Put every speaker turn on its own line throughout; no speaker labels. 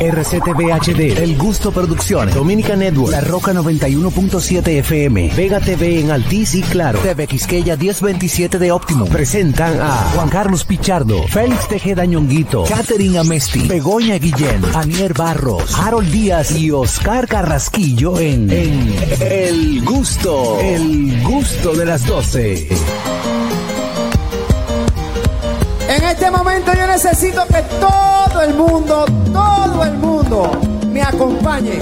RCTV HD, El Gusto Producciones, Dominica Network, La Roca 91.7 FM, Vega TV en Altiz y Claro, TV Quisqueya 1027 de Optimum. Presentan a Juan Carlos Pichardo, Félix Tejeda Ñonguito, Katherine Amesti, Begoña Guillén, Anier Barros, Harold Díaz y Oscar Carrasquillo en, en El Gusto, El Gusto de las 12.
En este momento yo necesito que todo el mundo, todo el mundo me acompañe.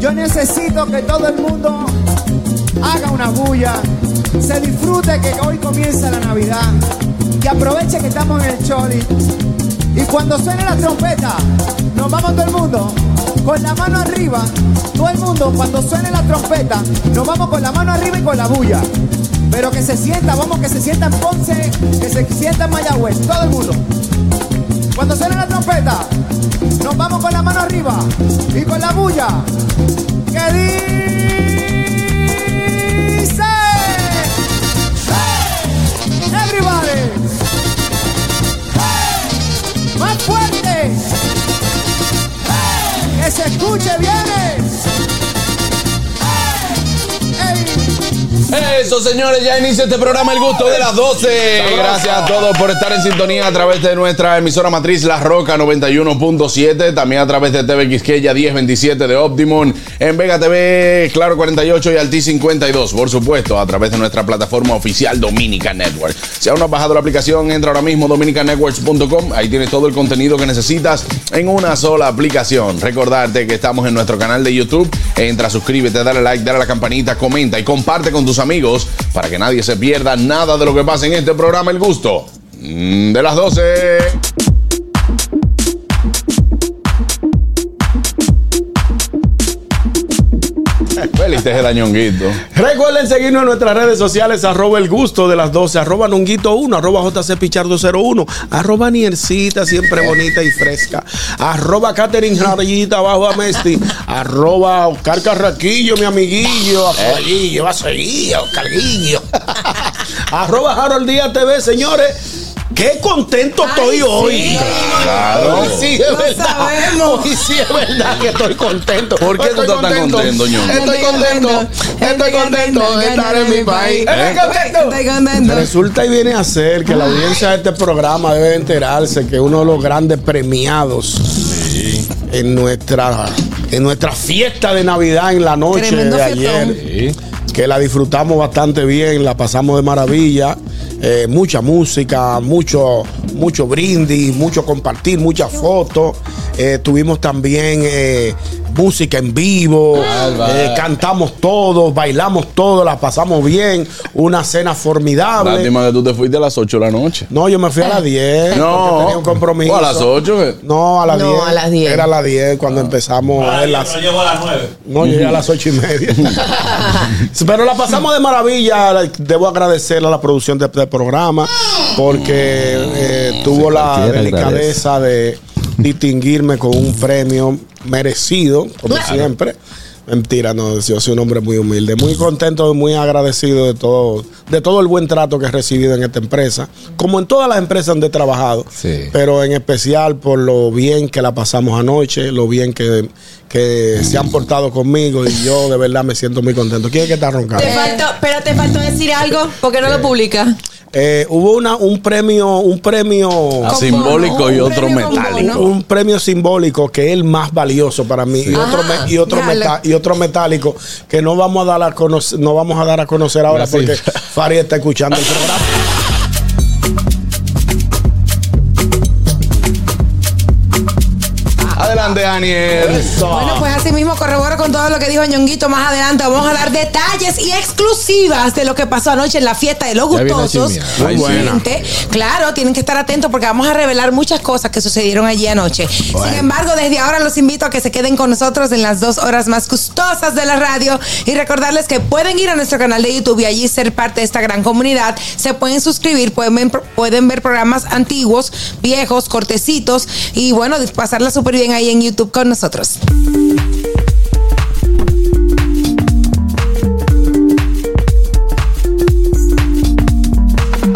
Yo necesito que todo el mundo haga una bulla, se disfrute que hoy comienza la Navidad y aproveche que estamos en el Choli. Y cuando suene la trompeta, nos vamos todo el mundo con la mano arriba. Todo el mundo, cuando suene la trompeta, nos vamos con la mano arriba y con la bulla. Pero que se sienta, vamos, que se sienta en Ponce, que se sienta en Mayagüez, todo el mundo. Cuando suene la trompeta, nos vamos con la mano arriba y con la bulla. ¡Que dice! ¡Hey! ¡Everybody! ¡Hey! ¡Más fuerte! ¡Hey! ¡Que se escuche bien! ¡Hey!
Eso, señores, ya inicia este programa El Gusto de las 12. Gracias a todos por estar en sintonía a través de nuestra emisora matriz La Roca 91.7, también a través de TV Quisqueya 1027 de Optimum, en Vega TV Claro 48 y Alti 52, por supuesto, a través de nuestra plataforma oficial Dominica Network. Si aún no has bajado la aplicación, entra ahora mismo dominicanetworks.com, ahí tienes todo el contenido que necesitas en una sola aplicación. Recordarte que estamos en nuestro canal de YouTube, entra, suscríbete, dale like, dale a la campanita, comenta y comparte con tus amigos para que nadie se pierda nada de lo que pasa en este programa El Gusto mm, de las 12. Félix Tejeda Ñonguito.
Recuerden seguirnos en nuestras redes sociales, arroba el gusto de las 12, arroba nonguito1, arroba jcpichardo01, arroba niercita, siempre bonita y fresca, arroba Catherine Jarillita, abajo a Mesti, arroba Oscar Carraquillo, mi amiguillo, Azuelillo, Azuelillo, Oscarguillo, arroba Harold Díaz TV, señores. Qué contento estoy hoy.
Claro.
Hoy Pues sí es verdad. Hoy sí es verdad que estoy contento.
¿Por qué tú
Estoy
estás tan contento, ñongo?
Estoy contento. Estoy contento de estar en mi país. Estoy contento.
Estoy contento.
Resulta y viene a ser que la audiencia de este programa debe enterarse que uno de los grandes premiados en nuestra en nuestra fiesta de Navidad en la noche
Tremendo
de
fiestón.
ayer que la disfrutamos bastante bien, la pasamos de maravilla. eh, mucha música, mucho, mucho brindis, mucho compartir, muchas fotos. Eh, tuvimos también eh, música en vivo,
Ah.
eh, cantamos todos, bailamos todos, la pasamos bien. Una cena formidable.
Lástima que tú te fuiste a las 8 de la noche.
No, yo me fui a las 10.
No.
porque tenía un compromiso.
O a las Ah. 8.
No, a las
No,
10.
a las 10.
Era a las 10 cuando empezamos. a ver las-
llevo a las 9.
no, llegué a las ocho y media. Pero la pasamos de maravilla. Debo agradecer a la producción de este programa porque eh, tuvo la
cualquiera
delicadeza de distinguirme con un premio merecido, como siempre. Mentira, no, yo soy un hombre muy humilde, muy contento y muy agradecido de todo, de todo el buen trato que he recibido en esta empresa, como en todas las empresas donde he trabajado,
Sí.
pero en especial por lo bien que la pasamos anoche, lo bien que, que se han portado conmigo y yo de verdad me siento muy contento. ¿Quién es que está roncando?
Te faltó, pero te faltó decir algo Eh. porque no lo publica.
Eh, hubo una, un premio, un premio,
Ah, simbólico y
Un
otro
premio con
metálico.
bono.
un premio simbólico que es el más valioso para mí y otro me- y otro
dale.
meta- y otro metálico que no vamos a dar a conocer, no vamos a dar a conocer ahora
Así.
porque Faria está escuchando el programa.
Adelante, Aniel.
Bueno, pues así mismo corroboro con todo lo que dijo Ñonguito. Más adelante vamos a dar detalles y exclusivas de lo que pasó anoche en la fiesta de los
Ya viene a
gustosos.
chismear.
Muy buena.
Gente, Claro, tienen que estar atentos porque vamos a revelar muchas cosas que sucedieron allí anoche. Sin embargo, desde ahora los invito a que se queden con nosotros en las dos horas más gustosas de la radio y recordarles que pueden ir a nuestro canal de YouTube y allí ser parte de esta gran comunidad. Se pueden suscribir, pueden ver, pueden ver programas antiguos, viejos, cortecitos y bueno, pasarla súper bien ahí en YouTube con nosotros.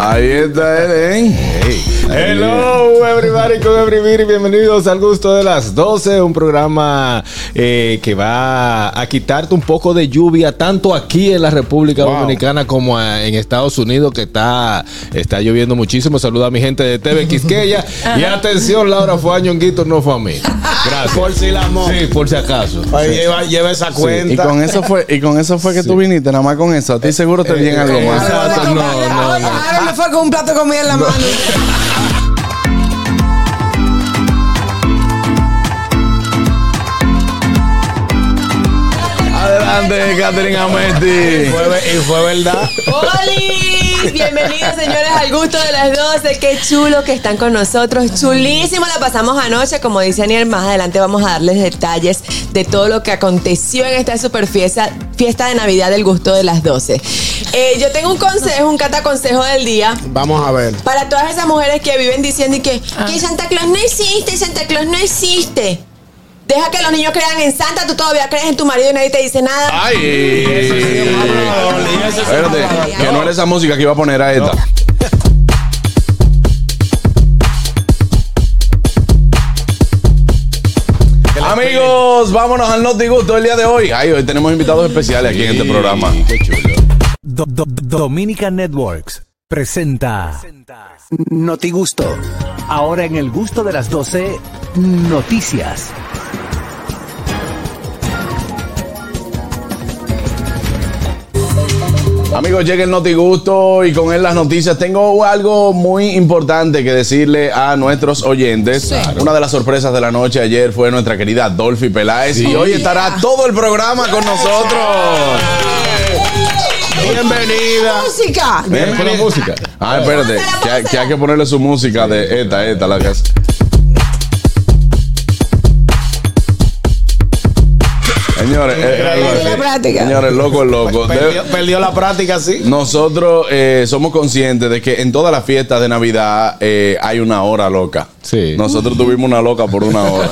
Ahí está él, ¿eh?
Hello, everybody, con everybody. Bienvenidos al gusto de las 12. Un programa eh, que va a quitarte un poco de lluvia, tanto aquí en la República
Wow.
Dominicana como a- en Estados Unidos, que está, está lloviendo muchísimo. Saluda a mi gente de TV Quisqueya. y atención, Laura, fue a Ñonguito, no fue a mí. Gracias.
Por si la mo-
Sí, por si acaso.
Ay, lleva, lleva esa
Y
cuenta.
con eso fue, y con eso fue que tú viniste, nada más con eso. A ti seguro te viene algo más.
eh,
exacto, no, no, no.
Ahora me fue con un plato de comida en la mano.
Adelante, Catherine Ametti.
Fue ve- y fue verdad.
¡Holi! Bienvenidos, señores, al gusto de las 12. Qué chulo que están con nosotros. Chulísimo, la pasamos anoche. Como dice Aniel, más adelante vamos a darles detalles de todo lo que aconteció en esta super fiesta, fiesta de Navidad del gusto de las 12. Eh, yo tengo un consejo, un cataconsejo del día.
Vamos a ver.
Para todas esas mujeres que viven diciendo y que,
Ah.
que Santa Claus no existe, Santa Claus no existe. Deja que los niños crean en Santa, tú todavía crees en tu marido y nadie te dice nada.
Ay, espérate, que no era esa música que iba a poner a esta. Amigos, vámonos al Noti Gusto el día de hoy. Ay, hoy tenemos invitados especiales aquí en este programa.
Qué chulo.
Do- do- Dominica Networks presenta Noti Gusto. Ahora en el gusto de las 12, noticias.
Amigos, llega el Notigusto y con él las noticias. Tengo algo muy importante que decirle a nuestros oyentes. Una de las sorpresas de la noche ayer fue nuestra querida Dolphy Peláez y hoy estará todo el programa con nosotros.
Bienvenida.
Música.
¿Eh?
Con la música.
Ah, espérate, que, hay- que hay que ponerle su música de ETA, ETA, la casa. Señores, eh, algo así.
la práctica.
señores, loco es loco.
Perdió,
De-
perdió la práctica, sí.
nosotros eh, somos conscientes de que en todas las fiestas de Navidad eh, hay una hora loca.
Sí.
Nosotros tuvimos una loca por una hora.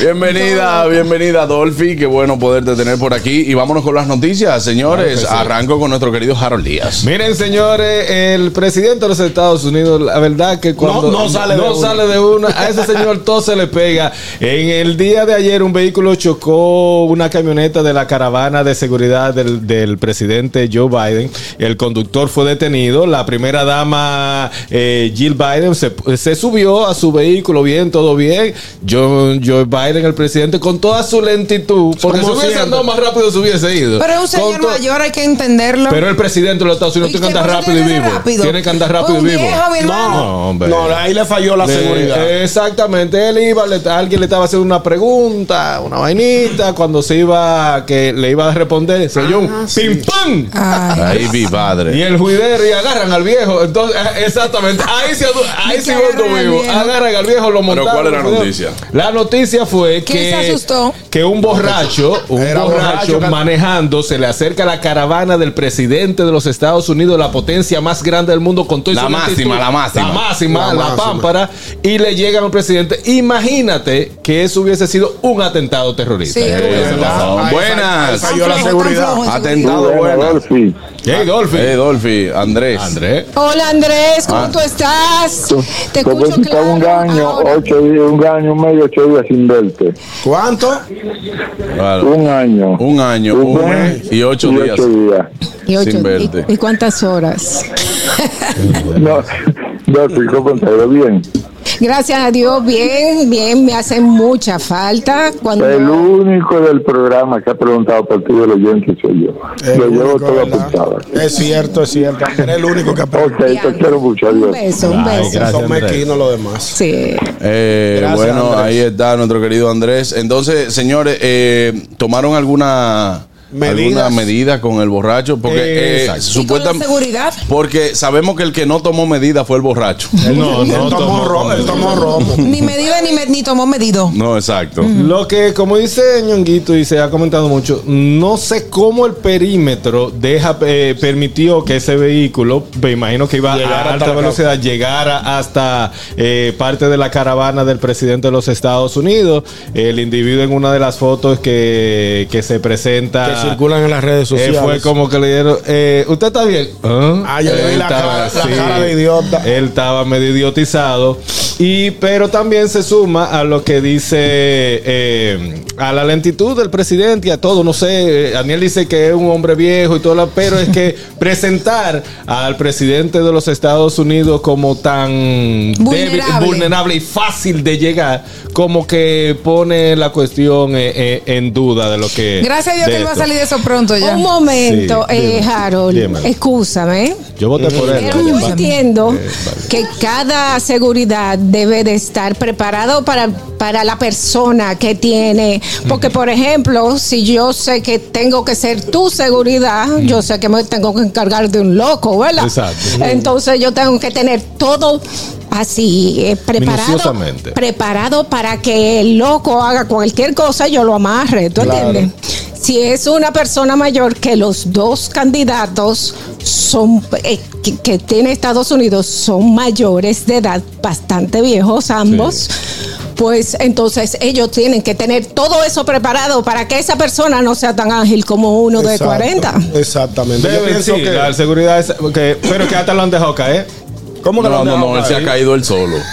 bienvenida, bienvenida, Dolphy. Qué bueno poderte tener por aquí. Y vámonos con las noticias, señores.
Claro que sí.
Arranco con nuestro querido Harold Díaz.
Miren, señores, el presidente de los Estados Unidos, la verdad que cuando
No, no sale de
no
una.
sale de una, a ese señor todo se le pega. En el día de ayer, un vehículo chocó una camioneta de la caravana de seguridad del, del presidente Joe Biden. El conductor fue detenido. La primera dama, eh, Jill Biden, se, se subió a su vehículo, bien, todo bien. Joe, Joe Biden, el presidente, con toda su lentitud, porque si
Como
hubiese
siempre.
andado más rápido, se hubiese ido.
Pero es un
Con
señor
to-
mayor, hay que entenderlo.
pero el presidente de los Estados Unidos
Uy,
tiene que
¿qué
andar
cosa
rápido y
tiene que
vivo.
ser rápido?
Tiene que andar rápido y
Un
vivo.
viejo, mi hermano.
No, hombre.
No, ahí le falló la
Le-
seguridad.
Exactamente, él iba, le- alguien le estaba haciendo una pregunta, una vainita, cuando se iba, que le iba a responder, se oyó un pim pam.
Ah, Ay.
Ahí vi,
Y
padre.
el juidero y agarran al viejo. Entonces, eh, exactamente. Ahí se ahí
¿Y
sí
qué
vuelto
agarran al
vivo.
viejo?
Agarran al viejo, lo montaron.
¿cuál es la
al juidero.
noticia?
La noticia fue
¿Quién
que.
se asustó?
Que un borracho, un
Era
borracho,
borracho, cal-
manejando, se le acerca a la caravana del presidente de los Estados Unidos, la potencia más grande del mundo, con todo y
La
su lentitud.
máxima, la máxima.
La máxima,
La
la,
máxima.
pámpara. Y le llegan al presidente. Imagínate que eso hubiese sido un atentado terrorista.
Sí.
Eh,
Eh,
Ahí fa- ahí
Buenas.
falló la
Tan flojo, tan
seguridad.
flojo,
Atentado,
Muy buena,
buenas.
Dolphy.
Hey, Dolphy.
Eh, Dolphy, Andrés.
Andrés.
Hola Andrés, ¿cómo
Ah.
tú estás?
Tú-
Te
te
escucho
pusiste
claro.
un año,
ahora.
ocho días, un año, medio, ocho días sin verte.
¿Cuánto?
Claro.
Un año.
Un año, un mes y ocho días.
Y ocho-
Sin verte.
¿Y, y cuántas horas?
No, Dolphy, ¿cómo contado bien?
Gracias a Dios, bien, bien, me hacen mucha falta. Cuando
El único del programa que ha preguntado por ti del oyente soy yo. Lo llevo todo apuntado.
Es cierto, es cierto. Era el único que
Ok,
aprendió.
te quiero mucho,
un
adiós.
beso, un
Ay,
beso.
gracias,
Son
Andrés.
mezquinos los demás.
Sí.
Eh,
Gracias,
bueno,
Andrés.
ahí está nuestro querido Andrés. Entonces, señores, eh, ¿tomaron alguna,
Medidas.
alguna medida con el borracho? Porque
Eh,
eh,
exacto.
¿Y con la
supuestam-
seguridad?
Porque sabemos que el que no tomó medida fue el borracho.
No,
Él
no,
tomó
tomó-
romo, él tomó romo.
Ni medida ni, me- ni tomó medido.
No, exacto.
Lo que, como dice Ñonguito y se ha comentado mucho, no sé cómo el perímetro deja eh, permitió que ese vehículo, me imagino que iba
Llegara
a
hasta
alta
la
velocidad, llegara hasta eh, parte de la caravana del presidente de los Estados Unidos. El individuo en una de las fotos que, que se presenta
Que circulan en las redes
Eh,
sociales.
fue como que le dieron, eh, ¿usted está bien? Ah,
Ah, yo le vi
él
la cara- la cara de idiota.
Él estaba medio idiotizado. Y, pero también se suma a lo que dice, eh, a la lentitud del presidente y a todo. No sé, eh, Daniel dice que es un hombre viejo y todo, la- pero es que presentar al presidente de los Estados Unidos como tan
Vulnerable.
débil, vulnerable y fácil de llegar, como que pone la cuestión eh, eh, en duda de lo que...
Gracias a Dios
Eh, de
que él va a
esto.
salir de eso pronto ya.
Un momento,
Sí,
eh,
dime,
Harold,
dime.
excúsame.
Yo voté por él. Eh,
Pero yo
Va-
entiendo que cada seguridad debe de estar preparado para, para la persona que tiene. Porque, por ejemplo, si yo sé que tengo que ser tu seguridad, yo sé que me tengo que encargar de un loco, ¿verdad?
Exacto.
Entonces yo tengo que tener todo así, eh, preparado,
Minuciosamente.
preparado para que el loco haga cualquier cosa y yo lo amarre, ¿tú entiendes? si es una persona mayor que los dos candidatos son eh, que, que tiene Estados Unidos son mayores de edad, bastante viejos ambos. Pues entonces ellos tienen que tener todo eso preparado para que esa persona no sea tan ágil como uno
Exacto,
de 40.
Exactamente. Yo
Deben,
pienso
sí,
que.
la seguridad es. que- pero que hasta lo han dejado caer.
¿Cómo que
No,
lo
no,
han
no, él
dejado
se ha
caer?
caído él solo.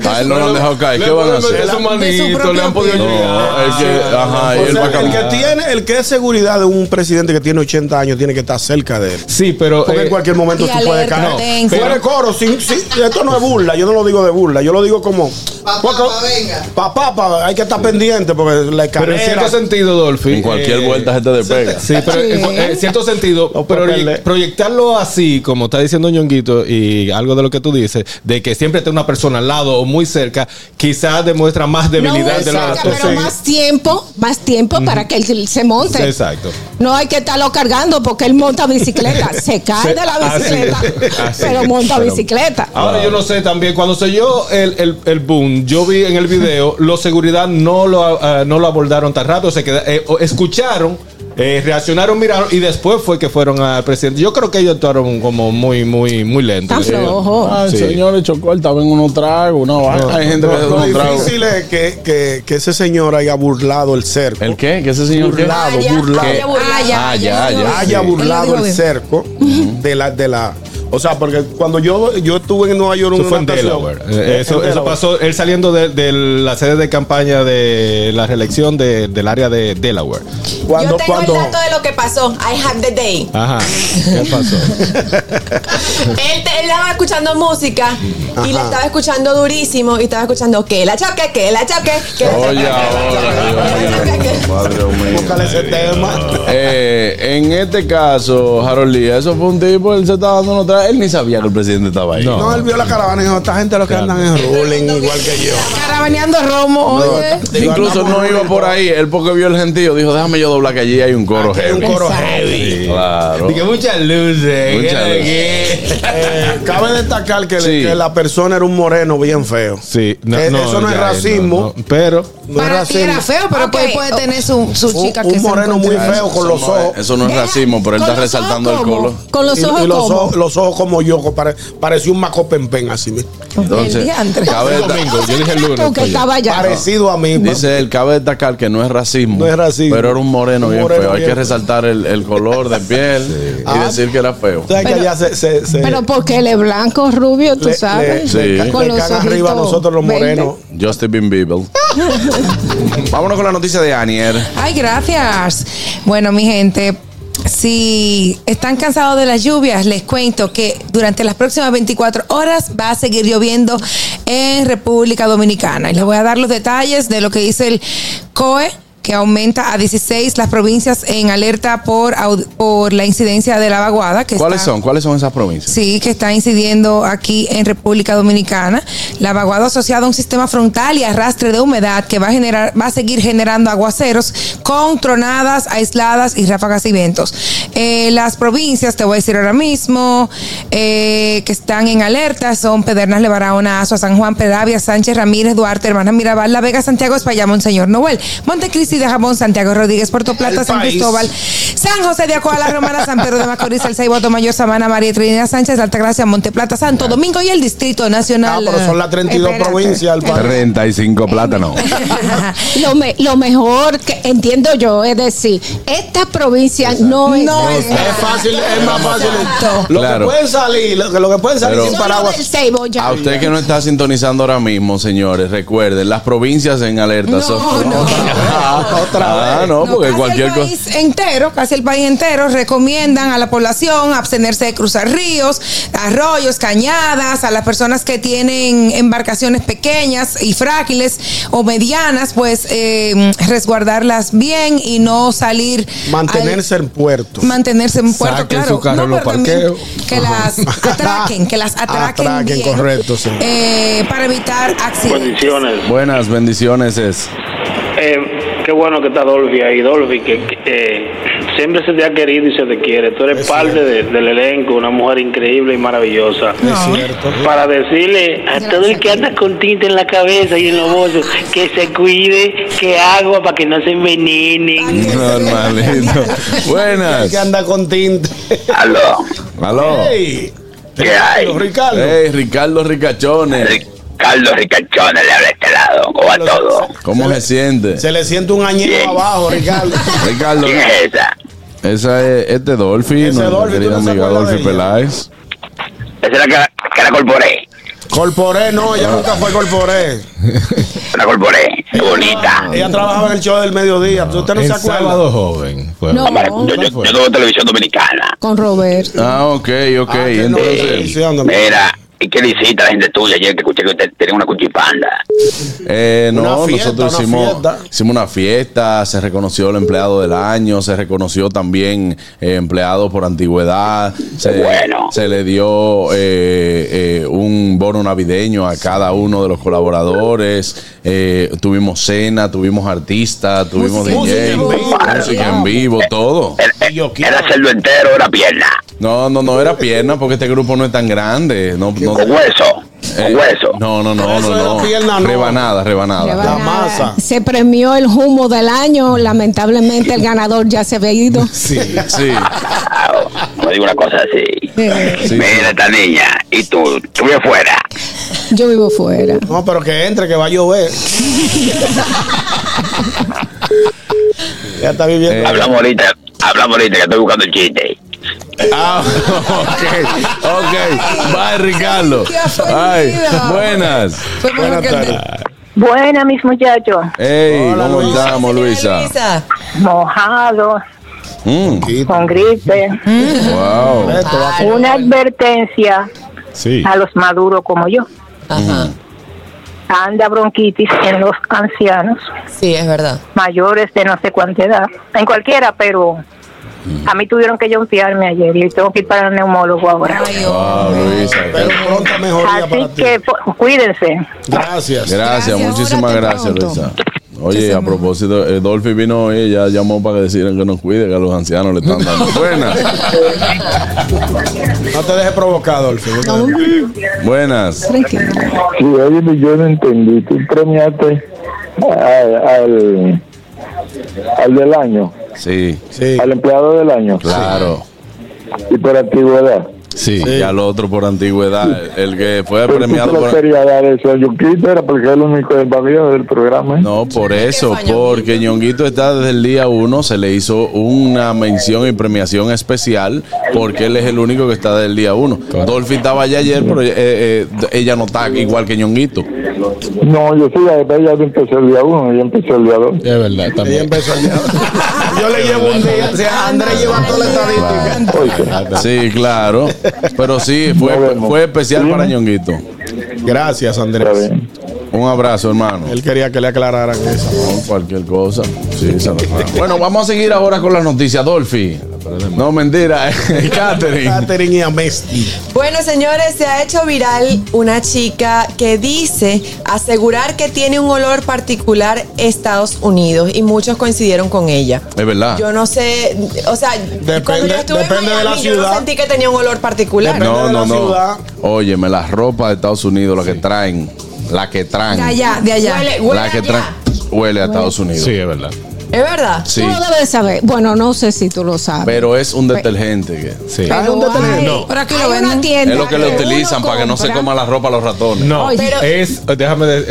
A él no lo han dejado caer. ¿Qué
Le
van a
pueden meter
hacer?
De
su
su
manito, le
propio
han podido
pie.
No,
llegar.
el que, ajá,
O
él va
sea,
a
el que
caminar.
tiene, el que es seguridad de un presidente que tiene 80 años tiene que estar cerca de él.
Sí, pero.
Porque
eh,
en cualquier momento
y
tú puedes
alerta,
caer.
tenso.
Fuera de coro, sin, sin- esto no es burla, yo no lo digo de burla, yo lo digo como.
Papá, pa, venga.
Papá, pa, hay que estar pendiente porque la
pero en
escalera.
cierto sentido, Dolphy. eh,
En cualquier vuelta se te despega.
Sí, pero en cu- en cierto sentido,
Los
pero
papeles.
proye- proyectarlo así, como está diciendo Ñonguito, y algo de lo que tú dices, de que siempre esté una persona al lado o muy cerca, quizás demuestra más debilidad
no,
de la
exacto, pero
persona.
más tiempo, más tiempo para que él se monte.
Exacto.
No hay que estarlo cargando porque él monta bicicleta, se cae de la
Así
bicicleta,
es, así
pero
es.
monta
Pero-
bicicleta.
Ahora yo no sé también, cuando se oyó el, el, el boom, yo vi en el video, los seguridad no lo, ah, no lo abordaron tan rápido, se queda- eh, o- escucharon, eh, reaccionaron, miraron y después fue que fueron al presidente. Yo creo que ellos actuaron como muy, muy, muy lento. Eh,
Tan flojo.
Ah, el
Sí.
señor le chocó, él estaba en unos tragos, una vaina. Hay gente que se
Lo
toma un trago.
difícil es que, que, que ese señor haya burlado el cerco.
¿El qué? ¿Qué ese señor qué?
Burlado, burlado.
¿Qué?
Ah, ya,
Ah, ya,
ya.
ya.
haya
sí.
Él lo
burlado
dijo
el
bien.
cerco de la de la o sea porque cuando yo yo estuve en Nueva York
Eso
en
fue en
una ocasión-
Delaware. Eh,
en
Eso, eso
Delaware.
pasó él saliendo de, de la sede de campaña de la reelección de- del área de Delaware.
cuando
Yo tengo
cuando
el dato de lo que pasó. I had the day.
Ajá. ¿Qué pasó?
él, te- él estaba escuchando música y la estaba escuchando durísimo y estaba escuchando que la choque, que la choque, que la choque.
Oye,
que la
ahora,
choque, que la choque.
Dios mío, madre
búscale ese tema
Eh, en este caso, Harold Lee, eso fue un tipo, él se estaba dando una otra. Él ni sabía que el presidente estaba ahí.
no él vio la caravana y dijo esta gente lo que andan en ruling igual que yo
Caravaneando romo, oye.
Digo,
Incluso
andamos
no
ruling
iba por ahí. Él porque vio el gentío, dijo, déjame yo doblar que allí hay un coro
hay un
heavy.
coro
Exacto.
heavy.
Sí, Claro.
Dije, muchas luces.
Muchas
¿qué-
luces.
qué?
Eh, cabe destacar que,
Sí.
que la persona era un moreno bien feo
Sí,
Eh, eso no es
ya,
racismo
no, no. pero
no es
Para ti era
racismo.
feo, pero
Ok.
pues puede tener su, su
un,
chica
un
que se
moreno muy
encuentra.
feo Eh, con los
Eso no es-
ojos
Eso no es racismo, pero él
¿Con
está
los ojos
resaltando el
cómo?
color.
Con los
y,
ojos
y los,
como.
ojos, los ojos como yo que pare- parecía un macopempen así mismo
Entonces,
diantre.
cabe
El
desta-
domingo, yo dije el lunes. pues
Tú que
fue ayer.
estaba allá.
parecido a mí
Dice él, cabe destacar que no es racismo.
No es racismo.
Pero era un moreno
Un
bien
moreno
feo. Hay
bien
que
feo.
resaltar el, el color de piel y
Ah.
decir que era feo.
Tú sabes que allá se- se- se-
Pero porque él es blanco, rubio, tú
le-
sabes.
le-
le
Sí.
ca-
Con
le
los
cagan
ojitos
arriba a nosotros los
verdes.
morenos.
Justin Bieber. Vámonos con la noticia de Anier.
Ay, gracias. Bueno, mi gente. Si están cansados de las lluvias, les cuento que durante las próximas 24 horas va a seguir lloviendo en República Dominicana. Y les voy a dar los detalles de lo que dice el COE, que aumenta a 16 las provincias en alerta por, au- por la incidencia de la
Ah,
vaguada. Que
¿Cuáles
está-
son? ¿Cuáles son esas provincias?
Sí, que está incidiendo aquí en República Dominicana. La vaguada asociada a un sistema frontal y arrastre de humedad que va a generar, va a seguir generando aguaceros con tronadas aisladas y ráfagas y vientos. eh, las provincias, te voy a decir ahora mismo, eh, que están en alerta, son Pedernas, Lebarahona, Azua, San Juan, Pedavia, Sánchez, Ramírez, Duarte, Hermanas Mirabal, La Vega, Santiago, Espallamón, Señor Noel, Montecristi de Jabón, Santiago Rodríguez, Puerto Plata,
El
San
país.
Cristóbal, San José de Acoa, La Romana, San Pedro de Macorís, El Ceibo, Mayor, Sabana, María Trinidad Sánchez, Altagracia, Monteplata, Santo Domingo y el Distrito
Ah,
Nacional. eh,
pero son las 32
Espérate.
provincias del país.
35 plátanos.
Lo, me- lo mejor que entiendo yo es decir, esta provincia no es.
No es-
Es fácil, es más fácil.
Exacto.
Lo
Claro.
que pueden salir, lo que, lo que pueden salir
Pero-
sin
Solo
paraguas.
del Ceibo ya.
A usted que no está sintonizando ahora mismo, señores, recuerden, las provincias en alerta
No,
son.
no.
Ah,
Otra
ah,
vez.
no,
No,
porque
casi
cualquier
el
cosa.
país entero, casi el país entero recomiendan a la población abstenerse de cruzar ríos, arroyos, cañadas, a las personas que tienen embarcaciones pequeñas y frágiles o medianas, pues eh, resguardarlas bien y no salir
Mantenerse en puerto.
al- mantenerse en puerto,
Saquen
claro.
su carro de los
pero también
parqueos.
que las atraquen, que las atraquen, bien,
Atraquen, correcto, sí.
eh, para evitar accidentes.
Bendiciones.
Buenas bendiciones es.
Eh, qué bueno que está Dolby ahí. Dolby, que, que, eh, siempre se te ha querido y se te quiere. Tú eres
Es
parte de- del elenco, una mujer increíble y maravillosa. Para decirle a todo el que anda con tinta en la cabeza y en los bolsos que se cuide, que agua para que no se envenenen.
Normalito.
Hay
Buenas.
que anda con tinta.
Aló,
Aló.
Ey,
¿qué hay?
Ricardo.
Hey, Ricardo Ricachones.
Carlos Ricachones le habla a este lado, o a todos.
¿Cómo se siente?
Se le siente un añero abajo, Ricardo.
Ricardo.
esa?
Esa es, es de Dolphy,
Ese
nuestra
Dolphy,
querida
¿tú no se
amiga
acuerdas
Dolphy
de ella?
Peláez.
Esa es la que, la corporé.
Corporé, no, ella nunca fue Corporé.
La corporé, bonita.
Ella trabajaba en el show del mediodía. ¿Usted no
El
se acuerda?
sábado joven. fue.
No.
Para- Yo, yo, yo tuve televisión dominicana.
Con Roberto.
Ah, ok, ok.
Ah, que no,
Entonces,
sí, anda,
Mira, ¿y qué le hiciste a la gente tuya ayer que escuché que usted tenía una cuchipanda?
eh, no,
Una fiesta,
nosotros
una
hicimos,
fiesta.
hicimos una fiesta, se reconoció el empleado del año, se reconoció también eh, empleado por antigüedad, se,
Bueno.
se le dio eh, eh, un bono navideño a cada uno de los colaboradores, eh, tuvimos cena, tuvimos artistas, tuvimos
Música
DJ,
en
vivo.
música en vivo, todo.
Era,
Y yo quiero-
era cerdo entero, era pierna,
No, no, no era pierna porque este grupo no es tan grande. No, no,
con hueso,
eh,
con hueso.
No, no, no,
Pero eso
no.
era
no.
pierna, no.
Rebanada, rebanada.
Rebanada.
masa.
Se premió el humo del año. Lamentablemente el ganador ya se había ido.
Sí.
No digo una cosa así.
Sí.
Mira esta niña, y tú, tú bien fuera.
Yo vivo fuera.
No, pero que entre, que va a llover. ya está viviendo.
Eh,
Hablamos ahorita, hablamos ahorita que estoy buscando el chiste.
Ah, ok, ok. Bye, Ricardo.
Qué ofendido.
Ay, buenas.
Fue mejor
Buenas
que el de-
tardes.
Buena, mis muchachos.
Hey,
Hola,
¿cómo
Luisa.
estamos, Luisa?
Mojados,
Mm,
con gripe.
wow.
Esto va a-
Una advertencia
Sí.
a los maduros como yo.
Ajá.
Anda bronquitis en los ancianos
Sí, es verdad.
mayores de no sé cuánta edad. En cualquiera, pero a mí tuvieron que yontearme ayer y tengo que ir para el neumólogo ahora.
Ay,
Wow,
hombre.
Luisa.
Pero pronta mejoría
Así
para ti.
que pu- cuídense.
Gracias.
Gracias,
Gracias,
muchísimas
ahora te
gracias,
pregunto.
Luisa. Oye, a propósito, eh, Dolphy vino hoy, ella llamó para que decidieran que nos cuide, que a los ancianos le están dando. Buenas.
No te dejes provocar, Dolphy. No te dejes-
Buenas.
Tranquilo.
Sí, oye, yo no entendí. Tú premiaste al, al, al del año,
Sí,
Sí.
al empleado del año.
claro.
Y por antigüedad.
Sí, y al otro por antigüedad. El que fue
Pero tú
premiado
se lo
por.
quería dar eso a Yonquito, era porque es el único del barrio del programa. ¿eh?
No, por eso,
fue Ñonguito?
porque Ñonguito está desde el día uno, se le hizo una mención y premiación especial, porque él es el único que está desde el día uno. Dolphy estaba allá ayer, pero eh, eh, ella no está igual que Ñonguito.
No, yo sí, ya, ya yo empecé el día uno, yo empecé el día dos.
Es verdad,
Ella
también.
empezó el día. Yo le llevo un día. O sea, Andrés lleva toda la estadística.
Oye,
Sí, claro. Pero sí,
Nos
fue,
vemos.
fue especial para
Dime.
Ñonguito.
Gracias,
está
Andrés.
bien.
Un abrazo, hermano.
Él quería que le aclararan eso.
Cualquier cosa. Sí, se lo- bueno, vamos a seguir ahora con las noticias, Dolphy. No, mentira. Catherine.
Catherine y Amesti.
Bueno, señores, se ha hecho viral una chica que dice asegurar que tiene un olor particular Estados Unidos y muchos coincidieron con ella.
Es verdad.
Yo no sé, o sea, cuando yo estuve en
depende de la
Miami, yo no
ciudad.
sentí que tenía un olor particular.
no, no, no. Óyeme, las ropas de Estados Unidos, la que traen. La que traen.
De allá, de allá. Huele- huele
la que
allá.
traen. Huele a Estados Unidos.
Sí, es verdad.
¿Es verdad?
Sí.
Tú lo debes saber. Bueno, no sé si tú lo sabes.
Pero es
Pues,
un detergente. que- Ah,
Pero hay-
No.
pero aquí lo hay una tienda
Es lo que le
uno
utilizan para que no se
compra.
coma la ropa a los ratones.
No,
Oye. Pero-
es, déjame, de- eh,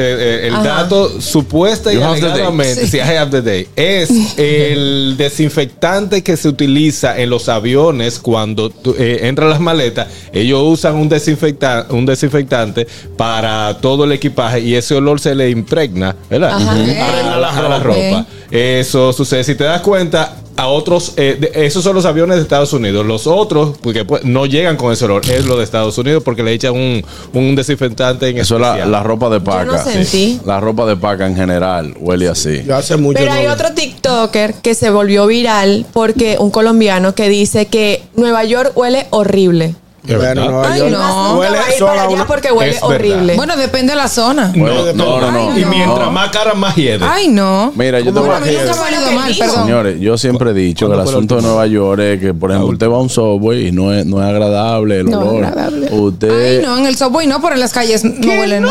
eh, el
Ajá.
dato supuesta y
You have the day.
alegadamente,
Sí.
sí, I have the day, es el desinfectante que se utiliza en los aviones cuando tú, eh, entran las maletas. Ellos usan un, desinfecta- un desinfectante para todo el equipaje y ese olor se le impregna, ¿verdad?
Ajá.
Ujú.
Ok.
A, la, a la
Ok.
ropa. Eso sucede. Si te das cuenta, a otros, eh, de- esos son los aviones de Estados Unidos. Los otros, porque pues, no llegan con ese olor, es lo de Estados Unidos porque le echan un, un desinfectante en
Eso es la,
especial.
la ropa de paca.
sentí.
La ropa de paca en general huele así.
Yo hace mucho
Pero hay otro TikToker que se volvió viral porque un colombiano que dice que Nueva York huele horrible.
Bueno, Nueva
Ay,
York
no.
huele
Nunca va a ir
sola
para allá
una-
porque huele
Es verdad.
horrible.
Bueno, depende de la zona.
Bueno, no, no, no.
Y mientras más cara, más hiede.
Ay, no.
Mira, yo te voy
Bueno, a
a
mí nunca me ha ido mal, perdón.
Señores, yo siempre he dicho que el asunto de Nueva York es que, por ejemplo, usted va a un subway y no es, no es agradable el
No es
olor.
agradable. Ay,
Usted.
no, en el subway no, pero en las calles no huele. No,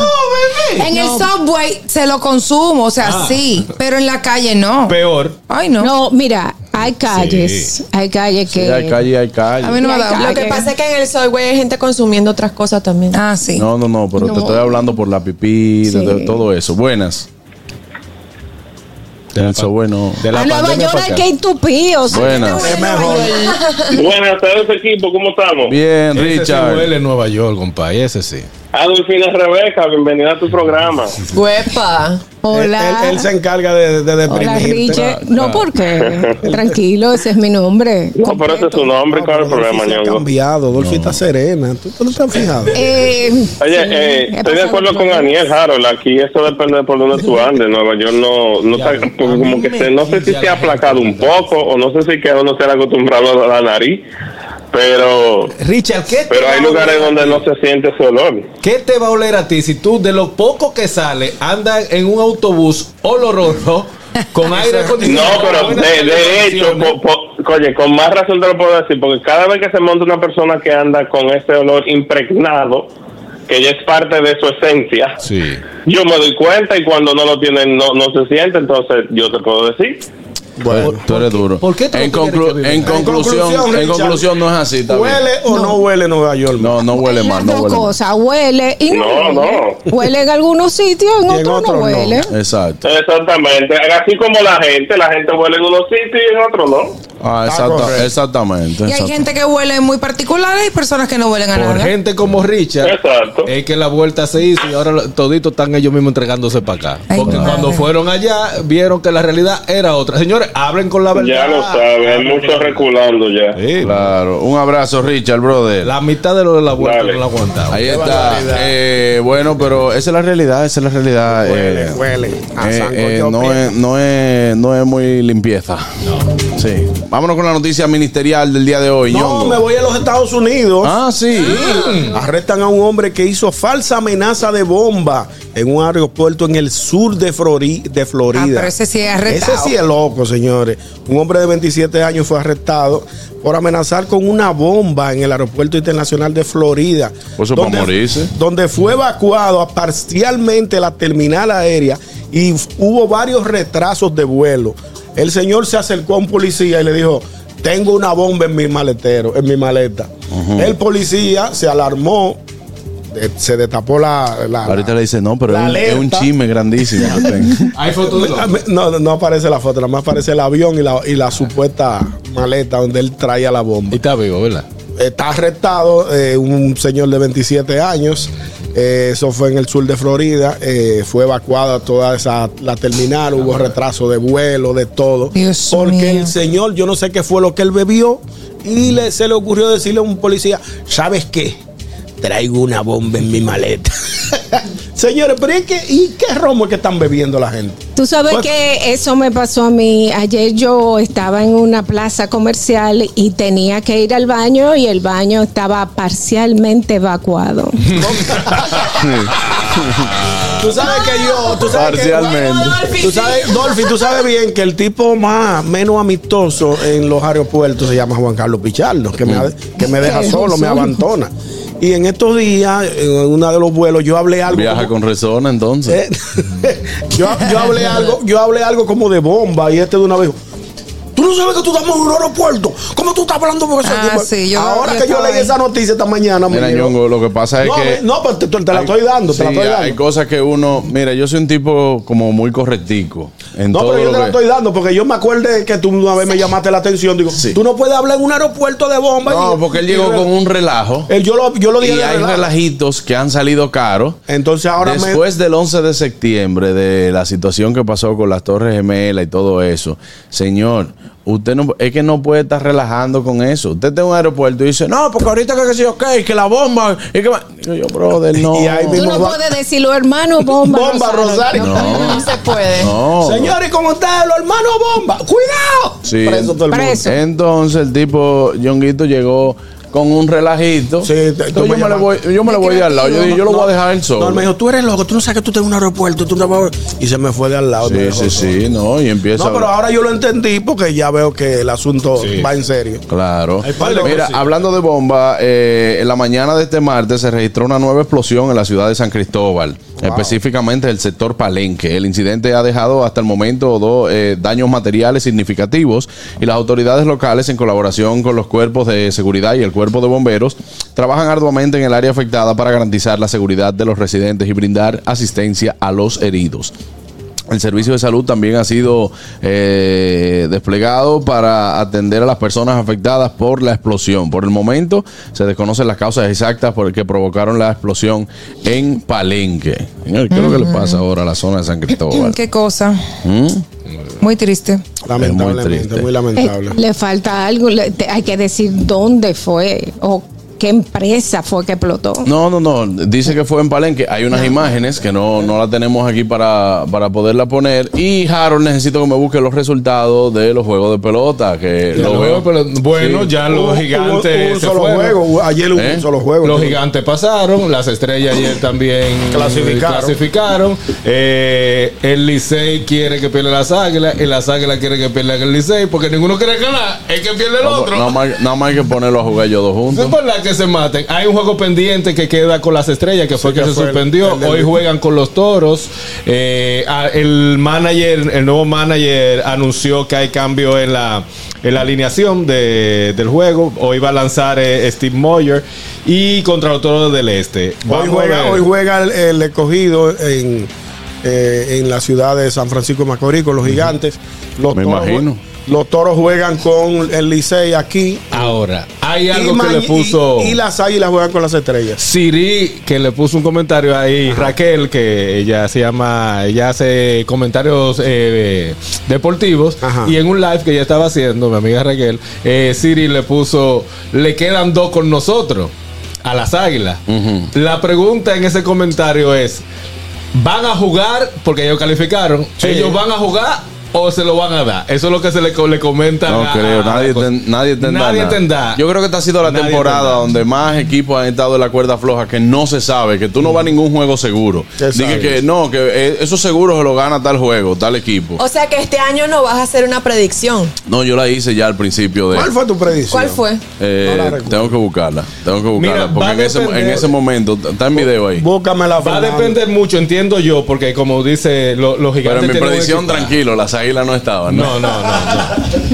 En el
No.
subway se lo consumo, o sea,
Ah.
sí, pero en la calle no.
Peor.
Ay, no.
No, mira, hay calles,
Sí.
hay calles que...
Sí, hay calle, hay calle.
A mí no me ha dado.
Lo que pasa es que en el subway hay gente consumiendo otras cosas también.
Ah, sí.
No, no, no, pero te
No.
estoy hablando por la pipí, de, de todo eso. Buenas. Eso, bueno.
De la
a Nueva
pandemia
York
para
hay
acá.
que ir tupidos.
Buenas.
Buenas tardes, equipo. ¿Cómo estamos?
Bien,
Ese sí
Richard.
huele en Nueva York, compadre, ese sí.
Adolfina Rebeca, bienvenida a tu programa.
Huepa.
Él, él- él se encarga de, de
Hola,
deprimirte.
Richie. No, porque tranquilo, ese es mi nombre.
No, pero ese es su nombre. ¿Cuál es el problema,
Se ha
Ñongo?
cambiado. Dolphy está serena. ¿Tú, tú no te has fijado?
Eh,
Oye, eh, estoy de acuerdo con Aniel Harold. Aquí eso depende de por dónde tú andes. Nueva York no, no está- como, como que se- no sé si se ha aplacado un poco o no sé si que uno se ha acostumbrado a la nariz, pero
Richard, ¿qué te,
pero hay lugares donde no se siente ese olor.
qué te va a oler a ti si tú, de lo poco que sale, andas en un autobús oloroso con aire
No,
acondicionado?
pero
buenas
de, de hecho,
televisiones?
po- po- oye, con más razón te lo puedo decir, porque cada vez que se monta una persona que anda con ese olor impregnado, que ya es parte de su esencia,
Sí.
yo me doy cuenta y cuando no lo tienen no, no se siente, entonces yo te puedo decir.
Bueno, tú eres duro.
por qué tú
en,
no quieres
conclu-
que viva?
en
En
conclusión, en
conclusión,
conclusión no es así. está bien.
¿Huele o no. huele Nueva York?
No, no huele mal, no
dos
huele mal.
cosas, huele y no,
No,
huele.
no.
Huele en algunos sitios, en,
en
otros
otros
no
no.
huele.
Exacto.
Exactamente, así como la gente, la gente huele en unos sitios y en otros no.
Ah,
Está
exacta-
correcto.
exactamente.
Y hay
exacto.
gente que huele muy particulares y personas que no huelen a
Por
nada.
gente como Richard,
Exacto.
es que la vuelta se hizo y ahora lo- toditos están ellos mismos entregándose para acá.
Ay,
Porque
madre.
cuando fueron allá, vieron que la realidad era otra. Señores, hablen con la verdad.
Ya lo saben, hay muchos reculando ya.
Sí,
Claro. Un abrazo, Richard, brother.
La mitad de lo de la vuelta
Dale.
no la aguantaba.
Ahí está. Eh, bueno, pero esa es la realidad, esa es la realidad. eh,
huele. A
eh,
sancocho
eh, no,
prieto.
es, no, es, no es muy limpieza. Sí. Vámonos con la noticia ministerial del día de hoy.
No,
Ñongo.
me voy a los Estados Unidos.
Ah, sí.
Mm. Arrestan a un hombre que hizo falsa amenaza de bomba en un aeropuerto en el sur de, Flori- de Florida.
Ah, pero ese sí es
Ese
arrestado.
sí es loco, señores. Un hombre de 27 años fue arrestado por amenazar con una bomba en el aeropuerto internacional de Florida.
Pues eso pa' morirse.
Donde fue evacuado a parcialmente la terminal aérea y f- hubo varios retrasos de vuelo. El señor se acercó a un policía y le dijo, tengo una bomba en mi maletero, en mi maleta. El policía se alarmó, eh, se destapó la... la-
Ahorita le dice, no, pero
La
es un, es un
alerta.
chisme grandísimo. que tengo.
Hay fotos de los-
Ah, me- No, no, no aparece la foto, nada más aparece el avión y la, y la supuesta maleta donde él traía la
Y
bomba.
está vivo, ¿verdad?
Está arrestado eh, un señor de 27 años, eh, eso fue en el sur de Florida, eh, fue evacuada toda esa, la terminal, hubo
Ah.
retraso de vuelo, de todo.
Dios
porque
mío.
el señor, yo no sé qué fue lo que él bebió y le, se le ocurrió decirle a un policía, ¿sabes qué? Traigo una bomba en mi maleta. Señores, pero ¿y qué, y qué romo es que están bebiendo la gente?
Tú sabes
Pues-
que eso me pasó a mí. Ayer yo estaba en una plaza comercial y tenía que ir al baño y el baño estaba parcialmente evacuado.
Tú sabes que yo, tú sabes que-
Parcialmente.
tú sabes, Dolphy, tú sabes bien que el tipo más menos amistoso en los aeropuertos se llama Juan Carlos Pichardo, que me, ha- que me deja
Qué
solo, me
razón.
abandona. Y en estos días, en uno de los vuelos, yo hablé algo.
Viaja
como- Eh,
con Resona entonces.
yo, yo hablé algo, yo hablé algo como de bomba y este de una vez. dijo, Tú no sabes que tú estamos en un aeropuerto. ¿Cómo tú estás hablando por eso?
Ah,
Tipo,
sí, yo-
Ahora
yo
que yo
estaba
leí
ahí.
esa noticia esta mañana,
Mira,
me-
Ñongo, lo que pasa es
no,
que.
no, pero te, te la
hay-
estoy dando, te la
sí,
estoy dando.
Hay cosas que uno. Mira, yo soy un tipo como muy correctico. En
No,
todo
pero yo
lo
te la
que-
estoy dando porque yo me acuerdo que tú una vez me llamaste la atención. Digo, tú no puedes hablar en un aeropuerto de bomba.
No,
Y-
porque él
y-
llegó con un relajo.
Él- yo, lo, yo lo dije
y
de
hay
relajo.
relajitos que han salido caros.
Entonces ahora me-
Después del 11 de septiembre, de la situación que pasó con las Torres Gemelas y todo eso, señor, usted no es que no puede estar relajando con eso. Usted está en un aeropuerto y dice, no, porque ahorita que, que sí, ok, que la bomba. Y que va-". Digo yo, brother, no.
Y ahí
Tú no puedes decirlo, hermano, bomba.
Bomba, Rosario.
No. No
se puede.
No.
Señores, ¿cómo está el hermano bomba? ¡Cuidado!
Sí.
Preso todo el mundo. Preso.
Entonces el tipo, Jonguito, llegó con un relajito. Entonces,
tú me
yo, me le voy,
llamaste.
yo me le voy de al lado. Yo dije, yo lo voy a dejar él solo.
No, él me dijo, tú eres loco, tú no sabes que tú estás en un aeropuerto. Tú no vas a-". y se me fue de al lado. me
Sí,
dejó
sí,
solo.
sí, no, y empieza
No, pero
a-
ahora yo lo entendí porque ya veo que el asunto
Sí.
va en serio.
Claro.
Hay par de
Mira,
cositas.
hablando de bomba, eh, en la mañana de este martes se registró una nueva explosión en la ciudad de San Cristóbal, específicamente el sector Palenque. El incidente ha dejado hasta el momento dos eh, daños materiales significativos y las autoridades locales, en colaboración con los cuerpos de seguridad y el cuerpo de bomberos, trabajan arduamente en el área afectada para garantizar la seguridad de los residentes y brindar asistencia a los heridos. El servicio de salud también ha sido eh, desplegado para atender a las personas afectadas por la explosión. Por el momento se desconocen las causas exactas por el que provocaron la explosión en Palenque. Señor, ¿qué es lo que le pasa ahora a la zona de San Cristóbal?
Qué cosa.
¿Mm?
Muy triste.
Lamentablemente, muy triste.
Eh, le falta algo, le- te- hay que decir dónde fue o qué empresa fue que explotó.
No, no, no. Dice que fue en Palenque. Hay unas imágenes que no, no las tenemos aquí para, para poderla poner. Y Harold, necesito que me busque los resultados de los juegos de pelota. Que
De
lo
los
veo.
juegos de pelota. Bueno, ya los
Hubo-
gigantes
hubo un
se
solo
fueron.
juego.
Hubo- Ayer hubo
¿Eh?
un solo juego.
Los gigantes pasaron, las estrellas ayer también eh,
Clasificaron.
clasificaron. Eh, el Licey quiere que pierda las águilas y las águilas quieren que pierda el Licey porque ninguno quiere ganar, el que pierde el
No,
otro.
Nada más, nada más hay que ponerlo a jugar ellos dos
No
juntos.
es por la que se maten. Hay un juego pendiente que queda con las estrellas, que fue
Sí,
que
que
se
fue el-
suspendió.
el del-
Hoy juegan con los toros. Eh, a- el manager, el nuevo manager anunció que hay cambio en la, en la alineación de- del juego. Hoy va a lanzar eh, Steve Moyer y contra los toros del este.
Hoy
Vamos a
juega,
ver.
hoy juega el, el escogido en, eh, en la ciudad de San Francisco de Macorís con los gigantes. Los
Me imagino.
Los toros juegan con el Licey aquí.
Ahora, hay
Y
algo
ma-
que le puso.
Y, y las águilas juegan con las estrellas.
Siri, que le puso un comentario ahí, Raquel, que ella se llama, ella hace comentarios eh, deportivos, y en un live que ella estaba haciendo, mi amiga Raquel, eh, Siri le puso, le quedan dos con nosotros, a las águilas. La pregunta en ese comentario es, ¿van a jugar, porque ellos calificaron,
Sí.
ellos van a jugar o se lo van a dar? Eso es lo que se le, co- le comenta.
No
a-
creo,
a-
nadie, ten- nadie tendrá.
Nadie
nada.
tendrá.
Yo creo que esta ha sido la
Nadie
temporada
tendrá.
donde más equipos han estado en la cuerda floja, que no se sabe, que tú
Mm.
no vas a ningún juego seguro. Dije
sabes?
que no, que eh, esos seguros lo gana tal juego, tal equipo.
O sea que este año no vas a hacer una predicción.
No, yo la hice ya al principio de.
¿Cuál fue tu predicción?
¿Cuál fue?
Eh, tengo que buscarla, tengo que buscarla,
Mira, va
porque
a
en ese,
depender-
en ese momento está en video ahí.
Búscame la
Va a depender mucho, entiendo yo, porque como dice lo-
Pero
los gigantes.
en mi
tienen un
predicción,
equipazo.
tranquilo, las águilas no estaban.
No, no,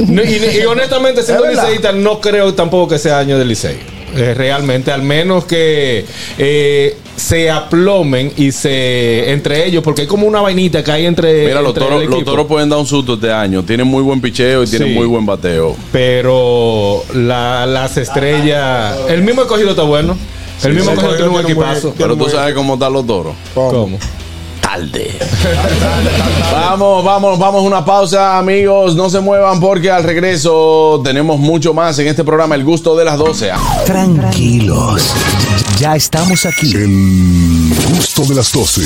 No, y, y honestamente, siendo
Es verdad.
liceísta, no creo tampoco que sea año de licey. Eh, realmente, al menos que eh, se aplomen y se entre ellos, porque hay como una vainita que hay entre.
Mira, los
Eh, entre el
toros, los
equipo.
toros pueden dar un susto este año. Tienen muy buen picheo y tienen
Sí.
muy buen bateo.
Pero la- las estrellas. El mismo escogido está bueno. El mismo
Sí, sí.
escogido tiene un equipazo.
Pero tú sabes cómo están los toros.
¿Cómo?
Está tarde. vamos, vamos, vamos a una pausa, amigos. No se muevan porque al regreso tenemos mucho más en este programa, El Gusto de las 12.
Tranquilos. Ya estamos aquí.
El gusto de las 12.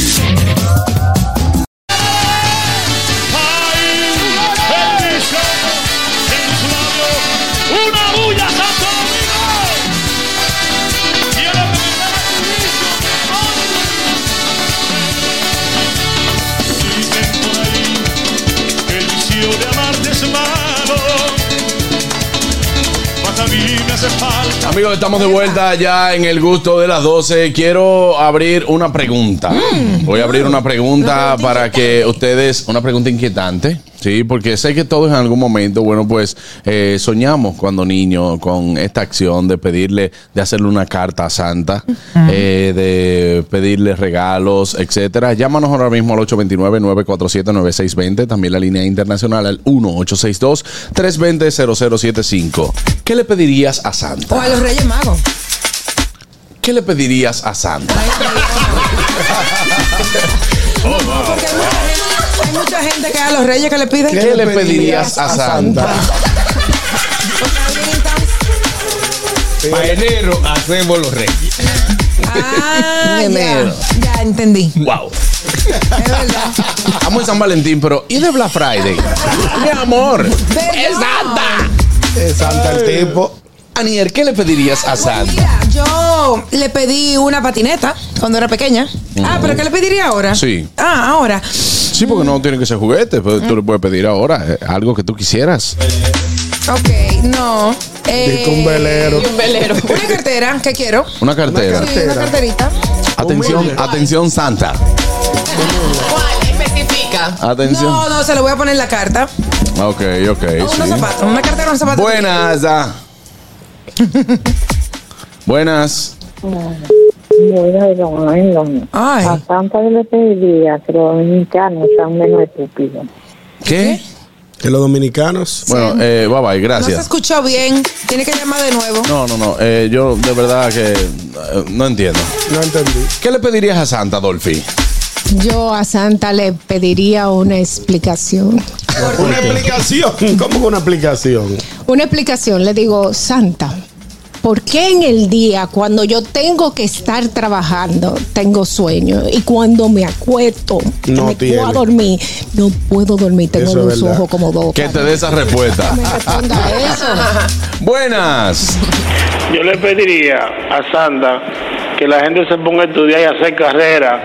¡Una bulla, Santo Domingo! Dicen por ahí que el vicio de amarte es malo, mas a mí me hace falta.
Amigos, estamos de vuelta ya en el gusto de las 12. Quiero abrir una pregunta. Voy a abrir una pregunta para que ustedes, una pregunta inquietante, ¿sí? Porque sé que todos en algún momento, bueno, pues eh, soñamos cuando niños con esta acción de pedirle, de hacerle una carta a Santa, eh, de pedirle regalos, etcétera. Llámanos ahora mismo al 829-947-9620, también la línea internacional al 1862-320-0075. ¿Qué le pedirías a Santa?
O a los Reyes Magos.
¿Qué le pedirías a Santa?
Hay mucha gente que a los Reyes que le piden.
¿Qué le pedirías a Santa?
Para enero hacemos los reyes.
Ah,
Enero.
ya, ya entendí.
Wow.
Es verdad.
Amo en San Valentín, pero ¿y de Black Friday? Mi amor.
¡Es Santa!
Es Santa el tipo. Anier, ¿qué le pedirías a Santa?
Yo le pedí una patineta cuando era pequeña. Ah, pero ¿qué le pediría ahora?
Sí.
Ah, ahora.
Sí, porque no tiene que ser juguete, pero tú le puedes pedir ahora eh, algo que tú quisieras.
Ok, no. Eh,
Dice un velero.
Un velero. Una cartera, ¿qué quiero?
Una cartera.
Sí, una carterita.
Atención, atención Santa.
¿Cuál? Especifica.
Atención.
No, no, se lo voy a poner en la carta.
Ok, ok.
Unos
sí.
zapatos, una cartera, unos zapatos.
Buenas. ah. Buenas.
A
Santa yo le pediría que los dominicanos sean menos estúpidos.
¿Qué?
Que los dominicanos.
Bueno, eh, bye bye,
No se
gracias.
escuchó bien. Tiene que llamar de nuevo.
No, no, no. eh, yo de verdad que eh, no entiendo. No entendí. ¿Qué le pedirías a Santa, Dolphy?
Yo a Santa le pediría una explicación.
Una aplicación. ¿Cómo que una aplicación?
Una explicación, le digo, Santa, ¿por qué en el día cuando yo tengo que estar trabajando tengo sueño y cuando me acuesto, que
No
me
tiene.
puedo dormir, no puedo dormir, tengo
Eso es
los
verdad.
ojos como dos.
Que te dé esa respuesta. Buenas.
Yo le pediría a Santa que la gente se ponga a estudiar y a hacer carrera,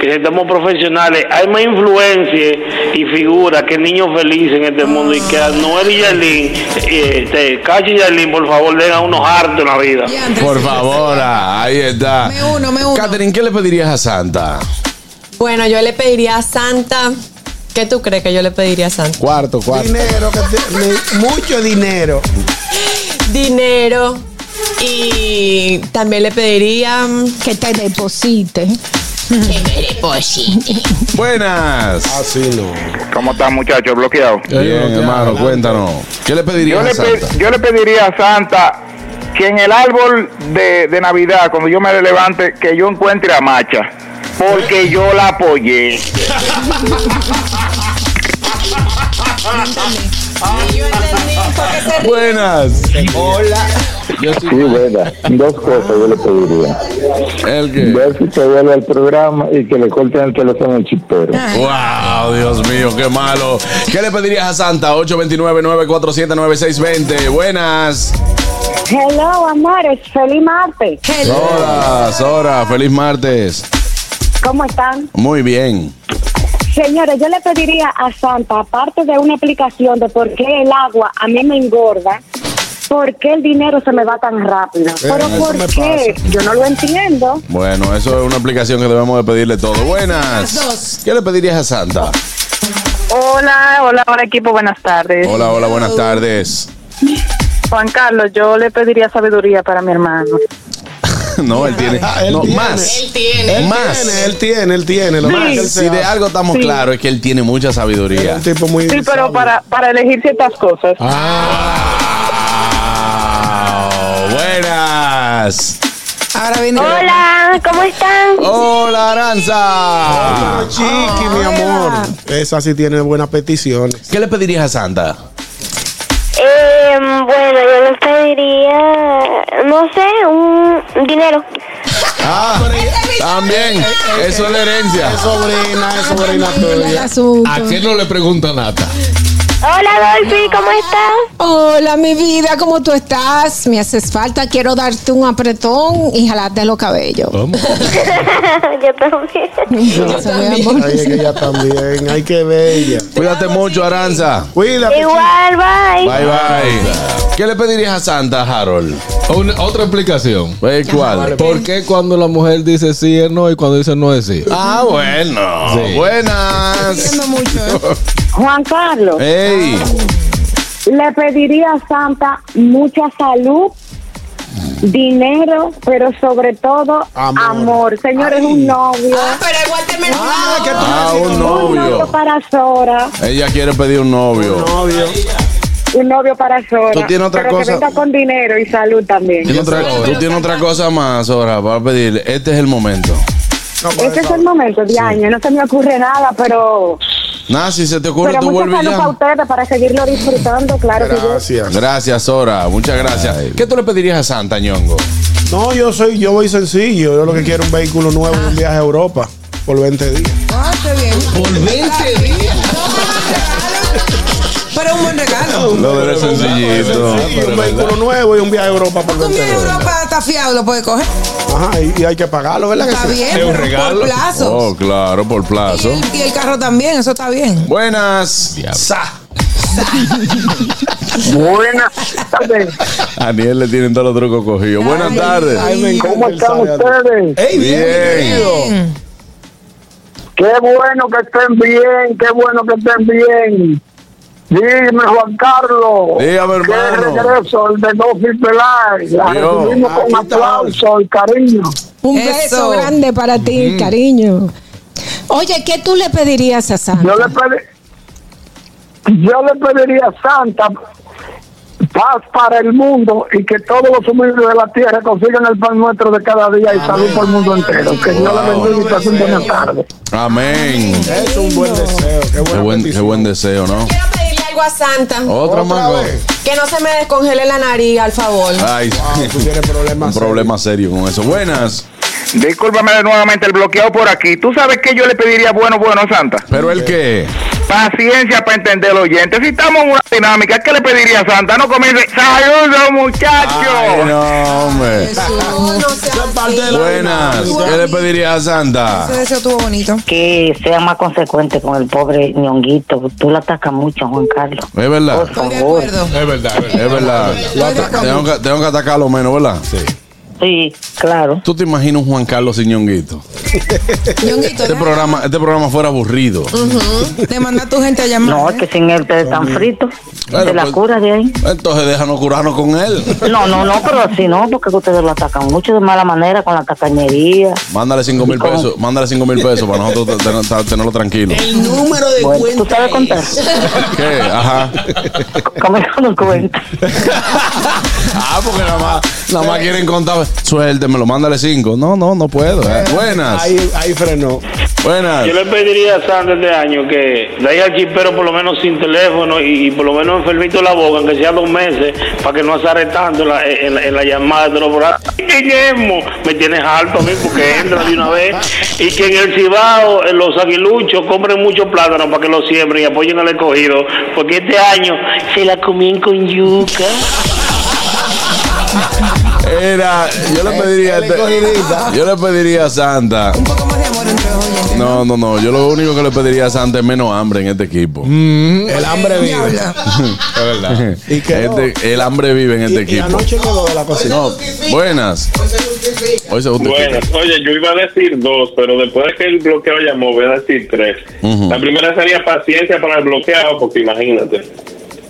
que necesitamos profesionales. Hay más influencia y figuras que niños felices en este mundo y que a Noel y Yalín, eh, este, Cacho y Yalín, por favor, den a unos hartos en la vida.
Por favor, ah, ahí está. Me uno, me uno. Catherine, ¿qué le pedirías a Santa?
Bueno, yo le pediría a Santa. ¿Qué tú crees que yo le pediría a Santa?
Cuarto, cuarto.
Dinero, que te- ni- mucho dinero.
Dinero. Y también le pediría. mm,
Que te deposite.
Que me deposite.
Buenas.
Así no.
¿Cómo están, muchachos? ¿Bloqueado?
Bien, hermano, cuéntanos. ¿Qué le
Yo
pedirías
le,
a
pe-
Santa?
yo le pediría a Santa que en el árbol de, de Navidad, cuando yo me levante, que yo encuentre a Macha. Porque yo la apoyé.
Buenas.
Hola.
Sí, verdad. Dos cosas yo le pediría.
¿El qué?
Ver si se vuelve al programa y que le corten el teléfono al chipero.
Wow, Dios mío, qué malo. ¿Qué le pedirías a Santa? 829-947-9620. Buenas.
Hello, amores. Feliz martes.
Hola, Sora, feliz martes.
¿Cómo están?
Muy bien.
Señores, yo le pediría a Santa, aparte de una explicación de por qué el agua a mí me engorda, por qué el dinero se me va tan rápido. Pero
Eh, eso
¿por
me
qué? Yo no lo entiendo.
Bueno, eso es una aplicación que debemos de pedirle todo. Buenas. ¿Qué le pedirías a Santa?
Hola, hola, hola equipo, buenas tardes.
Hola, hola, buenas tardes.
Juan Carlos, yo le pediría sabiduría para mi hermano.
No, él tiene. no, más.
Él tiene.
ah, Él
Más.
tiene, él tiene, él tiene. Lo más que él
Más.
se
Si de
hace.
algo estamos
Sí.
claros es que él tiene mucha sabiduría.
Tipo muy
Sí, pero para, para elegir ciertas cosas.
Ah. Wow, Oh, buenas.
Ahora viene.
Hola, ¿cómo están?
Hola, Aranza.
Chiqui, mi amor. Esa sí tiene buenas peticiones.
¿Qué le pedirías a Santa?
Eh, bueno, yo les pediría, no sé, un dinero.
Ah, también. Eso es la herencia.
Es sobrina, es sobrina
el
tuya.
asunto.
¿A qué no le pregunta Nata?
Hola, Dolphy, ¿cómo estás?
Hola, mi vida, ¿cómo tú estás? Me haces falta, quiero darte un apretón y jalarte los cabellos.
yo también.
Eso, mi amor.
Ay, es que ella también. Ay, qué bella.
Cuídate mucho, Aranza.
Cuídate.
Igual, bye.
Bye, bye. ¿Qué le pedirías a Santa, Harold?
Una- otra explicación.
Eh,
Ah,
¿Cuál?
¿Por qué cuando la mujer dice sí es no y cuando dice no es sí?
Ah, bueno.
Sí.
Buenas.
Juan Carlos,
Ey.
le pediría a Santa mucha salud, dinero, pero sobre todo
Amor.
amor. Señores, un novio.
Pero igual te me
Ah, que tú
Ah, un
Un novio
novio.
para Sora,
Ella quiere pedir un novio.
Novio.
un novio para Sora.
¿Tú tienes otra
pero
cosa?
que venga con dinero y salud también.
Tiene otra- Tú tienes otra cosa más ahora para pedirle. Este es el momento.
No,
Este es el momento, Diaño. No se me ocurre nada, pero,
Nada, si se te ocurre,
pero
tú
mucha
vuelves
salud para
ya.
ustedes para seguirlo disfrutando, claro que sí.
Gracias.
Gracias, Sora. Muchas gracias. ¿Qué tú le pedirías a Santa, ñongo?
No, yo soy, yo voy sencillo. Yo lo que quiero es un vehículo nuevo y un viaje a Europa por 20 días.
Ah, está bien.
Por 20 días.
Pero un buen regalo.
Lo del sencillito.
Sí, un vehículo nuevo y un viaje a Europa por
Tú
20
vienes a
días.
Europa, está fiado, lo puedes coger.
Ajá, y, y hay que pagarlo, ¿verdad? que
Está
sí?
bien.
es un
pero
regalo.
Por plazos.
Oh, claro, por
Y
plazo.
el, y el carro también, eso está bien.
Buenas. Sa.
Buenas tardes.
A Aniel le tienen todos los trucos cogidos. Buenas
Ay,
tardes.
ay.
¿Cómo están ustedes?
Ey,
Bien.
bien, bienvenido.
Qué bueno que estén bien, qué bueno que estén bien. Dime, Juan Carlos.
Dígame,
qué
hermano.
regreso el de Dofi Peláez. La
Yo,
recibimos
aquí
con aplauso y cariño.
Un
Eso.
beso grande para ti,
Mm.
cariño. Oye, ¿qué tú le pedirías a Santa?
Yo le, pedi- yo le pediría a Santa paz para el mundo y que todos los humildes de la tierra consigan el pan nuestro de cada día y salud por el mundo entero. Que Dios le
Wow.
bendiga y pasen buenas tardes.
Amén.
Es un buen deseo. Qué,
Qué
buena
buen, qué
petición.
buen deseo, ¿no?
Quiero pedirle algo a Santa.
Otra
Otra
mango.
vez.
Que no se me descongele la nariz, al favor.
Ay,
Wow, tú tienes
un
problemas.
problema serio con eso. Buenas.
Discúlpame nuevamente el bloqueado por aquí. ¿Tú sabes que yo le pediría bueno, bueno, Santa?
Pero el que.
Paciencia para entender los oyentes. Si estamos en una dinámica, ¿qué le pediría a Santa? No comience. ¡Saludos,
Ay,
muchachos!
no, hombre.
Eso, no sea así.
Buenas. ¿Qué le pedirías a Santa?
Ese deseo estuvo bonito.
Que sea más consecuente con el pobre ñonguito. Tú lo atacas mucho, Juan Carlos.
Es verdad.
Estoy de acuerdo.
Es verdad, es verdad.
Es verdad.
Lo ataca
Tengo que, tengo que atacarlo menos, ¿verdad? Sí.
Sí, claro.
¿Tú te imaginas un Juan Carlos Siñonguito?
Ñonguito,
Este
¿no?
programa, este programa fuera aburrido.
Ujú. Te manda a tu gente a llamar. ¿eh?
No, es que sin él te están fritos.
Bueno,
te la
pues-
cura de ahí.
Entonces déjanos curarnos con él.
No, no, no, pero si no, porque ustedes lo atacan mucho de mala manera con la tacañería.
Mándale 5 mil pesos. Mándale 5 mil pesos para nosotros te- te- te- tenerlo tranquilo.
El número de cuentas. ¿Tú sabes contar?
¿Qué? Ajá.
¿Cómo yo no cuento?
ah, porque nada más, nada más quieren contar. Suéltemelo, mándale 5. E No, no, no puedo. eh. Buenas.
Ahí, ahí frenó.
Buenas.
Yo le pediría a Sandra este año que de ahí al chipero por lo menos sin teléfono y, y por lo menos enfermito la boca, aunque sea dos meses, para que no azarre tanto en la, en la- en la llamada de los programas. Guillermo, me tienes alto a mí porque entra de una vez. Y que en el Cibao, en los aguiluchos, compren muchos plátanos para que los siembren y apoyen al escogido, porque este año se la comían con yuca.
Era, yo
Eh,
le pediría. a este- yo le pediría a Santa.
Un poco más de amor entre los oyentes.
No, no, no. Yo lo único que le pediría a Santa es menos hambre en este equipo.
El hambre vive.
Es verdad.
Mm. Y que no.
Este- el hambre vive en este
Y, y
equipo.
anoche quedó de la cocina.
No, buenas. Hoy se justifica.
Bueno, oye, yo iba a decir dos, pero después de que el bloqueo llamó, voy a decir tres.
Ujú.
La primera sería paciencia para el bloqueado, porque imagínate.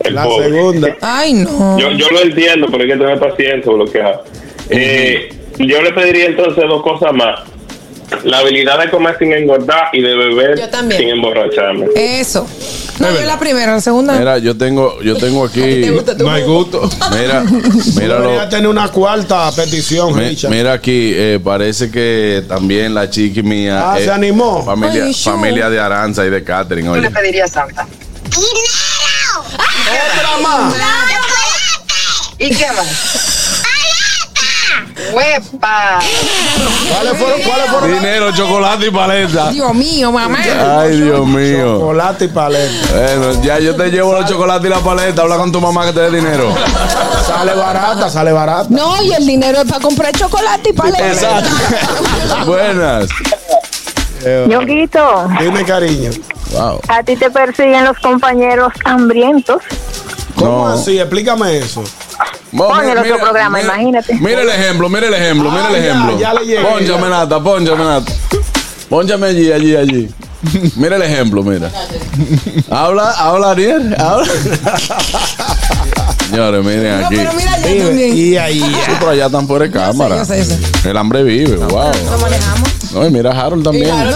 El
La
pobre.
segunda.
Ay, no.
Yo, yo lo entiendo, pero hay que tener paciencia, bloqueado. Eh, yo le pediría entonces dos cosas más. la habilidad de comer sin engordar y de beber
también.
sin emborracharme.
Eso. No, yo la primera, la segunda.
Mira, yo tengo, yo tengo aquí.
te gusta tu
No hay gusto. Mira, mira lo-
Debería tener una cuarta petición,
mi-
Richard.
mira aquí, eh, parece que también la chiqui mía.
Ah,
eh,
se animó.
Familia,
Ay, show.
familia de Aranza y de Catherine, oye.
pediría Santa? ¡Otra más! ¿Y qué más? ¡Huepa!
¿Cuáles fueron? ¿Cuáles fueron?
Dinero, chocolate y paleta.
Dios mío, mamá.
Ay, Dios mío.
Chocolate y paleta.
Bueno, ya yo te llevo los chocolates y la paleta. Habla con tu mamá que te dé dinero.
Sale barata, sale barata.
No, y el dinero es para comprar chocolate y paleta.
Exacto. Buenas.
Ñonguito,
Eh, Dime, cariño.
Wow.
a ti te persiguen los compañeros hambrientos.
¿Cómo así? Explícame eso.
Pon el otro programa, imagínate.
Mira el ejemplo, mira el ejemplo, mira el
Ah, ya,
ejemplo.
ya le llegué.
Pónchame nata, pónchame nata. Pónchame allí, allí, allí. Mira el ejemplo, mira. Habla, habla Ariel, habla. Señores, miren aquí.
mira, yo también.
Y ahí.
Sí, pero allá están fuera de cámara.
yo sé, yo
El hambre vive, wow.
Lo manejamos.
No, y mira a Harold también.
Claro,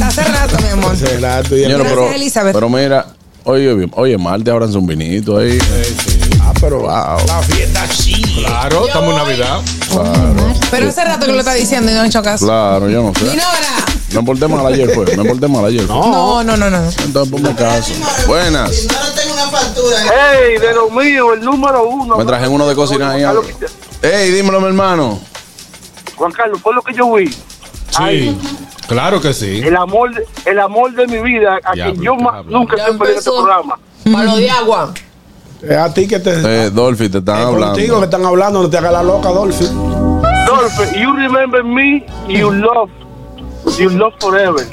no, hace rato, mi amor.
Será tú y el-
Señores, pero,
Gracias, Elizabeth.
pero mira, oye, bien, oye, Marte, abranse un vinito ahí.
Ah, pero
Wow.
la fiesta sí.
Claro, estamos en Navidad.
Pero hace rato que lo está diciendo y no han hecho caso.
Claro, yo no sé.
Dinora.
Me porté mal ayer, fue. Me porté mal ayer. fue.
No, no, no, no.
Entonces ponme caso. Buenas.
¡Ey, de lo mío, el número uno!
Me traje uno de cocina ahí. Ey, dímelo, mi hermano.
Juan Carlos, fue lo que yo vi. Ay,
Claro que sí.
el amor, el amor de mi vida, a
Diablo,
quien yo
¿qué
más
habla?
nunca se perdí en este programa.
Palo de agua.
Es a ti que te.
Eh, Dolphy, te están
Contigo que
hablando.
están hablando, no te hagas la loca, Dolphy.
Dolph, you remember me, you love, you love forever.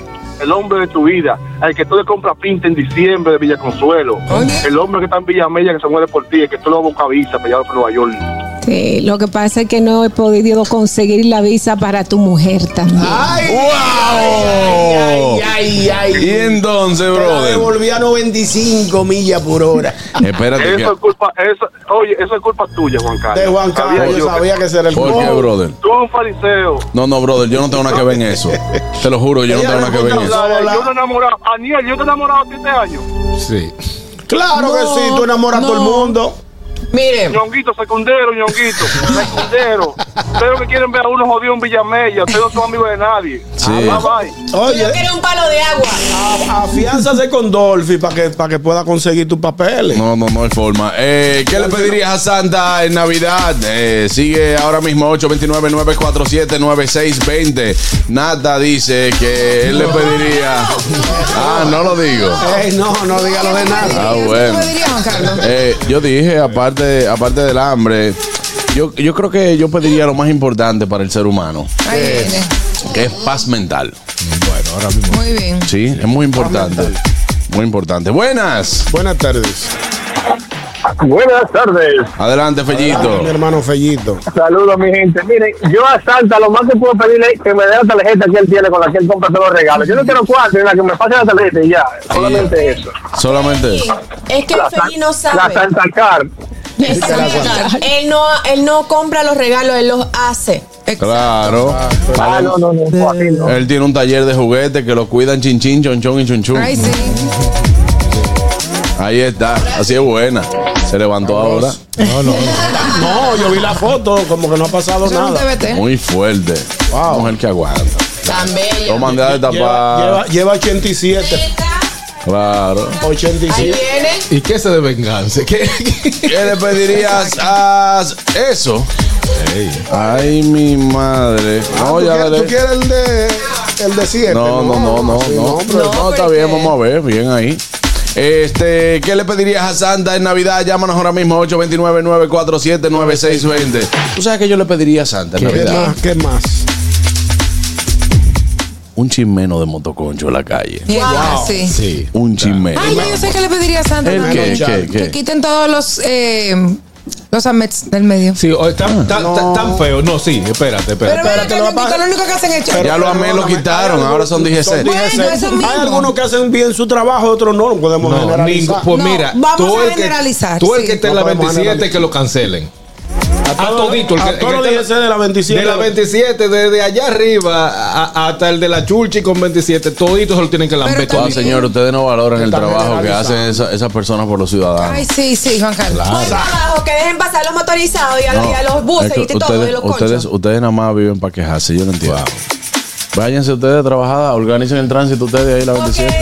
El hombre de tu vida, al que tú le compras pinta en diciembre de Villa Consuelo. El hombre que está en Villa Mella que se muere por ti, el que tú lo buscas visa para llevarlo a Nueva York.
Sí, lo que pasa es que no he podido conseguir la visa para tu mujer también.
¡Wow!
ay, ay.
Y entonces, brother.
Devolví a 95 millas por hora.
Espérate que.
Eso es culpa, eso, oye, eso es culpa tuya, Juan Carlos.
De Juan
Sabía
Carlos, yo
yo que-
sabía que ese era el
¿Por qué,
modo.
brother?
Tú eres un fariseo.
No, no, brother, yo no tengo nada que ver en eso. Te lo juro, yo no tengo nada que ver en eso.
Dale,
¿eh?
Yo te he enamorado, Aniel, yo te he enamorado siete años.
Sí.
Claro que
No,
sí, tú enamoras a todo el
no.
mundo.
Miren,
Ñonguito, secundero, ñonguito, secundero. Ustedes lo que quieren ver a uno jodido en Villamella, ustedes no son amigos de nadie.
Sí.
Ah, bye, bye.
Oye,
Yo quiero un palo de agua.
a- afiánzase con Dolphy para que, para que pueda conseguir tus papeles.
No, no, no hay forma. Eh, ¿Qué le pedirías a Santa en Navidad? Eh, sigue ahora mismo 829-947-9620. Nata dice que él le pediría. Ah, no lo digo.
Ey, no, no diga lo de nada.
Ah,
¿cómo
bueno.
diría Juan Carlos?
Eh, yo dije, aparte, aparte del hambre, yo, yo creo que yo pediría lo más importante para el ser humano,
Ahí viene.
que es paz mental.
Bueno, ahora mismo.
Muy bien.
Sí, es muy importante. Muy importante. Buenas.
Buenas tardes.
Buenas tardes.
Adelante, Fellito.
Hola, Mi hermano Fellito.
Saludos, mi gente. Miren, yo a Santa lo más que puedo pedirle es que me dé la tarjeta que él tiene con la que él compra todos los regalos. Yo no quiero cuatro, la que me pase la tarjeta y ya. Solamente eso.
Solamente.
Es que el Feli no
La
sabe.
Santa Car.
Exacto. Él no, él no compra los regalos, él los hace.
Claro.
Ah, no, no, no. así no.
Él tiene un taller de juguetes que lo cuidan chinchín, chonchón y chunchun.
Ay, sí.
Ahí está. Así es buena. Se levantó ahora.
No, no.
No, yo vi la foto, como que no ha pasado
Eso es un
nada.
TBT.
Muy fuerte. Mujer que aguanta.
Tan
Lo
bello.
mandé a
Lleva,
destapar.
lleva- lleva 87.
Claro.
Ahí viene.
87.
¿Y qué se de venganza? ¿Qué?
¿Qué le pedirías a eso? Ay, mi madre. No,
Ah, ¿Tú,
ya
quieres, tú
veré.
quieres el de el de 7?
No, no, no, no,
Sí,
no.
pero-
No, está bien, vamos a ver, bien ahí. Este, ¿qué le pedirías a Santa en Navidad? Llámanos ahora mismo 829-947-9620. ¿Tú sabes qué yo le pediría a Santa en
¿Qué
Navidad?
más? ¿Qué más?
Un chismeno de motoconcho en la calle.
Bien, así.
Sí.
Un chismeno.
Ay, yo sé que le pediría a Santa
¿El
también.
qué? ¿Qué?
Que
¿Qué?
quiten todos los eh, los amets del medio.
Sí, o tan,
Ah.
tan, tan- tan feo. No, sí, espérate,
Pero
espérate.
mira,
espérate,
que
lo apaga.
lo único que hacen es
Ya lo amé, lo
perdóname,
quitaron,
hay
ahora son
algunos-
DGC.
Bueno, eso mismo.
Hay algunos que hacen bien su trabajo, otros no, no podemos
No,
generalizar.
ningún- pues
No,
mira,
vamos
tú
a
el que,
generalizar,
tú el
sí.
que esté en
No
la
podemos
27
generalizar.
que lo cancelen. A todito. el que-
a
el
todos
que
los
está-
DGC de la 27.
De la 27, desde allá arriba a- hasta el de la Chulchi con 27. Toditos se lo tienen que lamber.
Juan, señor, ustedes no valoran el trabajo que hacen esa- esas personas por los ciudadanos.
Ay, sí, sí, Juan Carlos.
Claro.
Buen trabajo, que dejen pasar los motorizados y a,
No,
y a los buses
es que
y de todo, y
ustedes,
los
ustedes,
conchos.
ustedes nada más viven para quejarse, yo no entiendo. Váyanse ustedes a trabajar, organicen el tránsito ustedes ahí la 27.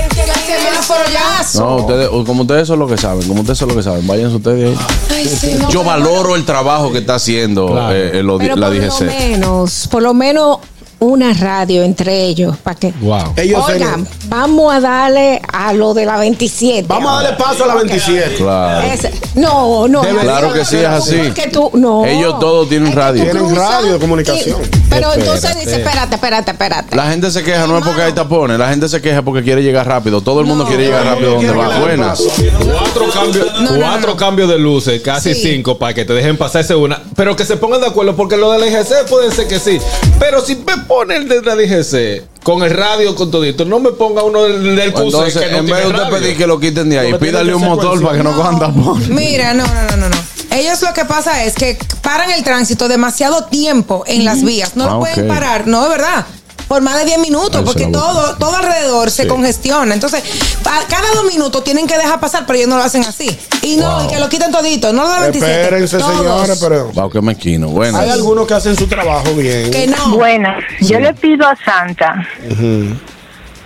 No, ustedes, o como ustedes son los que saben, como ustedes son los que saben, váyanse ustedes ahí.
Ay, sí, no,
Yo
pero-
valoro el trabajo que está haciendo eh, eh, lo di-
Pero
la
por
DGC.
lo menos, por lo menos una radio entre ellos para que
Wow.
Ellos
oigan vamos a darle a lo de la 27
Vamos a darle paso a la 27.
Claro.
Ese- no no
Debería Claro que sí, es así.
que tú no
Ellos todos tienen radio.
Tienen radio de
comunicación. pero entonces dice espérate espérate espérate
La gente se queja, no es porque hay tapones, la gente se queja porque quiere llegar rápido. Todo el mundo quiere llegar rápido donde va. Buenas.
Cuatro cambios, cuatro cambios de luces, casi cinco, para que te dejen pasar ese una. Pero que se pongan de acuerdo, porque lo del IGC puede ser que sí. Pero si me pone el de la IGC con el radio, con todito, no me ponga uno del, del QC
Pues Entonces,
que no
en
tiene
vez de usted
radio.
pedir que lo quiten de ahí,
Porque tiene
pídale
que
un
ser
motor para que no cojan tapones.
Mira, no, no, no, no, no. Ellos lo que pasa es que paran el tránsito demasiado tiempo en las vías. No
Ah,
lo pueden
ok.
parar, no, de verdad. Por más de 10 minutos,
Ay,
porque
se la boca.
todo, todo alrededor se
Sí.
congestiona. Entonces, pa- cada dos minutos tienen que dejar pasar, pero ellos no lo hacen así. Y no,
Wow.
y que lo quiten todito, no lo de 27. todos.
pero.
Wow, qué mezquino. Bueno.
Hay algunos que hacen su trabajo bien.
Buenas, yo le pido a Santa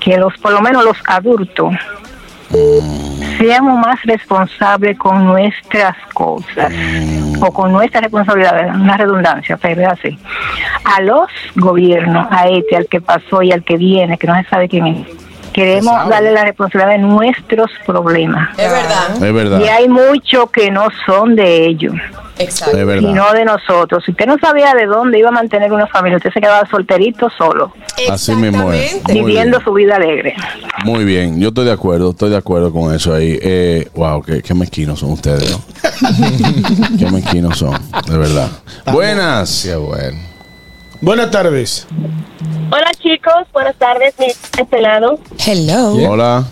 que los, por lo menos los adultos, seamos más responsables con nuestras cosas o con nuestras responsabilidades, una redundancia, pero es así. A los gobiernos, a este, al que pasó y al que viene, que no se sabe quién es, queremos darle la responsabilidad de nuestros problemas.
Es verdad.
Es verdad.
Y hay muchos que no son de ellos.
Es verdad.
Y no de nosotros. Si usted no sabía de dónde iba a mantener una familia, usted se quedaba solterito solo,
Así mismo es. Muy bien.
viviendo su vida alegre.
Muy bien, yo estoy de acuerdo, estoy de acuerdo con eso ahí. Eh, wow, qué, qué mezquinos son ustedes, ¿no? qué mezquinos son, de verdad. Buenas. bueno.
Buenas tardes.
Hola chicos, buenas tardes, mi este lado.
Hello.
Hola.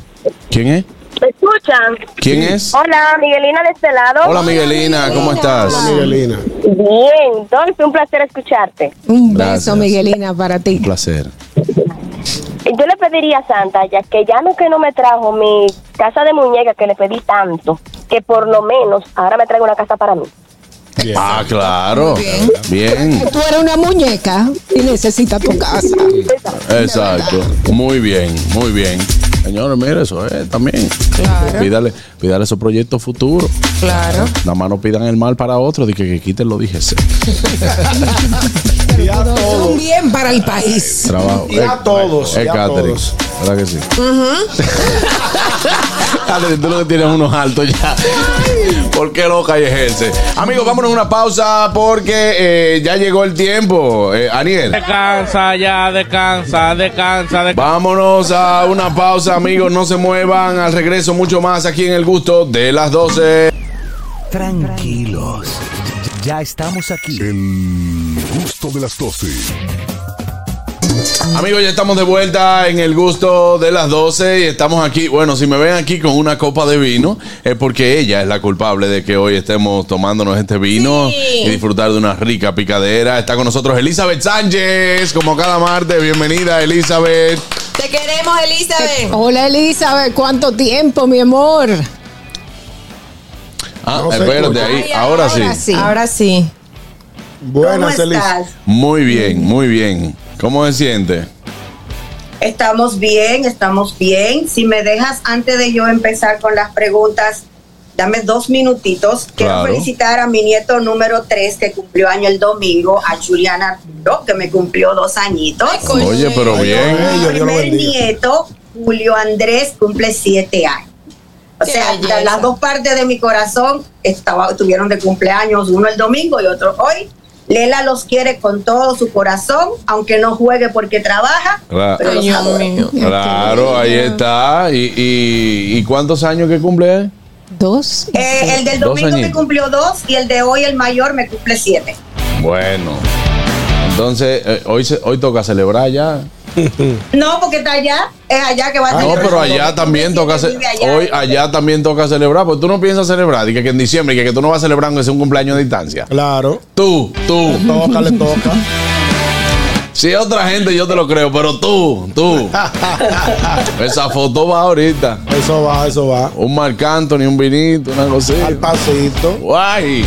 ¿Quién es?
¿Me escuchan?
¿Quién es?
Hola, Miguelina de este lado.
Hola Miguelina, ¿cómo estás?
Hola, Miguelina. Bien, Dolphy, un placer escucharte.
un
Gracias.
beso Miguelina para ti
Un placer.
Yo le pediría a Santa, ya que ya no que no me trajo mi casa de muñeca que le pedí tanto, que por lo menos ahora me traiga una casa para mí.
Ah, claro. Bien. Mm.
tú eres una muñeca y necesitas tu casa
Exacto. Muy bien, muy bien. Señores, mire eso, eh, también. Pídale, pídale su proyecto futuro.
Claro.
Nada más no pidan el mal para otro, de que, que quiten lo dije.
Todo un bien para el país.
Trabajo.
Y a
Eh,
todos,
eh,
y a
catering.
todos.
¿Verdad que sí?
Ujú.
Dale, tú lo que tienes unos altos ya. ¿Por qué loca y ejerce? Amigos, vámonos a una pausa porque eh, ya llegó el tiempo. Eh, Aniel.
Descansa ya, descansa, descansa, descansa.
Vámonos a una pausa, amigos. No se muevan. Al regreso, mucho más aquí en El Gusto de las 12.
Tranquilos. Ya estamos aquí.
El gusto de las 12.
Amigos, ya estamos de vuelta en El Gusto de las 12 y estamos aquí. Bueno, si me ven aquí con una copa de vino, es porque ella es la culpable de que hoy estemos tomándonos este vino
Sí.
y disfrutar de una rica picadera. Está con nosotros Elizabeth Sánchez, como cada martes. Bienvenida, Elizabeth.
te queremos Elizabeth hola Elizabeth cuánto tiempo mi amor
Ah,
No se
espérate
escucha.
ahí.
Ay,
ahora, sí.
Ahora sí.
Buenas, Elis.
Muy bien, muy bien. ¿Cómo se siente?
Estamos bien, estamos bien. Si me dejas, antes de yo empezar con las preguntas, dame dos minutitos. Quiero
Claro.
felicitar a mi nieto número 3 que cumplió año el domingo, a Julián Arturo, que me cumplió dos añitos.
Oye, pero bien.
Mi primer nieto, Julio Andrés, cumple siete años. O sea, la- las dos partes de mi corazón estaba, tuvieron de cumpleaños, uno el domingo y otro hoy. Lela los quiere con todo su corazón, aunque no juegue porque trabaja.
Claro.
pero los
Ay, Dios
adora.
Claro, ahí está. ¿Y, y, y cuántos años que cumple? él?
Dos.
Eh, el del
Dos
domingo me
añitos.
cumplió dos y el de hoy, el mayor, me cumple siete.
Bueno. Entonces, eh, hoy, se- hoy toca celebrar ya.
No, porque está allá. es allá que va a
Ah, no,
tener
pero
su
allá
domingo.
también toca ce-
vive allá.
hoy allá también toca celebrar, porque tú no piensas celebrar, y que, que en diciembre, y que, que tú no vas a celebrar aunque sea un cumpleaños a distancia. Claro. Tú, tú. Le toca, le toca. Si es otra gente yo te lo creo, pero tú, tú. Esa foto va ahorita. Eso va, eso va. Un Marc Anthony, un vinito, una cosita. Al pasito. Guay.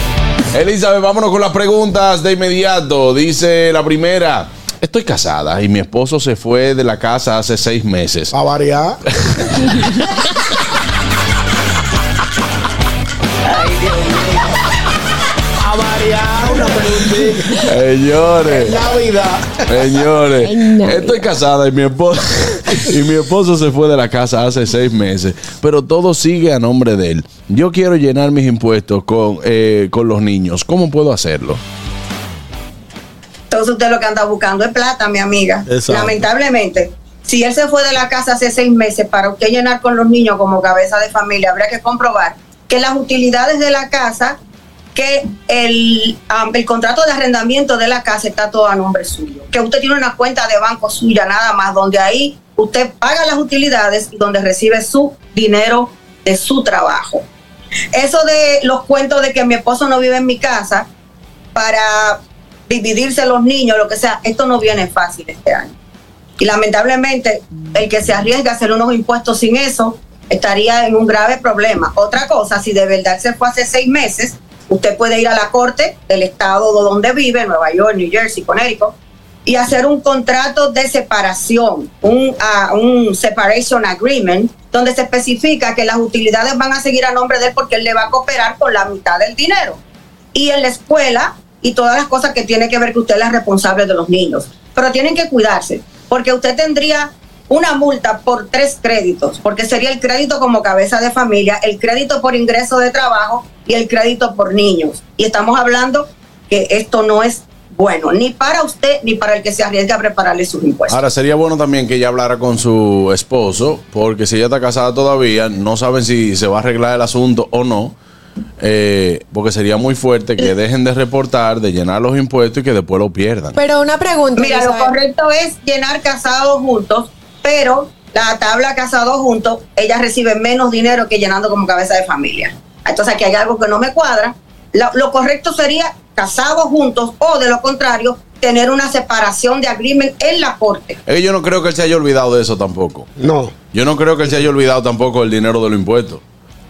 Elizabeth, vámonos con las preguntas de inmediato. Dice la primera. Estoy casada y mi esposo se fue de la casa hace seis meses.
A variar.
A variar una pregunta.
Señores.
Navidad.
Señores,
En Navidad.
estoy casada y mi, esposo, y mi esposo se fue de la casa hace seis meses, pero todo sigue a nombre de él. Yo quiero llenar mis impuestos con, eh, con los niños. ¿Cómo puedo hacerlo?
Entonces usted lo que anda buscando es plata, mi amiga.
Exacto.
Lamentablemente. Si él se fue de la casa hace seis meses para usted llenar con los niños como cabeza de familia, habrá que comprobar que las utilidades de la casa, que el, am, el contrato de arrendamiento de la casa está todo a nombre suyo. Que usted tiene una cuenta de banco suya nada más, donde ahí usted paga las utilidades y donde recibe su dinero de su trabajo. Eso de los cuentos de que mi esposo no vive en mi casa, para dividirse los niños, lo que sea, esto no viene fácil este año. Y lamentablemente, el que se arriesga a hacer unos impuestos sin eso estaría en un grave problema. Otra cosa, si de verdad se fue hace seis meses, usted puede ir a la corte del estado donde vive, Nueva York, New Jersey, Connecticut, y hacer un contrato de separación, un, ah, un separation agreement, donde se especifica que las utilidades van a seguir a nombre de él porque él le va a cooperar con la mitad del dinero y en la escuela y todas las cosas que tiene que ver que usted es la responsable de los niños. Pero tienen que cuidarse, porque usted tendría una multa por tres créditos, porque sería el crédito como cabeza de familia, el crédito por ingreso de trabajo y el crédito por niños. Y estamos hablando que esto no es bueno, ni para usted ni para el que se arriesga a prepararle sus impuestos.
Ahora, sería bueno también que ella hablara con su esposo, porque si ella está casada todavía, no saben si se va a arreglar el asunto o no. eh, porque sería muy fuerte que dejen de reportar, de llenar los impuestos y que después lo pierdan.
Pero una pregunta. Mira, lo
Elizabeth.
correcto es llenar casados juntos, pero la tabla casados juntos, ella recibe menos dinero que llenando como cabeza de familia. Entonces aquí hay algo que no me cuadra. Lo, lo correcto sería casados juntos o de lo contrario, tener una separación de agreement en la corte.
Es que yo no creo que él se haya olvidado de eso tampoco. No. Yo no creo que él se haya olvidado tampoco del dinero de los impuestos.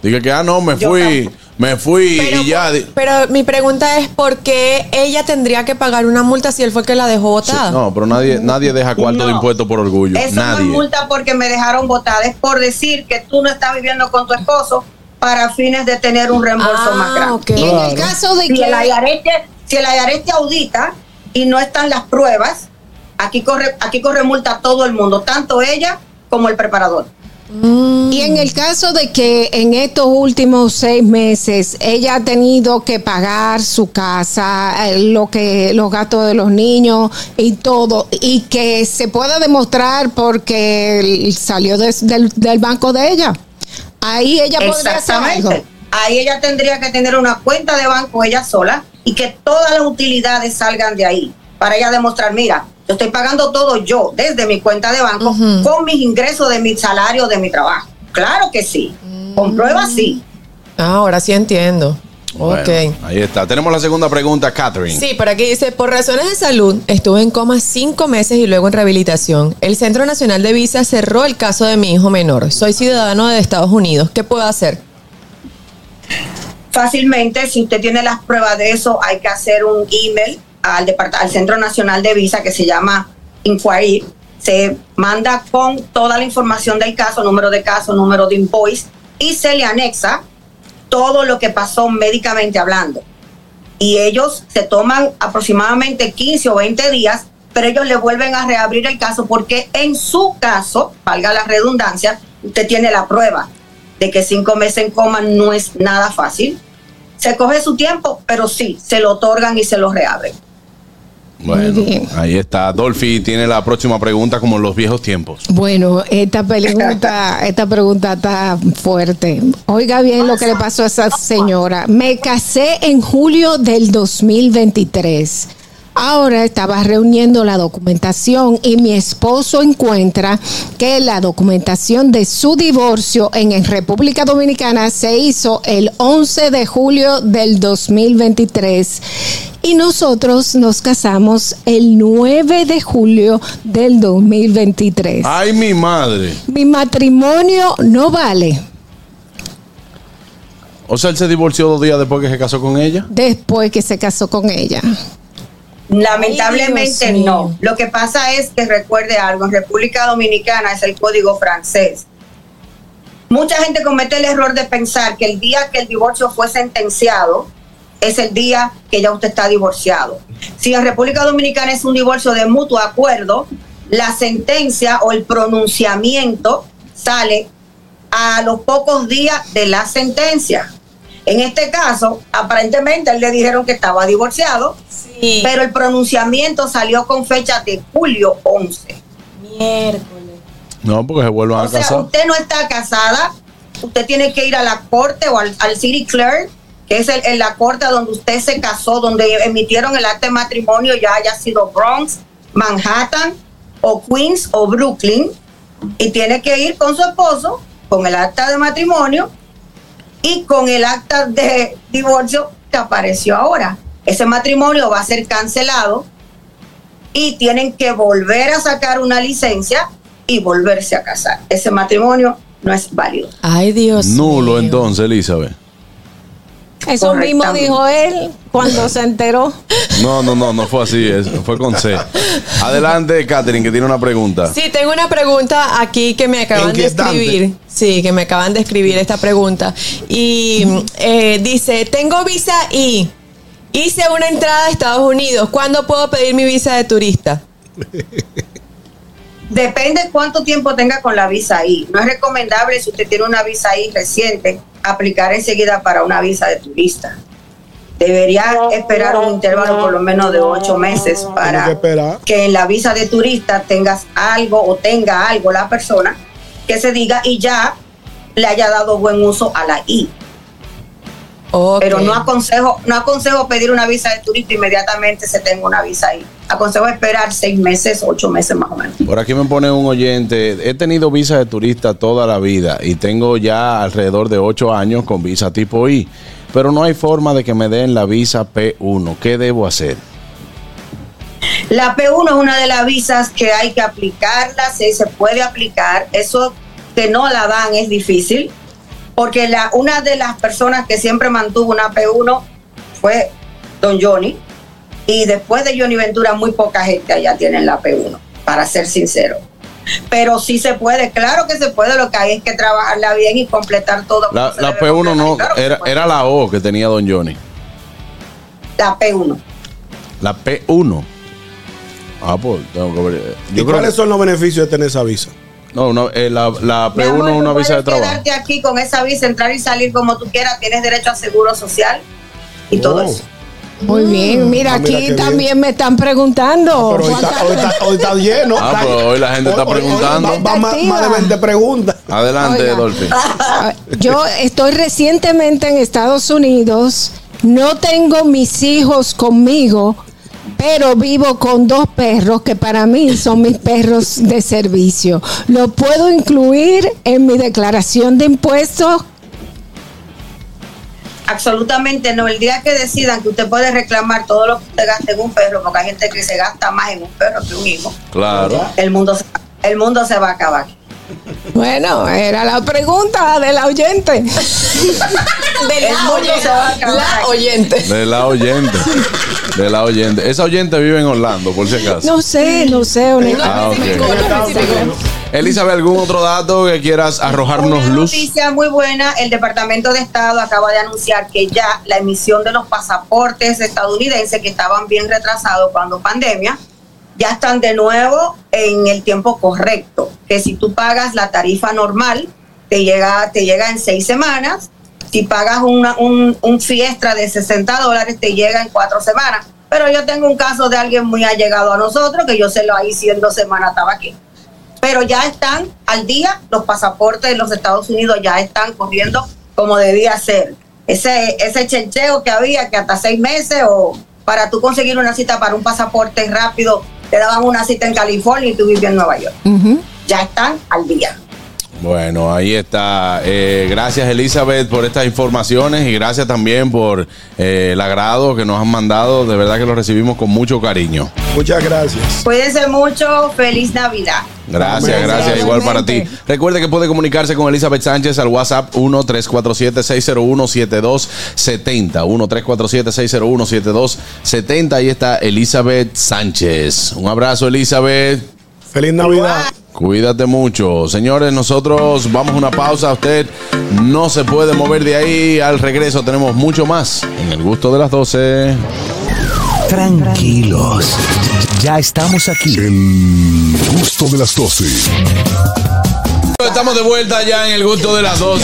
Dije que, ah, no, me fui, me fui y ya. di-
Pero mi pregunta es por qué ella tendría que pagar una multa si él fue el que la dejó botada.
No, pero nadie, nadie deja cuarto de impuestos por orgullo.
Eso no
nadie.
es multa porque me dejaron votada, es por decir que tú no estás viviendo con tu esposo para fines de tener un reembolso
Ah,
más grande.
ok. Y en el Claro. caso de
si
que-
el IRS te- si el IRS te audita y no están las pruebas, aquí corre aquí corre multa a todo el mundo, tanto ella como el preparador.
Y en el caso de que en estos últimos seis meses ella ha tenido que pagar su casa, eh, lo que los gastos de los niños y todo, y que se pueda demostrar porque él salió de- del, del banco de ella, ahí ella podría hacer algo.
Exactamente. Ahí ella tendría que tener una cuenta de banco ella sola y que todas las utilidades salgan de ahí para ella demostrar, mira, yo estoy pagando todo yo desde mi cuenta de banco con mis ingresos de mi salario de mi trabajo. Claro que sí. Con pruebas sí.
Ah, ahora sí entiendo.
Bueno,
ok.
Ahí está. Tenemos la segunda pregunta, Catherine.
Sí, por aquí dice, por razones de salud, estuve en coma cinco meses y luego en rehabilitación. El Centro Nacional de Visa cerró el caso de mi hijo menor. Soy ciudadano de Estados Unidos. ¿Qué puedo hacer?
fácilmente, si usted tiene las pruebas de eso, hay que hacer un email al, Depart- al Centro Nacional de Visa que se llama Inquiry. Se manda con toda la información del caso, número de caso, número de invoice, y se le anexa todo lo que pasó médicamente hablando. Y ellos se toman aproximadamente 15 o 20 días, pero ellos le vuelven a reabrir el caso porque en su caso, valga la redundancia, usted tiene la prueba de que cinco meses en coma no es nada fácil. Se coge su tiempo, pero sí, se lo otorgan y se lo reabren.
Bueno, ahí está. Dolphy tiene la próxima pregunta como en los viejos tiempos.
Bueno, esta pregunta, esta pregunta está fuerte. Oiga bien lo que le pasó a esa señora. Me casé en julio del 2023. Ahora estaba reuniendo la documentación y mi esposo encuentra que la documentación de su divorcio en República Dominicana se hizo el 11 de julio del 2023 y nosotros nos casamos el 9 de julio del 2023.
Ay, mi madre.
Mi matrimonio no vale.
O sea, él se divorció dos días después que se casó con ella.
después que se casó con ella.
Lamentablemente
Ay, Dios
no. Lo que pasa es que recuerde algo, en República Dominicana es el código francés. Mucha gente comete el error de pensar que el día que el divorcio fue sentenciado es el día que ya usted está divorciado. Si en República Dominicana es un divorcio de mutuo acuerdo, la sentencia o el pronunciamiento sale a los pocos días de la sentencia. En este caso, aparentemente a él le dijeron que estaba divorciado, pero el pronunciamiento salió con fecha de julio 11.
No, porque se vuelvan
O
a
sea,
casar.
usted no está casada, usted tiene que ir a la corte o al, al city clerk, que es el- en la corte donde usted se casó, donde emitieron el acta de matrimonio, ya haya sido Bronx, Manhattan, o Queens, o Brooklyn, y tiene que ir con su esposo, con el acta de matrimonio y con el acta de divorcio que apareció ahora. Ese matrimonio va a ser cancelado y tienen que volver a sacar una licencia y volverse a casar. Ese matrimonio no es válido.
Ay, Dios.
Nulo entonces, Elizabeth.
Eso mismo
Correctamente.
dijo él cuando se enteró.
No, no, no, no fue así, es- fue con C. Adelante, Katherine, que tiene una pregunta.
Sí, tengo una pregunta aquí que me acaban de
Inquietante.
escribir. Sí, que me acaban de escribir esta pregunta. Y eh, dice, tengo visa I. Hice una entrada a Estados Unidos. ¿Cuándo puedo pedir mi visa de turista?
Depende cuánto tiempo tenga con la visa I. No es recomendable si usted tiene una visa I reciente aplicar enseguida para una visa de turista. Debería esperar un intervalo por lo menos de ocho meses para
que esperar.
que en la visa de turista tengas algo o tenga algo la persona que se diga y ya le haya dado buen uso a la I. Pero no aconsejo, no aconsejo pedir una visa de turista inmediatamente se tenga una visa I. Aconsejo esperar seis meses, ocho meses más o menos.
Por aquí me pone un oyente. He tenido visa de turista toda la vida y tengo ya alrededor de 8 años con visa tipo I, pero no hay forma de que me den la visa P1. ¿Qué debo hacer?
La P1 es una de las visas que hay que aplicarla, se, se puede aplicar. Eso que no la dan es difícil, porque la, una de las personas que siempre mantuvo una P1 fue Don Johnny. Y después de Johnny Ventura, muy poca gente allá tiene la P1, para ser sincero. Pero sí se puede, claro que se puede, lo que hay es que trabajarla bien y completar todo.
La, la P1 no, era, era la O que tenía Don Johnny. eh,
La P1.
La P1. Ah, pues tengo que ver.
¿Y cuáles son los beneficios de tener esa visa?
No, no, eh, la, la
Mi amor,
P1 es
tú
una visa de
puedes
trabajo.
quedarte aquí con esa visa, entrar y salir como tú quieras, tienes derecho a seguro social y
Oh.
todo eso.
Muy bien, mira,
Ah, mira
aquí
qué bien.
también me están preguntando.
Ah, Pero hoy está, hoy está- hoy está lleno.
Ah, pues hoy la gente está preguntando.
Va- va más, más de 20 preguntas.
Adelante,
Oiga.
Dolphy.
Yo estoy recientemente en Estados Unidos, no tengo mis hijos conmigo, pero vivo con dos perros que para mí son mis perros de servicio. ¿Lo puedo incluir en mi declaración de impuestos?
Absolutamente no. El día que decidan que usted puede reclamar todo lo que usted gaste en un perro, porque hay gente que se gasta más en un perro que un hijo,
Claro.
el mundo se, el mundo se va a acabar.
Bueno, era la pregunta del oyente.
De
El mundo se va a acabar.
la oyente.
De la oyente. De la oyente. Esa oyente vive en Orlando, por si acaso.
No sé, no sé,
Ah,
honestamente.
ok. Elizabeth, ¿algún otro dato que quieras arrojarnos
Una
luz?
noticia muy buena, el Departamento de Estado acaba de anunciar que ya la emisión de los pasaportes estadounidenses que estaban bien retrasados cuando pandemia, ya están de nuevo en el tiempo correcto, que si tú pagas la tarifa normal, te llega, te llega en seis semanas, si pagas una- un, un fiesta de 60 dólares, te llega en cuatro semanas. Pero yo tengo un caso de alguien muy allegado a nosotros, que yo se lo hice en dos semanas, estaba aquí pero ya están al día, los pasaportes de los Estados Unidos ya están corriendo como debía ser. Ese, ese chencheo que había, que hasta seis meses o para tú conseguir una cita para un pasaporte rápido, te daban una cita en California y tú vivías en Nueva York. Ya están al día.
Bueno, ahí está. Eh, gracias Elizabeth por estas informaciones y gracias también por eh, el agrado que nos han mandado. De verdad que lo recibimos con mucho cariño.
Muchas gracias.
Cuídense mucho, feliz Navidad.
Gracias,
Amén.
gracias. Igual para ti. Recuerde que puede comunicarse con Elizabeth Sánchez al WhatsApp 1-347-601-7270. 1-347-601-7270. Ahí está Elizabeth Sánchez. Un abrazo, Elizabeth.
Feliz Navidad.
Cuídate mucho. Señores, nosotros vamos a una pausa. Usted no se puede mover de ahí. Al regreso tenemos mucho más en el gusto de las 12.
Tranquilos. Ya estamos aquí. El gusto de las 12.
Estamos de vuelta ya en el gusto de las 12.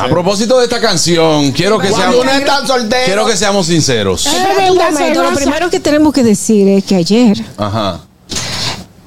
A propósito de esta canción, quiero que
Cuando
seamos,
uno es tan soltero.
quiero que seamos sinceros.
Espérate un momento, Lo primero que tenemos que decir es que ayer
Ajá.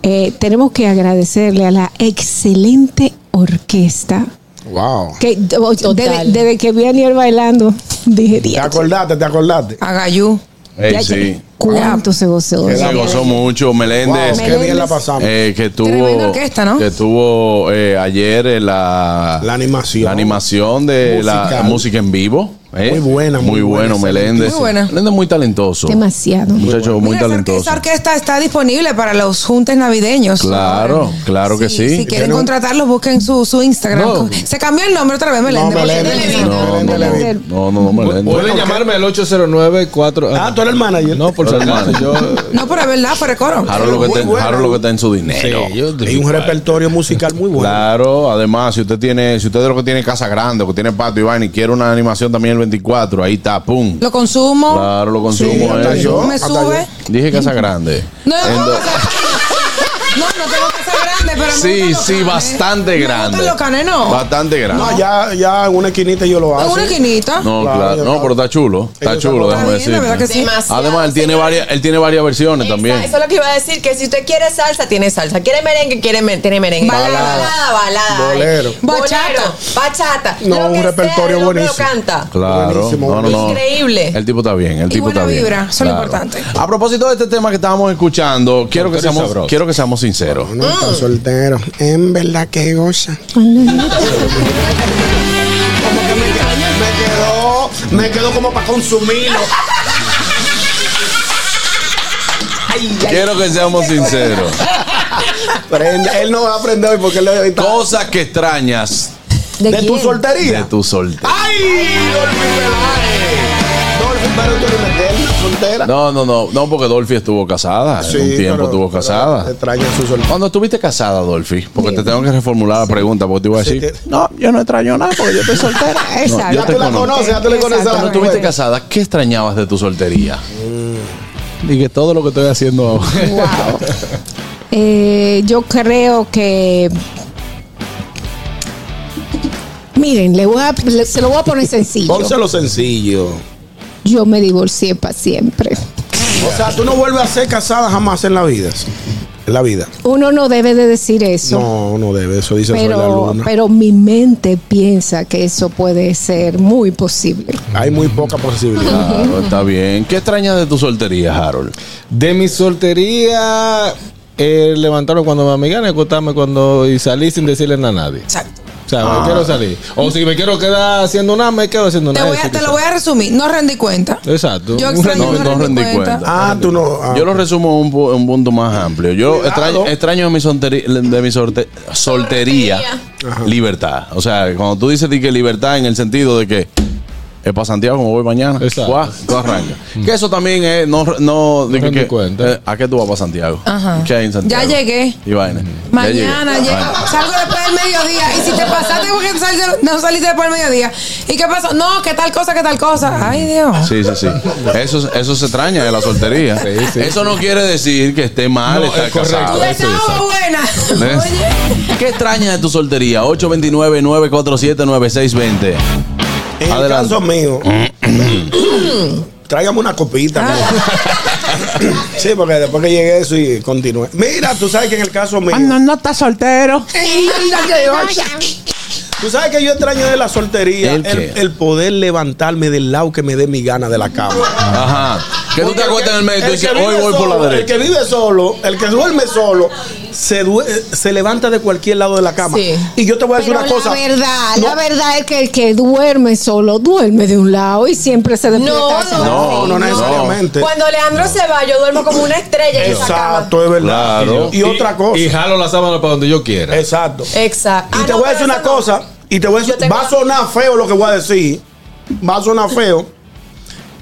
eh, tenemos que agradecerle a la excelente orquesta.
Wow.
Que, o- desde, desde que vi a Aniel bailando, dije,
¿Te
"Diablo,
acordaste? ¿Te acordaste?
Agayú.
Ey,
Ya,
sí.
¿Cuánto se gozó?
Se gozó mucho Meléndez.
Wow, qué bien la pasamos.
eh, que
Tremenda
tuvo
orquesta, ¿no?
que tuvo eh, ayer eh, la, la animación de la
Musical.
música en vivo eh.
Muy buena,
muy,
muy
bueno
buena esa
Meléndez
Muy buena.
Meléndez muy talentoso
Demasiado.
un muchacho muy
Esa
talentoso
orquesta está disponible para los juntes navideños.
claro claro que sí
Si quieren contratarlos, busquen su, su Instagram. Se cambió el nombre otra vez, Meléndez.
no no no no, no, Meléndez.
Pueden llamarme al 809 4 Ah,
tú eres el manager.
No, por
Tú
su
eres el
hermano. Yo
No, pero es verdad, fuera de coro.
Jaro lo, que está, en- Jaro lo que está en su dinero.
Hay un repertorio musical muy bueno.
Claro, además, si usted tiene, si usted es lo que tiene casa grande, o que tiene patio Iván, y quiere una animación también el 24, ahí está, pum.
Lo consumo.
Claro, lo consumo.
Sí,
eh.
hasta yo, Me hasta sube.
Dije casa grande.
No, no,
Endo-
No, no tengo que ser grande, pero me
sí,
gustan los
sí,
canes.
bastante grande.
los canes, no.
Bastante grande.
No, ya, ya en una esquinita yo lo hago.
En una esquinita.
Ah, No, claro, no, pero está chulo, está chulo, déjame
bien, la verdad
decir.
que sí. Demasiado,
Además, él tiene varias, él tiene varias versiones
Ah,
también.
Eso es lo que iba a decir, que si usted quiere salsa, tiene salsa. Quiere merengue, quiere me- tiene merengue.
Balada.
balada, balada.
Bolero.
Bachata. Bachata.
No,
Lo
un
que sea,
repertorio
el hombre lo
buenísimo.
canta.
Claro, no, no, no.
Increíble.
El tipo está bien, el tipo
buena
está bien.
vibra, eso es lo
Claro.
importante.
A propósito de este tema que estábamos escuchando, quiero que
Soltero y
seamos,
sabroso.
quiero que seamos sinceros.
No, está soltero. En verdad que goza. Como que me, me quedó, me quedó como para consumirlo.
Quiero que seamos sinceros.
Prende- él no va a aprender hoy porque él le está-
Cosas que extrañas
¿De, tu soltería.
de tu soltero.
¡Ay! Dolphy Peláez. Dolphy, pero tú eres meterla, soltera.
No, no, no, no, porque Dolphy estuvo casada.
Sí,
en un tiempo
pero-
estuvo casada.
Extraña su soltería.
Cuando estuviste casada, Dolphy, porque te tengo que reformular la pregunta, porque te iba a decir.
No, yo no extraño nada porque yo estoy
soltera.
No, yo
ya
te
tú la
conozco.
conoces, ya tú le conoces a la
Cuando estuviste
mujer.
casada, ¿qué extrañabas de tu soltería? Mm. Dije todo lo que estoy haciendo ahora.
Eh, yo creo que. Miren, le voy a- le- se lo voy a poner sencillo.
Pónselo sencillo.
Yo me divorcié para siempre.
O sea, tú no vuelves a ser casada jamás en la vida. En la vida.
Uno no debe de decir eso.
No, no debe. Eso dice Soy la
pero,
Luna.
pero mi mente piensa que eso puede ser muy posible.
Hay muy poca posibilidad.
Claro, está bien. ¿Qué extrañas de tu soltería, Harold?
De mi soltería, eh, levantarme cuando me amigan y acostarme cuando y salí sin decirle nada a nadie.
Exacto.
O sea,
Ah.
me quiero salir. O si me quiero quedar haciendo nada, me quedo haciendo
Te,
nada.
voy a- te lo voy a resumir. No rendí cuenta.
Exacto.
Yo extraño,
No, no rendí cuenta.
Ah, tú no. ah,
Yo lo resumo un, pu- un punto más amplio. Yo extraño, extraño de mi, solteri- de mi sorte- soltería libertad. O sea, cuando tú dices di que libertad en el sentido de que es para Santiago como voy mañana, guau, tú arrancas. que eso también es no Mm. no, de que- que- eh, ¿A qué tú vas para Santiago?
Ajá.
¿Qué hay en
Ya
Santiago?
llegué.
Y vaina. Ah, Ya Ah,
Mañana
llegué.
llega- salgo después del mediodía. Y si te pasaste, porque no saliste después del mediodía. ¿Y qué pasó? No, qué tal cosa, qué tal cosa. Ay, Dios.
Sí, sí, sí. Eso, eso se extraña de la soltería. Eso no quiere decir que esté mal
No,
estar
es correcto,
casado.
eso es.
Estaba buena.
¿Ves? ¿Qué extraña de tu soltería? 829-947-9620.
En el caso mío, tráigame una copita. ¿no? sí, porque después que llegué eso y continué. Mira, tú sabes que en el caso
Ah,
mío.
Cuando no estás soltero.
Tú sabes que yo extraño de la soltería
¿El
el,
qué?
el poder levantarme del lado que me dé mi gana de la cama.
Ajá. Que tú te acuestas en el medio y tú dices,
que
hoy
vive
voy por la
solo,
derecha.
El que vive solo, el que duerme solo, se, due- eh, se levanta de cualquier lado de la cama. Y yo te voy a decir
Pero
una
La
cosa.
verdad,
No,
la verdad es que el que duerme solo duerme de un lado y siempre se despierta.
No,
hacia
no,
la-
No, no necesariamente.
Cuando Leandro se va, yo duermo como una estrella en esa cama.
Exacto, es verdad.
Claro.
Y, otra cosa.
Y jalo la sábana para donde yo quiera.
Exacto.
Exacto.
Y
Ah,
te
no,
voy a
pero
decir una
eso no.
cosa, y te voy a decir, va a sonar feo lo que voy a decir. Va a sonar feo.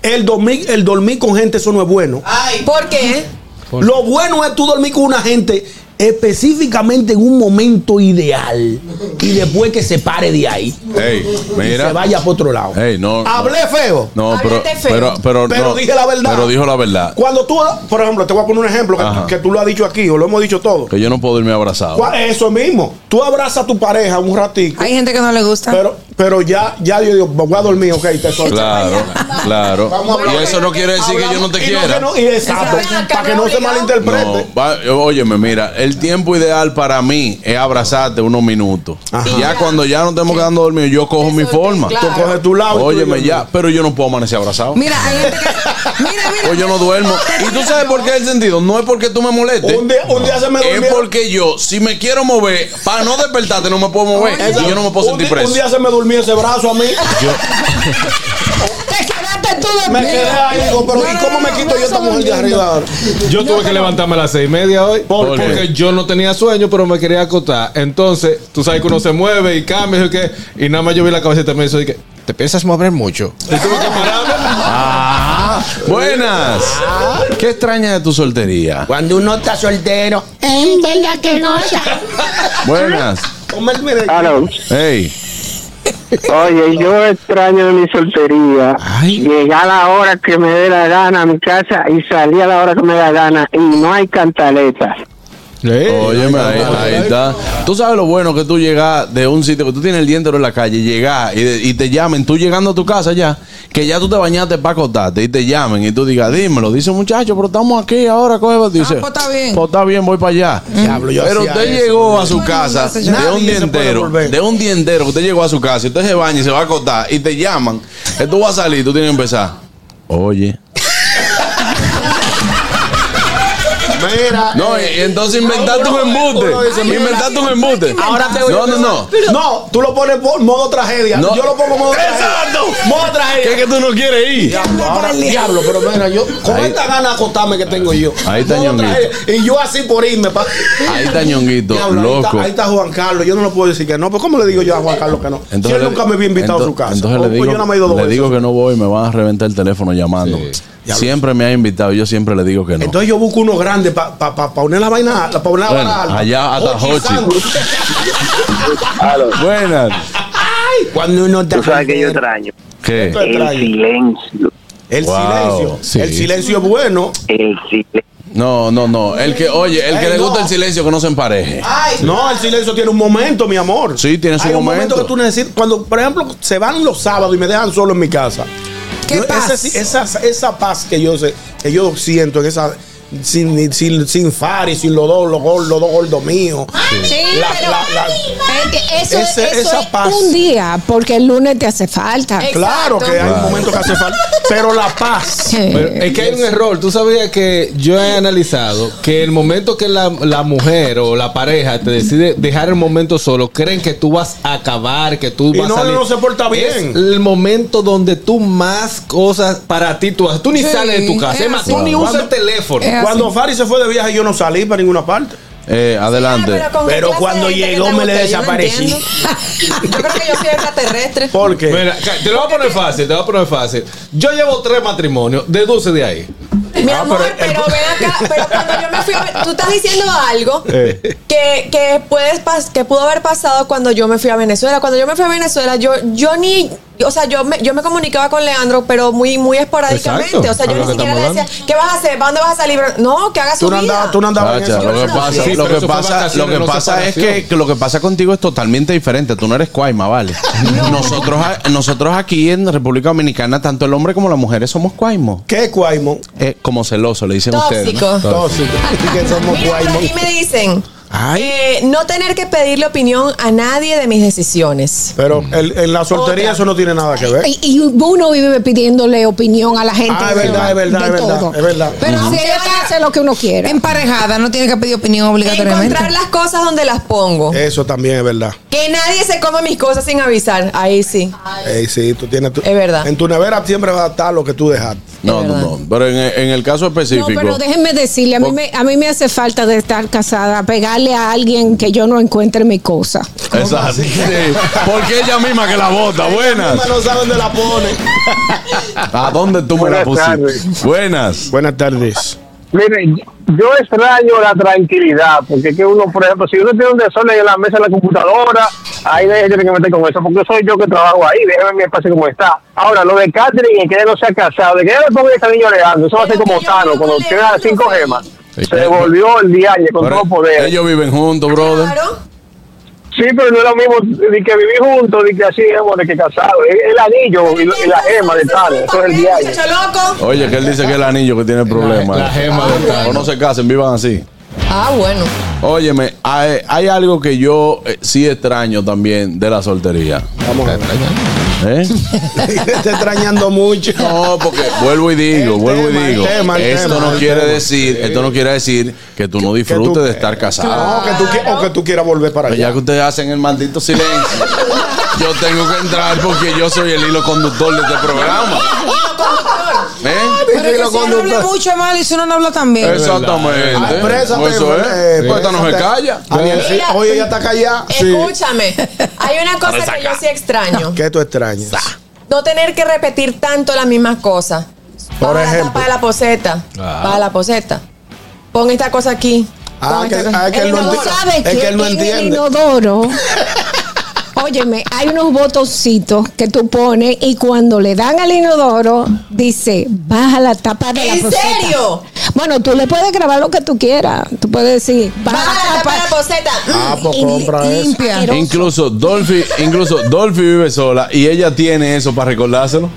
El dormir, el dormir con gente, eso no es bueno.
¿Por qué?
Lo bueno es tú dormir con una gente específicamente en un momento ideal. Y después que se pare de ahí.
Ey, mira.
Y se vaya para otro lado.
Ey, no. no.
Hablé feo.
No, pero,
Hablaste feo.
pero, pero,
Pero
no.
dije la verdad.
Pero dijo la verdad.
Cuando tú, por ejemplo, te voy a poner un ejemplo que,
Ajá.
que tú lo has dicho aquí, o lo hemos dicho todo.
Que yo no puedo irme abrazado.
Cua- Eso mismo. Tú abrazas a tu pareja un ratico.
Hay gente que no le gusta.
Pero, pero ya, ya yo digo, voy a dormir, ok, te solté.
Claro, claro.
Vamos a
Y
hablar.
eso no quiere decir que yo no te
Y no,
quiera.
que no- y exacto, para que no se malinterprete.
No, va- óyeme, mira, el tiempo ideal para mí es abrazarte unos minutos. Ya cuando ya nos estemos quedando dormidos, yo cojo mi forma.
claro. Tú
coges tu lado y tú
Óyeme, ya, pero yo no puedo amanecer abrazado.
Mira, hay gente que. Mira, mira.
Pues yo no duermo. ¿Y tú sabes por qué el sentido? No es porque tú me molestes.
Un día- un día se me
Es
durmieron-
porque yo, si me quiero mover, para no despertarte, no me puedo mover. Y
Exacto.
yo no me puedo
un,
sentir
di-
preso.
un día se me durmió ese brazo a mí.
Te quedaste tú
Me
dormido.
quedé ahí, digo, pero ¿y cómo me quito yo esta mujer de arriba? ahora?
Yo tuve que levantarme a las seis y media hoy
¿Por qué?
porque yo no tenía sueño, pero me quería acotar. Entonces, tú sabes que uno se mueve y cambia y, que, y nada más yo vi la cabecita y me dice, que ¿te piensas mover mucho?
Ah, buenas. ¿Qué extraña de tu soltería?
Cuando uno está soltero.
En verdad que no.
Buenas.
Aló.
Hey.
Oye, yo extraño de mi soltería. Llegar a la hora que me dé la gana a mi casa y salir a la hora que me da gana y no hay cantaletas.
Óyeme, ahí, ahí está. Tú sabes lo bueno que tú llegas de un sitio que tú tienes el diente en la calle, llegas y, de- y te llamen, tú llegando a tu casa ya, que ya tú te bañaste para acostarte y te llamen y tú digas, dímelo, dice muchacho, pero estamos aquí ahora, coge, dice.
pues está bien.
Pues está bien, voy para allá.
Diablo, yo
pero
hacía
usted
eso.
llegó a su casa
hace
de
eso.
un
Nadie
día
se puede
entero,
volver.
de un día entero que usted llegó a su casa y usted se baña y se va a acostar y te llaman, que tú vas a salir, tú tienes que empezar. Oye.
Mira. eh,
No, y- y entonces inventaste un embuste.
Uno dice, mira,
Inventaste un embuste.
Ahora te voy a
No, no, no.
No, tú lo pones por modo tragedia.
No.
Yo lo pongo modo tragedia.
¡Exacto!
Modo tragedia.
¿Qué es que tú no quieres ir?
Diablo, ahora, diablo, pero mira, yo con
Ahí-
esta gana de acostarme que tengo yo.
Ahí está
Modo
Ñonguito.
tragedia. Y yo así por irme. pa-
Ahí está Ñonguito,
Diablo, ahí está-
loco.
Ahí está, Juan Carlos. Yo no le puedo decir que no. Pero ¿cómo le digo yo a Juan Carlos que no? Si él
le-
nunca me había invitado
ento-
a su casa.
Entonces
Oh,
le
pues
digo,
yo no me he ido dos
le
veces.
digo que no voy, me van a reventar el teléfono llamando. Siempre me ha invitado, yo siempre le digo que no.
Entonces yo busco uno grande para pa, pa, pa poner la vaina, la- pa poner la
Bueno,
vara alta.
allá hasta
Oye,
Hochi.
Sandro.
Buenas.
Cuando uno está
Tú sabes que yo
soltero.
extraño.
¿Qué?
El silencio.
El
Wow.
silencio.
Sí.
El silencio es bueno.
El silencio.
No, no, no. El que, oye, el que
Ey,
le gusta
no.
el silencio que no se empareje.
No, el silencio tiene un momento, mi amor.
Sí, tiene su
Hay un
momento.
momento que tú necesitas. Cuando, por ejemplo, se van los sábados y me dejan solo en mi casa.
¿Qué
Yo-
paz?
ese- esa, esa paz que yo, sé- que yo siento en esa. Sin, sin, sin Fari, sin los dos, los gol- los dos gordos míos.
Sí,
La-
pero
la- la-
eh, que eso,
Ese-
eso
esa
es
paz.
un día, porque el lunes te hace falta.
Claro que hay un momento que hace falta. Pero la paz.
Pero es que hay un error. Tú sabías que yo he analizado que el momento que la, la mujer o la pareja te decide dejar el momento solo, creen que tú vas a acabar, que tú
Y
vas
no,
a salir.
no se porta
Es
bien.
el momento donde tú más cosas para ti tú haces. Tú ni
Sí,
sales de tu
es
casa. Es más, tú
así.
ni usas el
Cuando-
teléfono.
Es así.
Cuando Fari se fue de viaje, yo no salí para ninguna parte.
Eh, adelante.
Con
Pero
clase
cuando
de gente que
llegó,
te
me le
gusta, yo no
desaparecí.
entiendo. Yo creo que yo soy extraterrestre.
¿Por qué?
Mira, ca- te lo voy a poner fácil, te lo voy a poner fácil. Yo llevo tres matrimonios, deduce de ahí.
Mi
Ah,
amor,
pero-
pero, ven acá, pero cuando yo me fui a Ve- tú estás diciendo algo
Eh.
que, que, puedes pas- que pudo haber pasado cuando yo me fui a Venezuela. Cuando yo me fui a Venezuela, yo, yo ni, o sea, yo me, yo me comunicaba con Leandro, pero muy, muy esporádicamente.
Exacto,
o sea,
a
yo ni
lo que
siquiera le
estamos
decía, ¿qué vas a hacer? ¿Para dónde vas a salir? No, que hagas su
Tú no
vida.
andabas, tú Ah, no andabas en
Chacha,
esa
lo que
relación.
pasa,
Sí,
lo
pero
que
eso fue
pasa,
vacaciones,
lo que
no
pasa es
separación.
que, que lo que pasa contigo es totalmente diferente. Tú no eres cuaima, vale. Nosotros, a- nosotros aquí en República Dominicana, tanto el hombre como las mujeres somos cuaimos.
¿Qué, Cuaimo?
Eh, como celoso, le dicen ustedes.
Tóxico.
¿no?
Tóxico. Y que
Mira,
somos
por
Cuaimo.
aquí me dicen Eh, no tener que pedirle opinión a nadie de mis decisiones.
Pero
Mm.
el- en la soltería
Otra.
eso no tiene nada que ver.
Y, y uno vive pidiéndole opinión a la gente.
Ah, es
de-
verdad, es verdad,
de
es verdad,
todo.
es verdad.
Pero
Ujú.
si ella hace lo que uno quiere.
Emparejada, no tiene que pedir opinión obligatoriamente.
Encontrar las cosas donde las pongo.
Eso también es verdad.
Que nadie se coma mis cosas sin avisar. Ahí sí.
Ey, sí, tú tienes tu-
Es verdad.
En tu nevera siempre va a estar lo que tú dejaste.
No, no, no. Pero en, en el caso
No,
específico.
pero déjenme decirle, a mí, me, a mí me hace falta de estar casada, pegarle a alguien que yo no encuentre mi cosa.
Exacto. Sí. Porque ella misma que la bota. Buenas.
no sabe dónde la pone.
¿A dónde tú me la
Buenas
pusiste? Buenas.
Buenas tardes.
Miren, yo extraño la tranquilidad, porque es que uno, por ejemplo, si uno tiene un desorden en la mesa de la computadora, ahí nadie se tiene que meter con eso, porque soy yo que trabajo ahí, déjeme mi espacio como está. Ahora, lo de Catherine, que ella no se ha casado, de que ella le ponga ese niño Leandro, eso va a ser como Tano, cuando tiene las cinco gemas, se volvió el diario con
eh, Pero
todo poder.
Ellos viven juntos, brother.
Sí, pero no es lo mismo de que vivir juntos, de que así es, de que casado, es el anillo y, y la gema de Tano, eso es el diario.
Oye, que él dice que es el anillo que tiene el problema.
la gema
de O no se casen, vivan así.
Ah, bueno.
Óyeme, hay, hay algo que yo eh, sí extraño también de la soltería. Vamos a ¿Eh?
Está extrañando mucho.
No, porque vuelvo y digo, vuelvo y digo.
tema, el
esto
tema,
no
el
quiere
tema.
decir, esto no quiere decir que tú no disfrutes de estar casado.
No, que tú, qui- o que tú quieras volver para
Pero
allá.
ya que ustedes hacen el maldito silencio, yo tengo que entrar porque yo soy el hilo conductor de este programa. ¿Eh?
Pero es que si uno habla mucho mal y si uno no habla también.
Exactamente.
Ah, préstate,
Pues eso es.
eh,
Pues esta no se
préstate.
calla.
Daniel, sí.
Mira.
Oye, ya está callada.
Escúchame. Hay una cosa que yo sí extraño.
¿Qué tú extrañas?
No tener que repetir tanto las mismas cosas.
Por
Para
ejemplo.
la poseta.
Ah.
Para la poseta. Pon esta cosa aquí.
Ah,
Pon
que,
esta cosa-
ah, que él no
Tú
entiende.
sabes
Es que él no
en el
entiende.
inodoro. Óyeme, hay unos botoncitos que tú pones y cuando le dan al inodoro, dice, baja la tapa de la
¿En
poseta.
serio?
Bueno, tú le puedes grabar lo que tú quieras. Tú puedes decir, baja,
Baja la tapa de la poseta.
Ah, pues
Y-
compra
y-
eso.
asqueroso.
Incluso Dolphy, incluso Dolphy vive sola y ella tiene eso para recordárselo.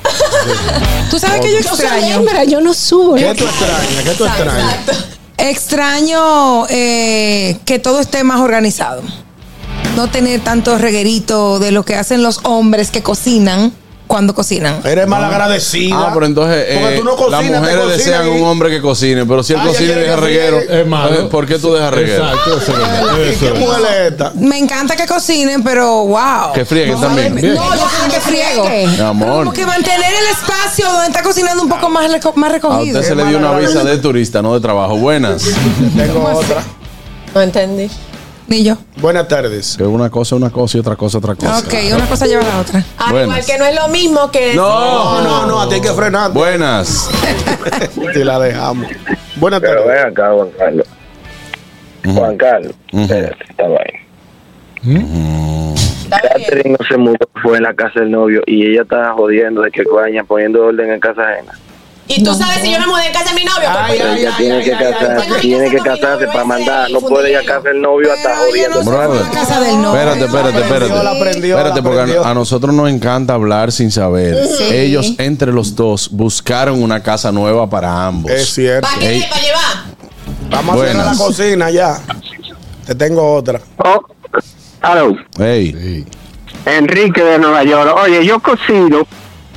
Tú sabes que yo
Yo soy
extraño.
hembra, yo no subo.
¿Qué tú extrañas? ¿Qué tú extrañas?
Extraño eh, que todo esté más organizado. No tener tanto reguerito de lo que hacen los hombres que cocinan cuando cocinan.
Eres mal agradecida.
Ah, pero entonces
Porque
eh,
tú no cocinas,
las
te
mujeres
cocinan
desean
y-
un hombre que cocine, pero si él
Ah, ya
cocina y
quiere
deja
que
reguero,
friegue.
Hermano.
entonces, ¿por qué tú dejas reguero?
Exacto, eso es verdad. Eso
¿Qué
es.
mujer es esta?
Me encanta que cocinen, pero wow.
Que frieguen también.
No, yo creo que friego.
Mi amor,
Como que mantener el espacio donde está cocinando un poco más, reco- más
a
recogido.
Ah. usted se le dio una visa de turista, no de trabajo. Buenas.
Tengo otra.
No entendí.
Ni yo.
Buenas tardes.
Que una cosa es una cosa y otra cosa es otra cosa.
Ok, una cosa lleva a la otra.
Al Ah, igual
Buenas.
que no es lo mismo que.
No,
No, no, no, a ti hay que frenar.
Buenas.
Te la dejamos. Buenas
Pero
tardes.
ven acá, Juan Carlos. Juan Carlos, espérate, esta vaina.
Mm.
Catherine no se mudó, fue en la casa del novio y ella está jodiendo de que coña, poniendo orden en casa ajena.
Y tú sabes si yo me mudé en casa de mi novio. pues,
Pero ella tiene que casarse, tiene que casarse para mandar, no puede ir a casa del novio hasta jodiendo.
Brother.
Casa del novio.
Espérate, espérate, espérate.
la aprendió,
espérate,
la
porque
aprendió.
a, a nosotros nos encanta hablar sin saber.
Sí.
Ellos, entre los dos, buscaron una casa nueva para ambos.
Es cierto.
¿Para
Ey.
qué? ¿Para llevar?
Vamos a cerrar
Buenas.
la cocina ya. Te tengo otra.
Oh, aló.
Ey.
Enrique de Nueva York. Oye, yo cocino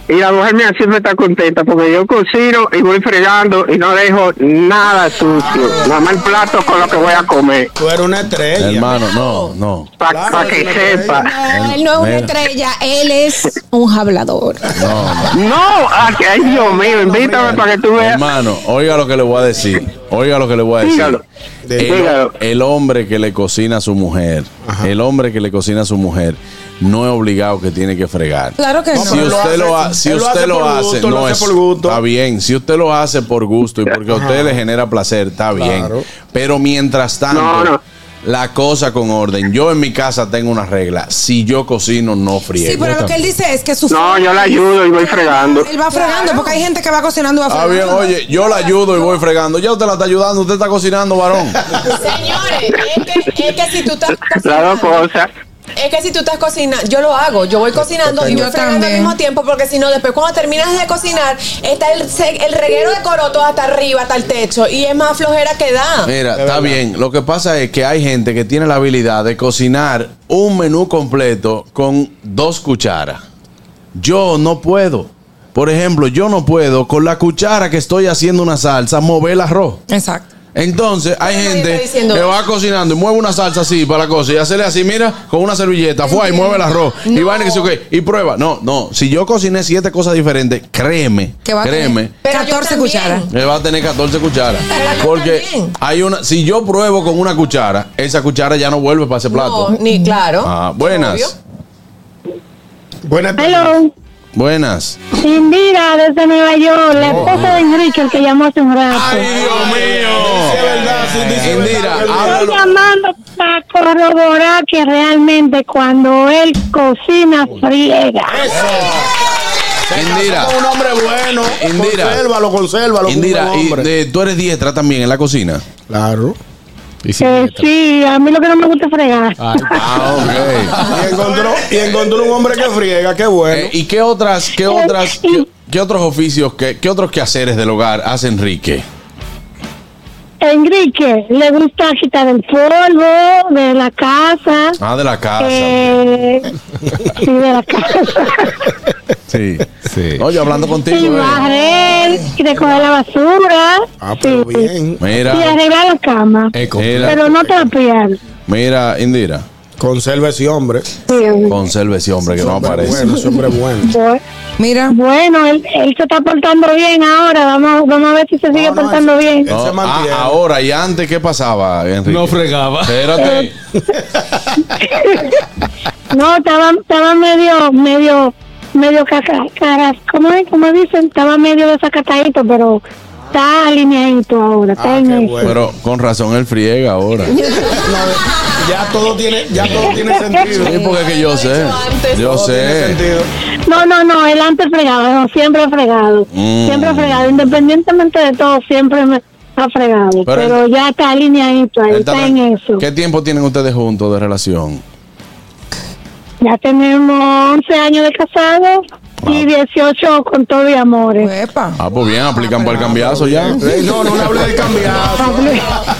y la mujer mía siempre está contenta porque yo cocino y voy fregando y no dejo nada sucio. Nada más el plato con lo que voy a comer.
Tú eres una estrella.
Hermano, no, no.
Para que sepa.
No, él no es una
Ah, Mira.
estrella, él es un hablador.
No, no.
No, ay, ay, Dios mío, invítame para que tú veas.
Hermano, oiga lo que le voy a decir. Oiga lo que le voy a decir.
Dígalo.
El,
Dígalo.
el hombre que le cocina a su mujer, el hombre que le cocina a su mujer, no es obligado que tiene que fregar.
Claro que no.
Si
él lo
usted
hace-
lo, ha- si
él lo
usted
hace
lo
por
hace,
gusto,
no
lo hace
es
por gusto.
está bien. Si usted lo hace por gusto y porque a usted le genera placer, está bien. Pero mientras tanto,
No, no.
la cosa con orden. Yo en mi casa tengo una regla. Si yo cocino, no friego.
Sí, pero lo que él dice es que su
No, yo la ayudo y voy fregando.
Él va fregando porque hay gente que va cocinando y va
Ah,
fregando.
bien, oye, yo la ayudo y voy fregando. Ya usted la está ayudando, usted está cocinando, varón.
Señores, es que, es que si tú estás.
Ah.
Las dos cosas.
Es que si tú estás cocinando, yo lo hago, yo voy cocinando y voy
Yo
fregando al
también.
mismo tiempo, porque si no, después cuando terminas de cocinar, está el, se- el reguero de corotos hasta arriba, hasta el techo, y es más flojera que da.
Mira, está bien. Lo que pasa es que hay gente que tiene la habilidad de cocinar un menú completo con dos cucharas. Yo no puedo. Por ejemplo, yo no puedo con la cuchara que estoy haciendo una salsa mover el arroz.
Exacto.
Entonces, hay
Nadie
gente
está diciendo
que
eso.
va cocinando y mueve una salsa así para la cosa y hacerle así, mira, con una servilleta, fue y mueve el arroz. Y vaina que se ok, y prueba. No, no. Si yo cociné siete cosas diferentes, créeme,
Que va a tener
créeme.
14 cucharas.
Él va a tener 14 cucharas. Porque hay una. Si yo pruebo con una cuchara, esa cuchara ya no vuelve para ese plato.
No, ni claro.
Ah, buenas.
Buenas.
Hello.
Buenas.
Indira, desde Nueva York, la
Oh.
esposa de Enrique, el que llamó hace un rato.
Indira,
Estoy
háblalo.
llamando para corroborar que realmente cuando él cocina, friega.
Indira.
Un hombre bueno.
Indira.
Consérvalo, consérvalo. como
Indira,
un
y
hombre.
de- tú eres diestra también en la cocina.
Claro.
Eh, sí, a mí lo que no me gusta es fregar.
Ah, ok.
y, encontró, y encontró un hombre que friega, qué bueno.
Eh, ¿Y qué otras, qué otras, qué, qué otros oficios, qué, qué otros quehaceres del hogar hace Enrique?
Enrique, le gusta quitar el polvo de la casa.
Ah, de la casa.
Eh, sí, de la casa.
Sí. sí. No, yo hablando
Y
contigo. eh.
barrer, y recoger la basura.
Ah, pero bien. Mira. Eh,
Y arreglar la cama.
Mira.
Pero no trapear.
Mira, Indira.
Conserva ese hombre.
Conserve ese hombre que no aparece.
Bueno, ese hombre bueno.
Bu-
Mira.
Bueno, él, él se está portando bien ahora. Vamos, vamos a ver si se sigue portando bien.
No, ah, ahora y antes, ¿qué pasaba, Enrique? No fregaba. Espérate.
No, estaba, estaba medio, medio, medio caca, caras. ¿Cómo es? ¿Cómo dicen? Estaba medio desacatadito, pero está alineadito ahora. Está
Ah,
en eso.
Pero con razón él friega ahora.
Ya todo tiene, ya todo tiene sentido.
Sí, porque es que yo sé. Yo sé.
No, no, no, él antes fregaba, no, siempre ha fregado.
Mm.
Siempre ha fregado, independientemente de todo, siempre me ha fregado. Pero, ya está alineadito, ahí
Él
está
también-
en eso.
¿Qué tiempo tienen ustedes juntos de relación?
Ya tenemos 11 años de casado y 18 con todo y amores.
Ah, pues bien, aplican para el cambiazo ya.
No, no le hablé del cambiazo.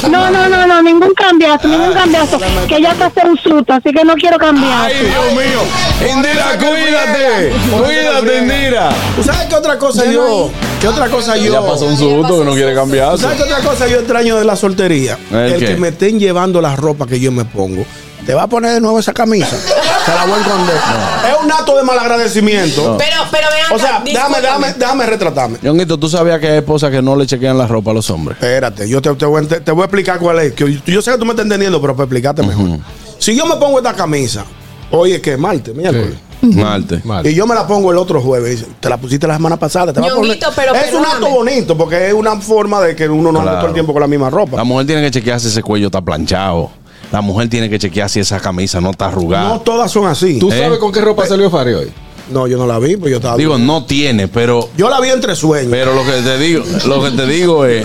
No, no, no, no, ningún cambiazo, ningún cambiazo. Que ya pasé un susto, así que no quiero cambiar.
Dios mío. Indira, cuídate.
Cuídate,
Indira.
¿Tú sabes qué otra cosa yo? ¿Qué otra cosa yo?
Ya pasó un susto que no quiere
¿Tú
cambiarse.
sabes qué otra cosa yo extraño de la soltería?
¿El
El,
qué?
que me estén llevando la ropa que yo me pongo. ¿Te va a poner de nuevo esa camisa? Te la voy a esconder. Es un acto de mal agradecimiento.
No. Pero-
pero
O sea, déjame, déjame, déjame retratarme.
Ñonguito, ¿tú sabías que hay esposas que no le chequean la ropa a los hombres?
Espérate, yo te, te voy, a ent- te voy a explicar cuál es. que yo, yo sé que tú me estás entendiendo, pero para explicarte mejor. Si yo me pongo esta camisa, hoy es que es martes, miércoles.
Marte.
Y yo me la pongo el otro jueves. Dice, Te la pusiste la semana pasada. Te la voy a
Ñonguito,
poner".
pero
es un acto
perdóname.
bonito porque es una forma de que uno no anda
Claro.
todo el tiempo con la misma ropa.
La mujer tiene que chequear si ese cuello está planchado. La mujer tiene que chequear si esa camisa no está arrugada.
No todas son así.
¿Tú ¿Eh? sabes con
qué ropa salió Fari hoy? No, yo no la vi, pues yo estaba.
Digo, no tiene, pero.
Yo la vi entre sueños.
Pero lo que te digo, lo que te digo es.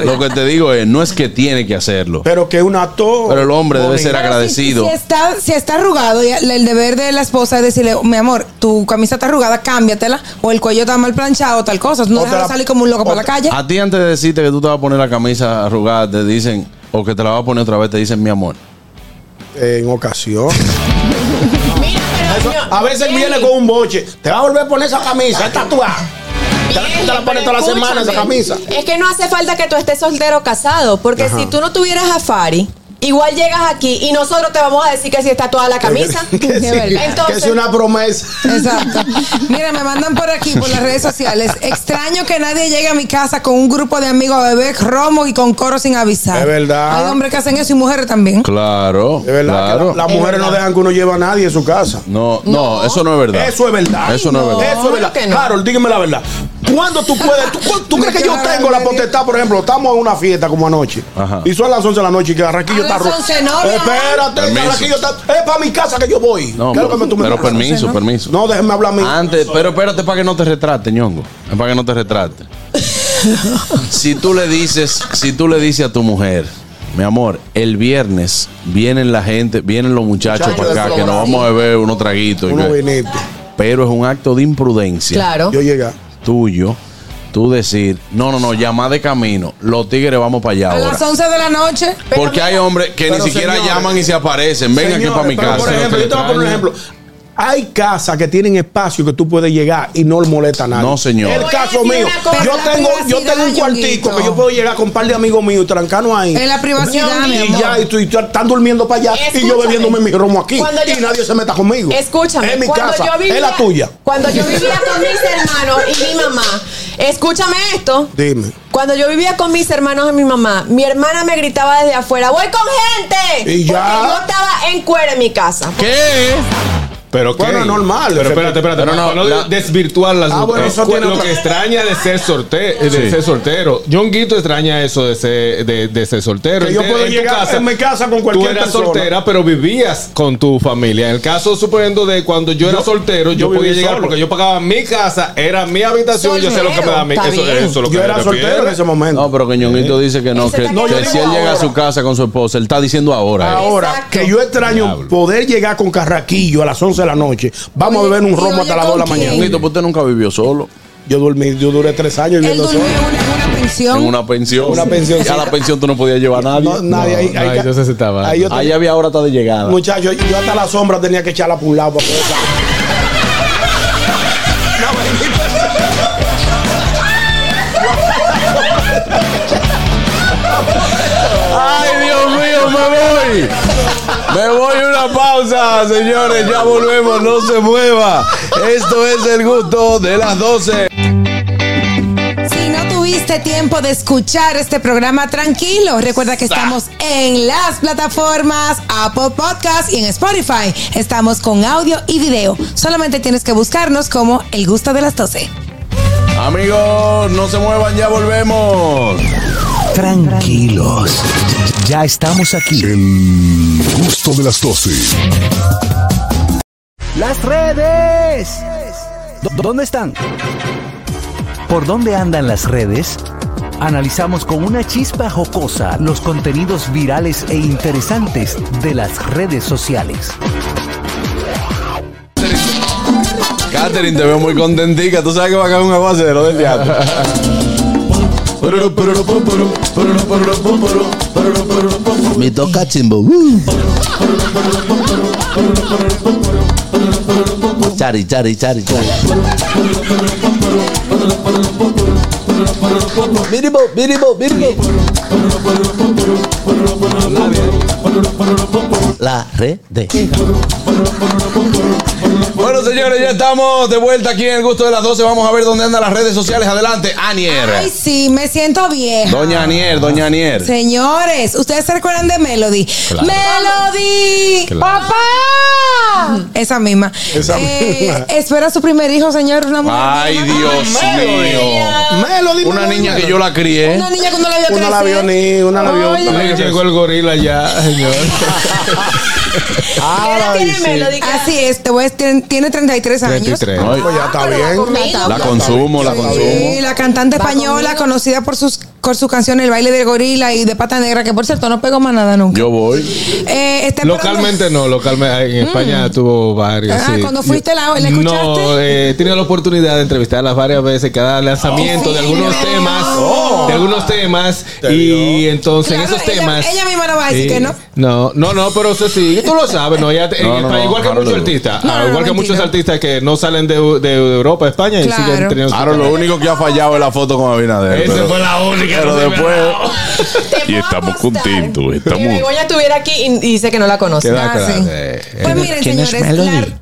lo que te digo es, no es que tiene que hacerlo.
Pero que un acto.
Pero el hombre debe ser agradecido.
Si está, si está arrugado, y el deber de la esposa es decirle, mi amor, tu camisa está arrugada, cámbiatela, o el cuello está mal planchado, tal cosa. No déjalo salir como un loco para la calle.
A ti antes de decirte que tú te vas a poner la camisa arrugada, te dicen, o que te la vas a poner otra vez, te dicen mi amor.
En ocasión. Eso a veces viene con un boche. Te va a volver a poner esa camisa, es tatuada. Te la, te la pones toda la semana esa
Escúchame,
camisa.
Es que no hace falta que tú estés soltero o casado, porque
Ajá.
si tú no tuvieras a Fari, igual llegas aquí y nosotros te vamos a decir que si está toda la camisa.
Que, sí, que es una promesa.
Exacto. Mira, me mandan por aquí, por las redes sociales. Extraño que nadie llegue a mi casa con un grupo de amigos a beber romo y con coro sin avisar.
Es verdad.
Hay hombres que hacen eso y mujeres también.
Claro.
Es verdad. que
claro.
la- las mujeres no dejan que uno lleve a nadie en su casa.
No, no, eso no es verdad.
Eso es verdad.
Eso no es verdad.
Eso es verdad. Harold, dígame la verdad. ¿Cuándo tú puedes? ¿Tú, cu- tú crees que yo tengo la potestad? Por ejemplo, estamos en una fiesta como anoche. Y son las 11 de la noche y que Carraquillo
A
está
las
roto.
11 no, mi amor.
Espérate,
Permiso.
Carraquillo está. Es para mi casa que yo voy.
No,
Claro que me- tú me-
pero permiso, permiso.
No, déjeme hablar a mí.
Antes, pero espérate para que no te retrate, ñongo. Es para que no te retrate. si tú le dices, si tú le dices a tu mujer, Mi amor, el viernes vienen la gente, vienen los muchachos
Muchachos
para
de
acá, que nos
sobra,
vamos a
sí.
beber unos traguitos. y
Uno
que-
viniste.
Pero es un acto de imprudencia.
Claro. Yo llegué.
Tuyo, tú decir, no, no, no, llama de camino, los tigres vamos para allá
A
ahora.
las 11 de la noche.
Porque hay hombres que ni siquiera llaman y se aparecen. Venga aquí
Señores,
para mi
pero
casa.
Por ejemplo, yo te voy a poner un ejemplo. Hay casas que tienen espacio que tú puedes llegar y no molesta a nadie.
No, señor.
El
Voy a
caso
decir
mío,
una cosa,
yo
la
tengo, yo
privacidad,
tengo un cuartico
Ñonguito.
que yo puedo llegar con un par de amigos míos, trancanos ahí.
En la privacidad, mi
Y
amor.
ya, y tú, y tú estás durmiendo para allá y yo
Escúchame.
bebiéndome mi romo aquí.
Cuando yo-
y nadie se meta conmigo.
Escúchame,
Es mi
cuando
casa,
yo vivía-
es la tuya.
Cuando yo vivía con mis hermanos y mi mamá, escúchame esto.
Dime.
Cuando yo vivía con mis hermanos y mi mamá, mi hermana me gritaba desde afuera, voy con gente.
Y ya.
Porque yo estaba en cuero en mi casa.
¿Qué?
Pero qué?
Bueno, normal.
Pero espérate, espérate.
Pero
para
no,
no
la-
desvirtuar las
Ah, bueno, eso
eh,
tiene
Lo
otra-
que extraña de ser sortero, de
Sí.
ser soltero. John Guito extraña eso de ser, de, de ser soltero.
Que yo
En-
puedo
en tu
llegar en mi casa con cualquier
Tú eras
persona.
soltera, pero vivías con tu familia. En el caso, suponiendo de cuando yo era
Yo-
soltero,
yo
yo,
viví
podía llegar
solo.
porque yo pagaba mi casa, era mi habitación, yo sé lo que me daba mi
Soltero,
Eso,
está bien.
eso es lo que
Yo era
me
soltero
refiero.
en ese momento. Eh.
No, pero que Ñonguito dice que no,
Ese
que,
está- No, yo
que si
digo
él llega a
ahora.
su casa con su esposa, él está diciendo ahora. eh.
Ahora, que yo extraño poder llegar con Carraquillo a las 11 de la noche. Vamos a beber un romo hasta las 2 de la mañana.
Ñonguito, pues usted nunca vivió solo.
Yo dormí, yo duré tres años
Él
viviendo
durmió en
solo.
una, en una
En
pensión.
una pensión.
Una pensión,
Ya
sí.
la pensión tú no podías llevar a nadie.
No, nadie, ahí- ahí-
entonces estaba.
ahí yo te-
Ahí había hora hasta de llegada.
Muchachos, yo hasta la sombra tenía que echarla por un lado para poder salir.
¡Ay, Dios mío, me voy! Me voy a una
Ah,
pausa, señores. Ya volvemos, no se mueva. Esto es el gusto de las 12.
Si no tuviste tiempo de escuchar este programa, tranquilo. Recuerda que estamos en las plataformas Apple Podcast y en Spotify. Estamos con audio y video. Solamente tienes que buscarnos como El Gusto de las 12.
Amigos, no se muevan, ya volvemos.
Tranquilos, ya estamos aquí. El gusto de las 12. Las redes. ¿Dó- ¿Dónde están? ¿Por dónde andan las redes? Analizamos con una chispa jocosa los contenidos virales e interesantes de las redes sociales.
Catherine, te veo muy contentica. Tú sabes que va a caer un aguacero del teatro. Me toca chimbo. Chari, chari, chari, Mínimo, mínimo, mínimo. La red Bueno, señores, ya estamos de vuelta aquí en el gusto de las 12. Vamos a ver dónde andan las redes sociales. Adelante, Anier.
Ay, sí, me siento vieja.
Doña Anier, doña Anier.
Señores, ¿ustedes se recuerdan de Melody?
Claro.
¡Melody!
Claro.
¡Papá! Esa misma.
Esa
Eh,
misma.
espera a su primer hijo, señor. Una mujer.
Ay, Dios mío.
Melody,
Una
Melody,
niña que
Melody.
yo la crié.
Una niña que uno la vio
Una la vio
crecer.
ni, una la vio.
Oye.
otra.
Ahí Llegó el gorila ya, señor.
Ay, sí.
Así es, te voy a- tiene, tiene 33 años.
33.
Ay,
Pues ya está bien.
La consumo, la consumo.
Sí, la cantante española conocida por sus por su canción El baile del gorila y de pata negra, que por cierto no pegó más nada nunca.
Yo voy.
Eh, está esperando-
Localmente no, localmente en España tuvo varios.
Mm. Ah,
sí.
cuando fuiste la- la escuchaste.
No, eh, he tenido la oportunidad de entrevistarlas varias veces, cada lanzamiento
Oh,
de
sí,
algunos
no.
temas,
Oh.
de algunos temas y entonces en
Claro,
esos
ella-
temas.
Ella misma no va a decir
Sí.
que no.
No, no, no, pero eso sí, tú lo sabes, ¿no? Ella- en
No, no,
España,
no,
igual que
claro,
muchos
no.
artistas,
No,
ah,
no,
igual que
mentira.
muchos artistas que no salen de, de Europa, España y
Claro.
siguen teniendo.
Claro, lo único que ha fallado es la foto con Abinader.
Esa
pero-
fue la única.
Pero
no se me
después.
ha dado.
Y estamos contentos.
Que Begoña estuviera aquí y dice que no la conoce.
Queda claro.
sí.
Eh,
Pues miren,
¿quién es
señores,
Melody?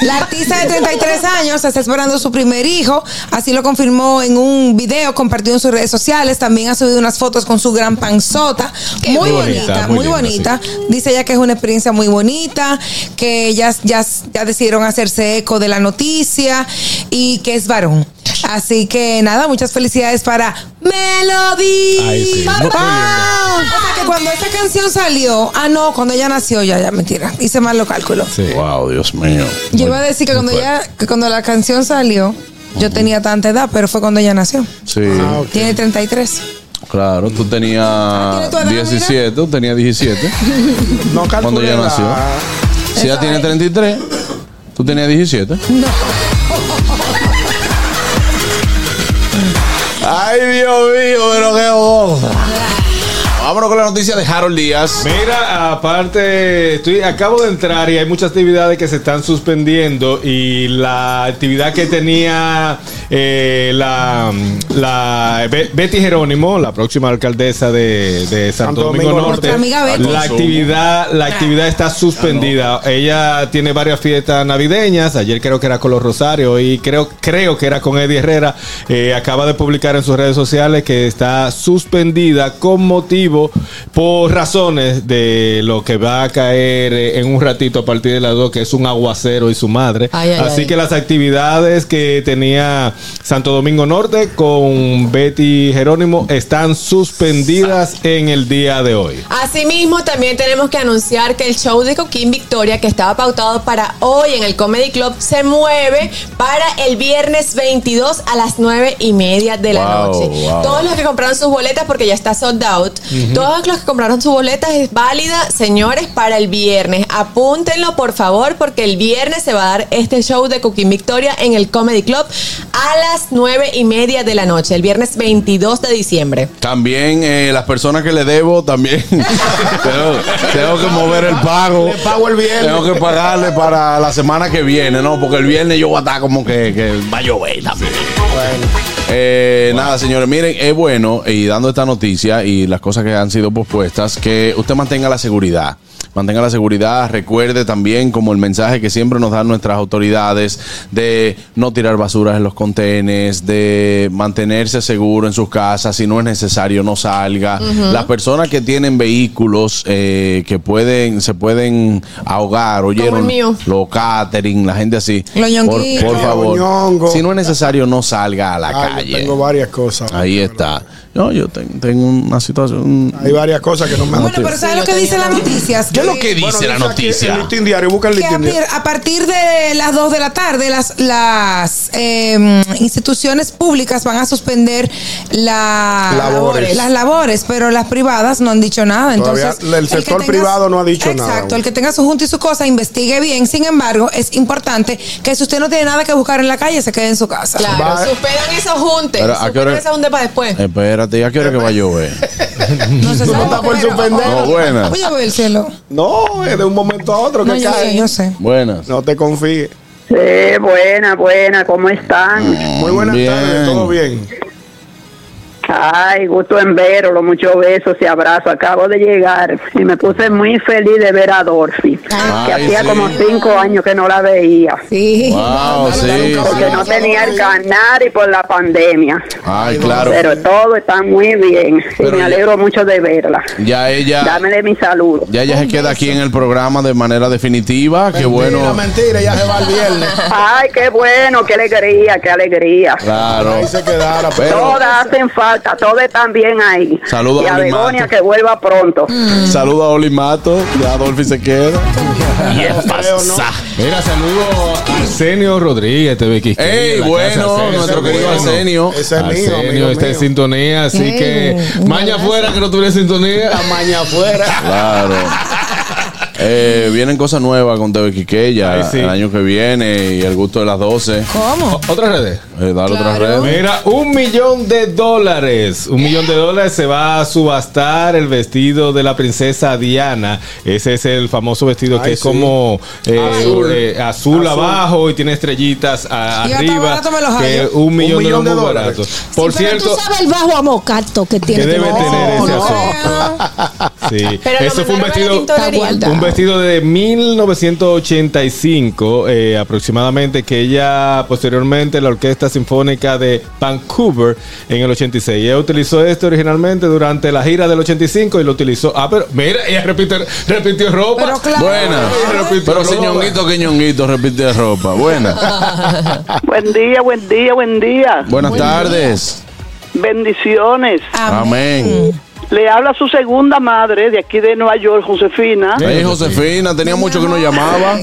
la, la artista de 33 años está esperando su primer hijo, así lo confirmó en un video compartido en sus redes sociales, también ha subido unas fotos con su gran panzota, muy bonita,
bonita, muy
muy
linda,
bonita. Dice ella que es una experiencia muy bonita, que ya, ya, ya decidieron hacerse eco de la noticia y que es varón. Así que nada, muchas felicidades para Melody.
Ay, sí,
Papá.
muy linda.
O sea, que cuando esta canción salió, ah no, cuando ella nació ya, ya mentira, hice mal los cálculos.
Sí.
Wow, Dios mío.
Yo iba a decir que cuando ella, que cuando la
Ah,
canción salió, yo tenía tanta edad, pero fue cuando ella nació.
Ah, Sí.
Tiene 33.
Claro, tú tenías
¿Tiene tu edad,
17, tú tenías 17.
No
Cuando
calculé
ella
la-
nació. Si ella tiene 33, tú tenías 17. Ay, Dios mío, pero qué bobo. Vámonos con la noticia de Harold Díaz.
Mira, aparte, estoy, acabo de entrar y hay muchas actividades que se están suspendiendo y la actividad que tenía eh, la, la Be- Betty Jerónimo, la próxima alcaldesa de, de Santo, Domingo,
Domingo Norte.
Norte,
Nuestra amiga Betty.
la actividad, la actividad está suspendida. Ella tiene varias fiestas navideñas. Ayer creo que era con los Rosario y creo, creo que era con Eddie Herrera. Eh, acaba de publicar en sus redes sociales que está suspendida con motivo, por razones de lo que va a caer eh, en un ratito a partir de las 2, que es un aguacero y su madre.
Ay, ay,
Así
ay.
que las actividades que tenía Santo Domingo Norte con Betty Jerónimo están suspendidas en el día de hoy.
Asimismo, también tenemos que anunciar que el show de Coquín Victoria, que estaba pautado para hoy en el Comedy Club, se mueve para el viernes 22 a las 9 y media de la
Wow,
noche.
wow.
Todos los que compraron sus boletas, porque ya está sold out,
Ujú.
todos los que compraron sus boletas es válida, señores, para el viernes. Apúntenlo, por favor, porque el viernes se va a dar este show de Coquín Victoria en el Comedy Club a las 9 y media de la noche, el viernes 22 de diciembre.
También eh, las personas que le debo, también. tengo, tengo que mover el pago.
pago el viernes.
Tengo que pagarle para la semana que viene, ¿no? Porque el viernes yo voy a estar como que, que va a llover también. Eh, Nada, señores, miren, es bueno, y dando esta noticia y las cosas que han sido pospuestas, que usted mantenga la seguridad. Mantenga la seguridad, recuerde también como el mensaje que siempre nos dan nuestras autoridades de no tirar basuras en los contenes, de mantenerse seguro en sus casas, si no es necesario no salga.
Ujú.
Las personas que tienen vehículos eh, que pueden se pueden ahogar,
el
oyeron,
mío.
los catering, la gente así.
Los
por,
ñonguitos.
por favor,
Los
si no es necesario no salga a la calle.
Tengo varias cosas.
Ahí está. No, yo ten- tengo una situación.
Hay varias cosas que no me
Pero ¿sabes lo que dicen las noticias?
¿Qué es lo que dice
Bueno,
la
dice aquí El
noticia?
listín diario, busca el
que a,
listín diario.
par- a partir de las 2 de la tarde las, las eh, instituciones públicas van a suspender la-
Labores.
las labores, pero las privadas no han dicho nada.
Todavía
Entonces,
el
que
sector
tenga-
privado no ha dicho nada.
Exacto, el que tenga su junta y su cosa, investigue bien. Sin embargo, es importante que si usted no tiene nada que buscar en la calle, se quede en su casa.
Claro,
Va-
suspendan esos juntes.
Pero, ¿a qué hora-
Suspendan esos juntes para después.
Espérate, ¿a qué hora que va a llover?
No se sabe.
Está por
Pero-
suspender.
No, buena.
Voy a ver el cielo.
No, es de un momento a otro que
No, yo
cae.
sé, yo sé.
Buenas.
No te confíes.
Sí, buena, buena, ¿cómo están?
Mm,
Muy buenas tardes, todo bien.
Ay, gusto en veros, muchos besos y abrazos. Acabo de llegar y me puse muy feliz de ver a Dorothy, que
Ay,
hacía
sí.
como cinco años que no la veía.
Sí.
Wow, Ah, oh, sí,
Porque
sí.
no tenía el canal y por la pandemia.
Ay, claro.
Pero todo está muy bien y me alegro mucho de verla.
Ya ella,
Dámele mi saludo.
ya ella se queda aquí en el programa de manera definitiva. Qué bueno.
Mentira, ya se va el viernes.
Ay, qué bueno, qué alegría, qué alegría.
Claro.
Ahí se quedara, pero.
Todas hacen falta, todas están bien ahí.
Saludos
y
a
a
Oli Mato. Mm.
Begonia que vuelva pronto.
Saludo a Oli Mato. Ya Dolphy se queda. Y es pasa.
Mira, saludo a Arsenio Rodríguez, TV Quisqueya,
Ey,
la casa
bueno,
Arsenio.
nuestro querido Arsenio.
Ese es mío, Arsenio está en sintonía, así
Ey,
que
un
maña
abrazo.
fuera que no tuviera sintonía.
maña afuera.
Claro. Eh, vienen cosas nuevas con TV Quiqueya
Ay, sí.
el año que viene y el gusto de las 12.
¿Cómo?
Otras redes.
Eh, dale otras redes.
Mira, un millón de dólares. Un millón de dólares se va a subastar el vestido de la princesa Diana. Ese es el famoso vestido que
Ay,
es
sí.
como eh, eh,
Azul. Azul.
azul. abajo y tiene estrellitas a-
Y hasta
arriba.
barato me los
que
hallo.
un millón, de, dólares. muy barato. Por
Sí, pero
cierto,
tú sabes el bajo amocato que tiene.
que debe tener ese
no.
azul. Sí.
Pero lo
Eso fue
mandaron a
un
la
vestido,
tintorería. Está guardado.
un vestido de 1985 eh, aproximadamente que ella posteriormente la Orquesta Sinfónica de Vancouver en el 86. Ella utilizó este originalmente durante la gira del 85 y lo utilizó. Ah, pero mira, ella repitió, repitió ropa.
Buena.
Ella repitió
Pero
ropa.
señonguito que ñonguito repite ropa. Buena.
Buen día, buen día, buen día.
Buenas tardes.
Bendiciones.
Amén.
Le habla su segunda madre de aquí de Nueva York, Josefina.
Ey, Josefina, tenía mucho que no llamaba.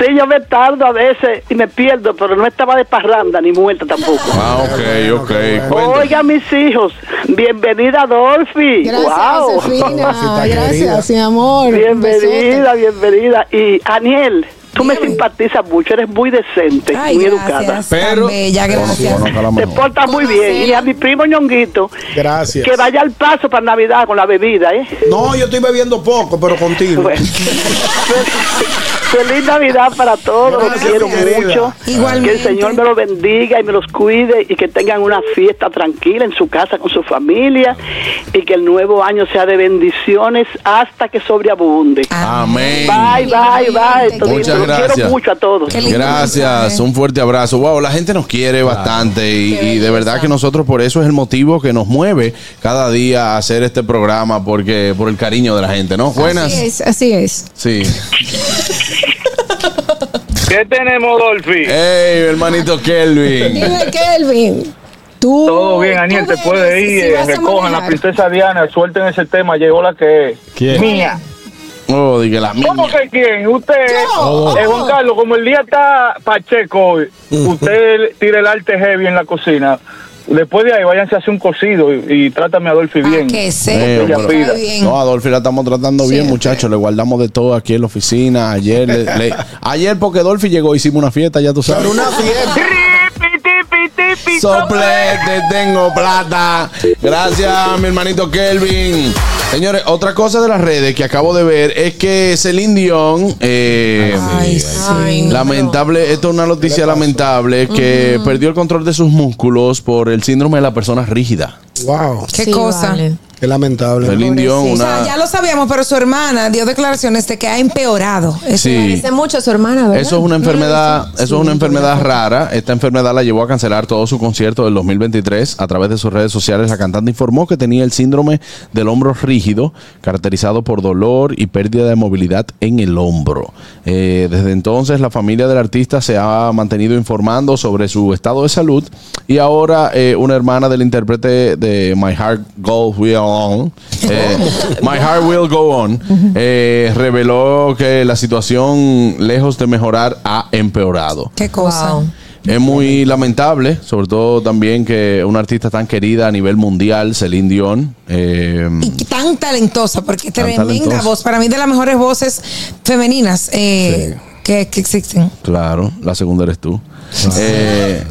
Sí, yo me tardo a veces y me pierdo, pero no estaba de parranda ni muerta tampoco.
Ah, ok, Pues, ok. Cuéntame.
Oiga, mis hijos, bienvenida Dolphy.
Gracias,
wow.
Josefina. Gracias, mi amor.
Bienvenida, bienvenida. Y Aniel, tú me simpatizas mucho, eres muy decente,
Ay,
muy
gracias,
educada.
tan Pero- bella, gracias. Conozco, conozco a la
te
mejor.
portas muy bien. Y a mi primo ñonguito,
Gracias.
que vaya al paso para Navidad con la bebida, ¿eh?
No, yo estoy bebiendo poco, pero contigo.
Feliz Navidad para todos, los quiero mucho. Que el Señor me los bendiga y me los cuide y que tengan una fiesta tranquila en su casa con su familia y que el nuevo año sea de bendiciones hasta que sobreabunde.
Amén.
Bye, bye, bye. Todito,
Muchas
los
gracias.
quiero mucho a todos.
Gracias, un fuerte abrazo. Wow, la gente nos quiere bastante y, y de verdad que nosotros por eso es el motivo que nos mueve cada día a hacer este programa porque por el cariño de la gente, ¿no? Buenas.
Así es, así es.
Sí.
¿Qué tenemos, Dolphy?
Hey, hermanito Kelvin.
Dime, Kelvin. Tú.
Todo bien, Aniel, te puede ir. eh, recojan la princesa Diana, suelten ese tema. Llegó la que es.
¿Quién?
Mía.
Oh, dije la mía.
¿Cómo que quién? Usted,
Yo.
Eh, Juan Carlos, como el día está Pacheco hoy, usted tira el arte heavy en la cocina. Después de ahí, váyanse a hacer un cocido y, y trátame a Dolphy bien.
Eh,
Lo que ella
pero-
pida.
no, Adolfi la estamos tratando bien, muchachos. Le guardamos de todo aquí en la oficina. Ayer, le- le- ayer porque Adolfi llegó, hicimos una fiesta, ya tú sabes. Soplete, tengo plata. Gracias, mi hermanito Kelvin. Señores, otra cosa de las redes que acabo de ver es que Celine Dion, eh, lamentable, esto es una noticia lamentable, que
Mm.
perdió el control de sus músculos por el síndrome de la persona rígida.
Wow.
Qué Sí, cosa. vale.
Qué lamentable.
Celine Dion,
O
una...
sea, ya lo sabíamos, pero su hermana dio declaraciones de que ha empeorado. Eso
Sí.
parece mucho a su hermana, ¿verdad?
Eso es una
No lo
enfermedad,
hizo.
eso es una enfermedad rara. Esta enfermedad la llevó a cancelar todo su concierto del 2023 a través de sus redes sociales. La cantante informó que tenía el síndrome del hombro rígido, caracterizado por dolor y pérdida de movilidad en el hombro. Eh, desde entonces, la familia del artista se ha mantenido informando sobre su estado de salud y ahora eh, una hermana del intérprete de My Heart Goes Will On, eh, My Heart Will Go On, eh, reveló que la situación, lejos de mejorar, ha empeorado.
Qué cosa.
Es muy lamentable, sobre todo también que una artista tan querida a nivel mundial, Celine Dion, eh,
Y tan talentosa, porque
Tan
tremenda
talentosa.
voz. Para mí, de las mejores voces femeninas eh, que, que existen.
claro, la segunda eres tú. Eh,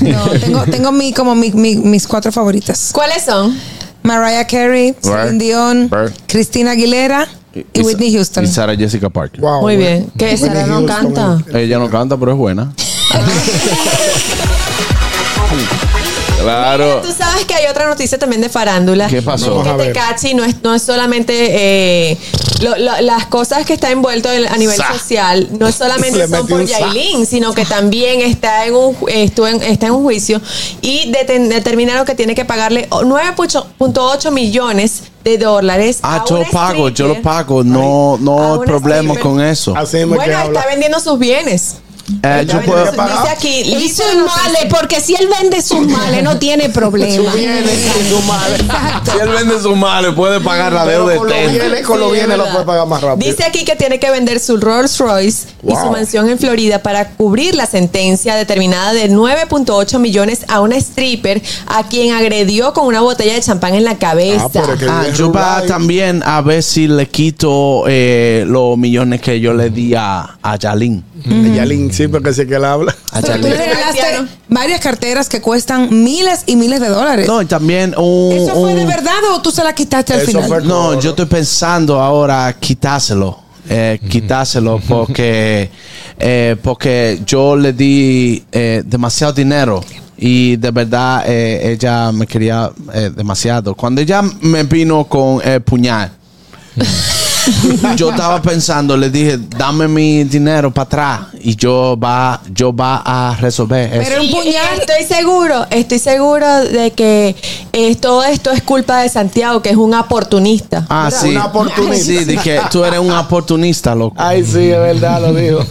No, tengo, tengo mi, como mi- mi- mis cuatro favoritas.
¿Cuáles son?
Mariah Carey, Celine Dion,
Burr.
Cristina Aguilera y Whitney Houston.
Y Sarah Jessica Parker.
Muy bien.
Que Sara no canta.
Ella no canta, pero es buena. claro.
Tú sabes que hay otra noticia también de farándula.
¿Qué pasó?
No es
Vamos a
que
ver.
Tecachi no es, no es solamente eh, lo- lo- las cosas que está envuelto en- a nivel
Sa.
social, no es
Le
solamente son
metí
por
un sa.
Yailin, sino que también está en un, ju- eh, estuvo en- está en un juicio y deten- determinaron que tiene que pagarle o- 9.8 millones de dólares.
Ah,
a
yo
una
lo pago, yo lo
stripper.
pago. No, no hay
una
problema
stripper.
con eso.
Bueno, está vendiendo sus bienes.
Eh, yo puedo-
Dice aquí,
Y sus males, porque si él vende sus males, no tiene problema.
Si él vende sus males, puede pagar la
Pero
deuda
con los
externa.
bienes, con los
Sí, es
bienes lo
verdad.
puede pagar más rápido.
Dice aquí que tiene que vender su Rolls Royce y su
Wow.
mansión en Florida para cubrir la sentencia determinada de 9.8 millones a una stripper a quien agredió con una botella de champán en la cabeza.
Ah, yo para también a ver si le quito eh, los millones que yo le di a, a Yalin.
Mm.
Yalin, sí, porque sé que él habla.
A
Tú le
Yalin.
regalaste varias carteras que cuestan miles y miles de dólares.
No, y también uh. un.
¿Eso fue de
un-
verdad o tú se la quitaste al final?
No, yo estoy pensando ahora quitárselo. eh, quitárselo porque eh, porque yo le di eh, demasiado dinero y de verdad eh, ella me quería eh, demasiado. Cuando ella me vino con el puñal, yo estaba pensando, le dije, dame mi dinero para atrás y yo va, yo va a resolver eso.
Sí, Estoy seguro, estoy seguro de que eh, todo esto es culpa de Santiago, que es un oportunista.
Ah, sí. Sí, de que tú eres un oportunista, loco. Ay, sí, es verdad, lo digo.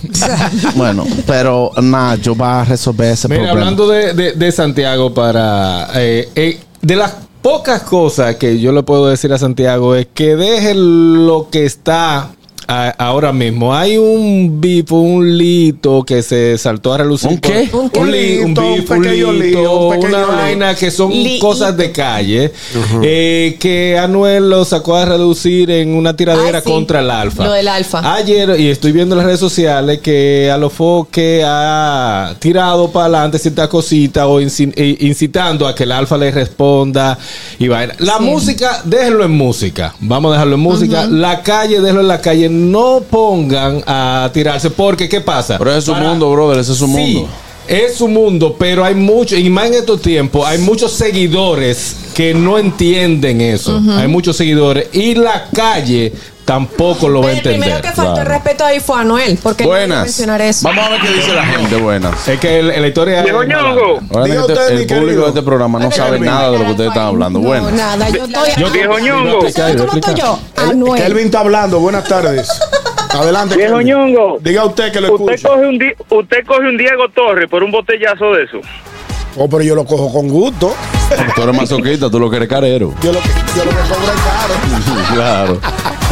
bueno, pero nada, yo voy a resolver ese
Mira,
problema.
hablando de, de- de Santiago para eh, eh, de las pocas cosas que yo le puedo decir a Santiago es que deje lo que está a- ahora mismo. Hay un bip, un lito que se saltó a relucir. ¿Un
qué?
Un,
Un
li- un
lito, un
bip, un
pequeño lío,
lito,
un pequeño
una
lío.
vaina que son
Liito.
cosas de calle. eh, que Anuel lo sacó a reducir en una tiradera
Ay, Ah, sí.
contra el alfa.
Lo del alfa.
Ayer, y estoy viendo en las redes sociales que Alofoque ha tirado para adelante ciertas cositas o inci- e- incitando a que el alfa le responda y vaina. La
Sí.
música, déjenlo en música. Vamos a dejarlo en música. La calle, déjenlo en la calle. No pongan a tirarse porque, ¿qué pasa? Pero
ese es su mundo, brother, ese es su mundo.
Es su mundo, pero hay muchos, y más en estos tiempos, hay muchos seguidores que no entienden eso.
Ujú.
Hay muchos seguidores y la calle tampoco lo va a
El
entender.
primero que faltó el
Claro.
respeto ahí fue a Noel, porque no iba a
Buenas.
mencionar eso.
Vamos a ver qué dice la gente, buenas.
Es que el- la historia
es. Ahora
Diga
que este-
usted, mi
el público
querido.
de este programa no sabe nada de lo que ustedes están hablando. Buenas.
Nada, yo estoy.
Yo- Viejo ñongo.
¿Sabes cómo estoy yo? Ah, Anuel.
Kelvin está hablando. Buenas tardes. Adelante. Kelvin. Diga usted que lo
Usted
escucho.
coge, un di- usted coge un Diego Torres por un botellazo de eso.
Oh, pero yo lo cojo con gusto.
Tú eres masoquista, tú lo que eres carero.
Yo lo, yo lo que cobro es caro.
claro.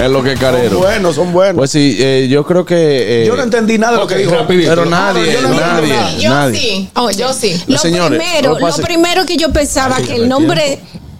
Es lo que es carero.
Son buenos, son buenos.
Pues sí, eh, yo creo que. eh,
Yo no entendí nada de lo que
ok,
dijo.
rapidito. Pero nadie,
Yo no entendí
nadie,
nada.
Yo nadie.
sí. Oh, yo sí.
Lo
Señores,
primero,
lo
lo,
que pasa-
primero que yo pensaba que el nombre,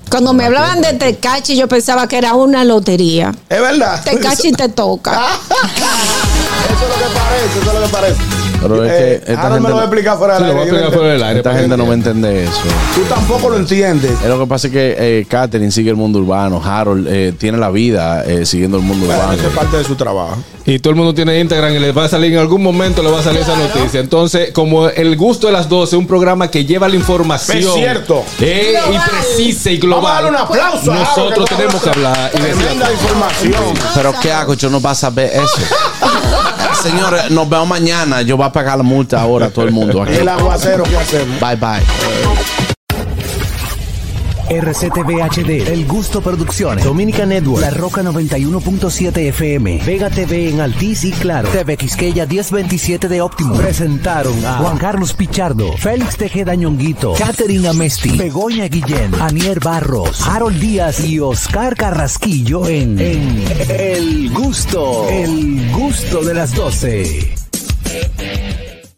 cuando me hablaban de Tecachi, yo pensaba que era una lotería.
Es verdad.
Tecachi te toca.
Eso es lo que parece.
Pero es
Eh,
que.
ahora me lo voy a explicar fuera del
Sí, lo
aire,
voy a
yo lo
explicar
entiendo.
fuera del aire, Esta gente no va a entender eso.
Tú tampoco lo entiendes.
Es lo que pasa es que eh, Catherine sigue el mundo urbano. Harold eh, tiene la vida eh, siguiendo el mundo urbano.
Es parte de su trabajo.
Y todo el mundo tiene Instagram y les va a salir en algún momento, le va a salir esa noticia. Entonces, como el gusto de las 12, un programa que lleva la información.
Es cierto.
eh, y precisa y global.
Vamos a darle un aplauso a Harold,
Nosotros
que
tenemos que hablar y decir.
Tremenda información.
Pero qué hago, yo no va a saber eso. Señores, nos vemos mañana. Yo voy a pagar la multa ahora a todo el mundo. aquí.
El aguacero que hacemos.
Bye bye.
RCTV HD, El Gusto Producciones, Dominica Network, La Roca 91.7 FM, Vega TV en Altiz y Claro, TV Quisqueya 1027 de Óptimo. Presentaron a Juan Carlos Pichardo, Félix Tejeda Ñonguito, Katherine Amesti, Begoña Guillén, Anier Barros, Harold Díaz y Oscar Carrasquillo en, en El Gusto, El Gusto de las 12.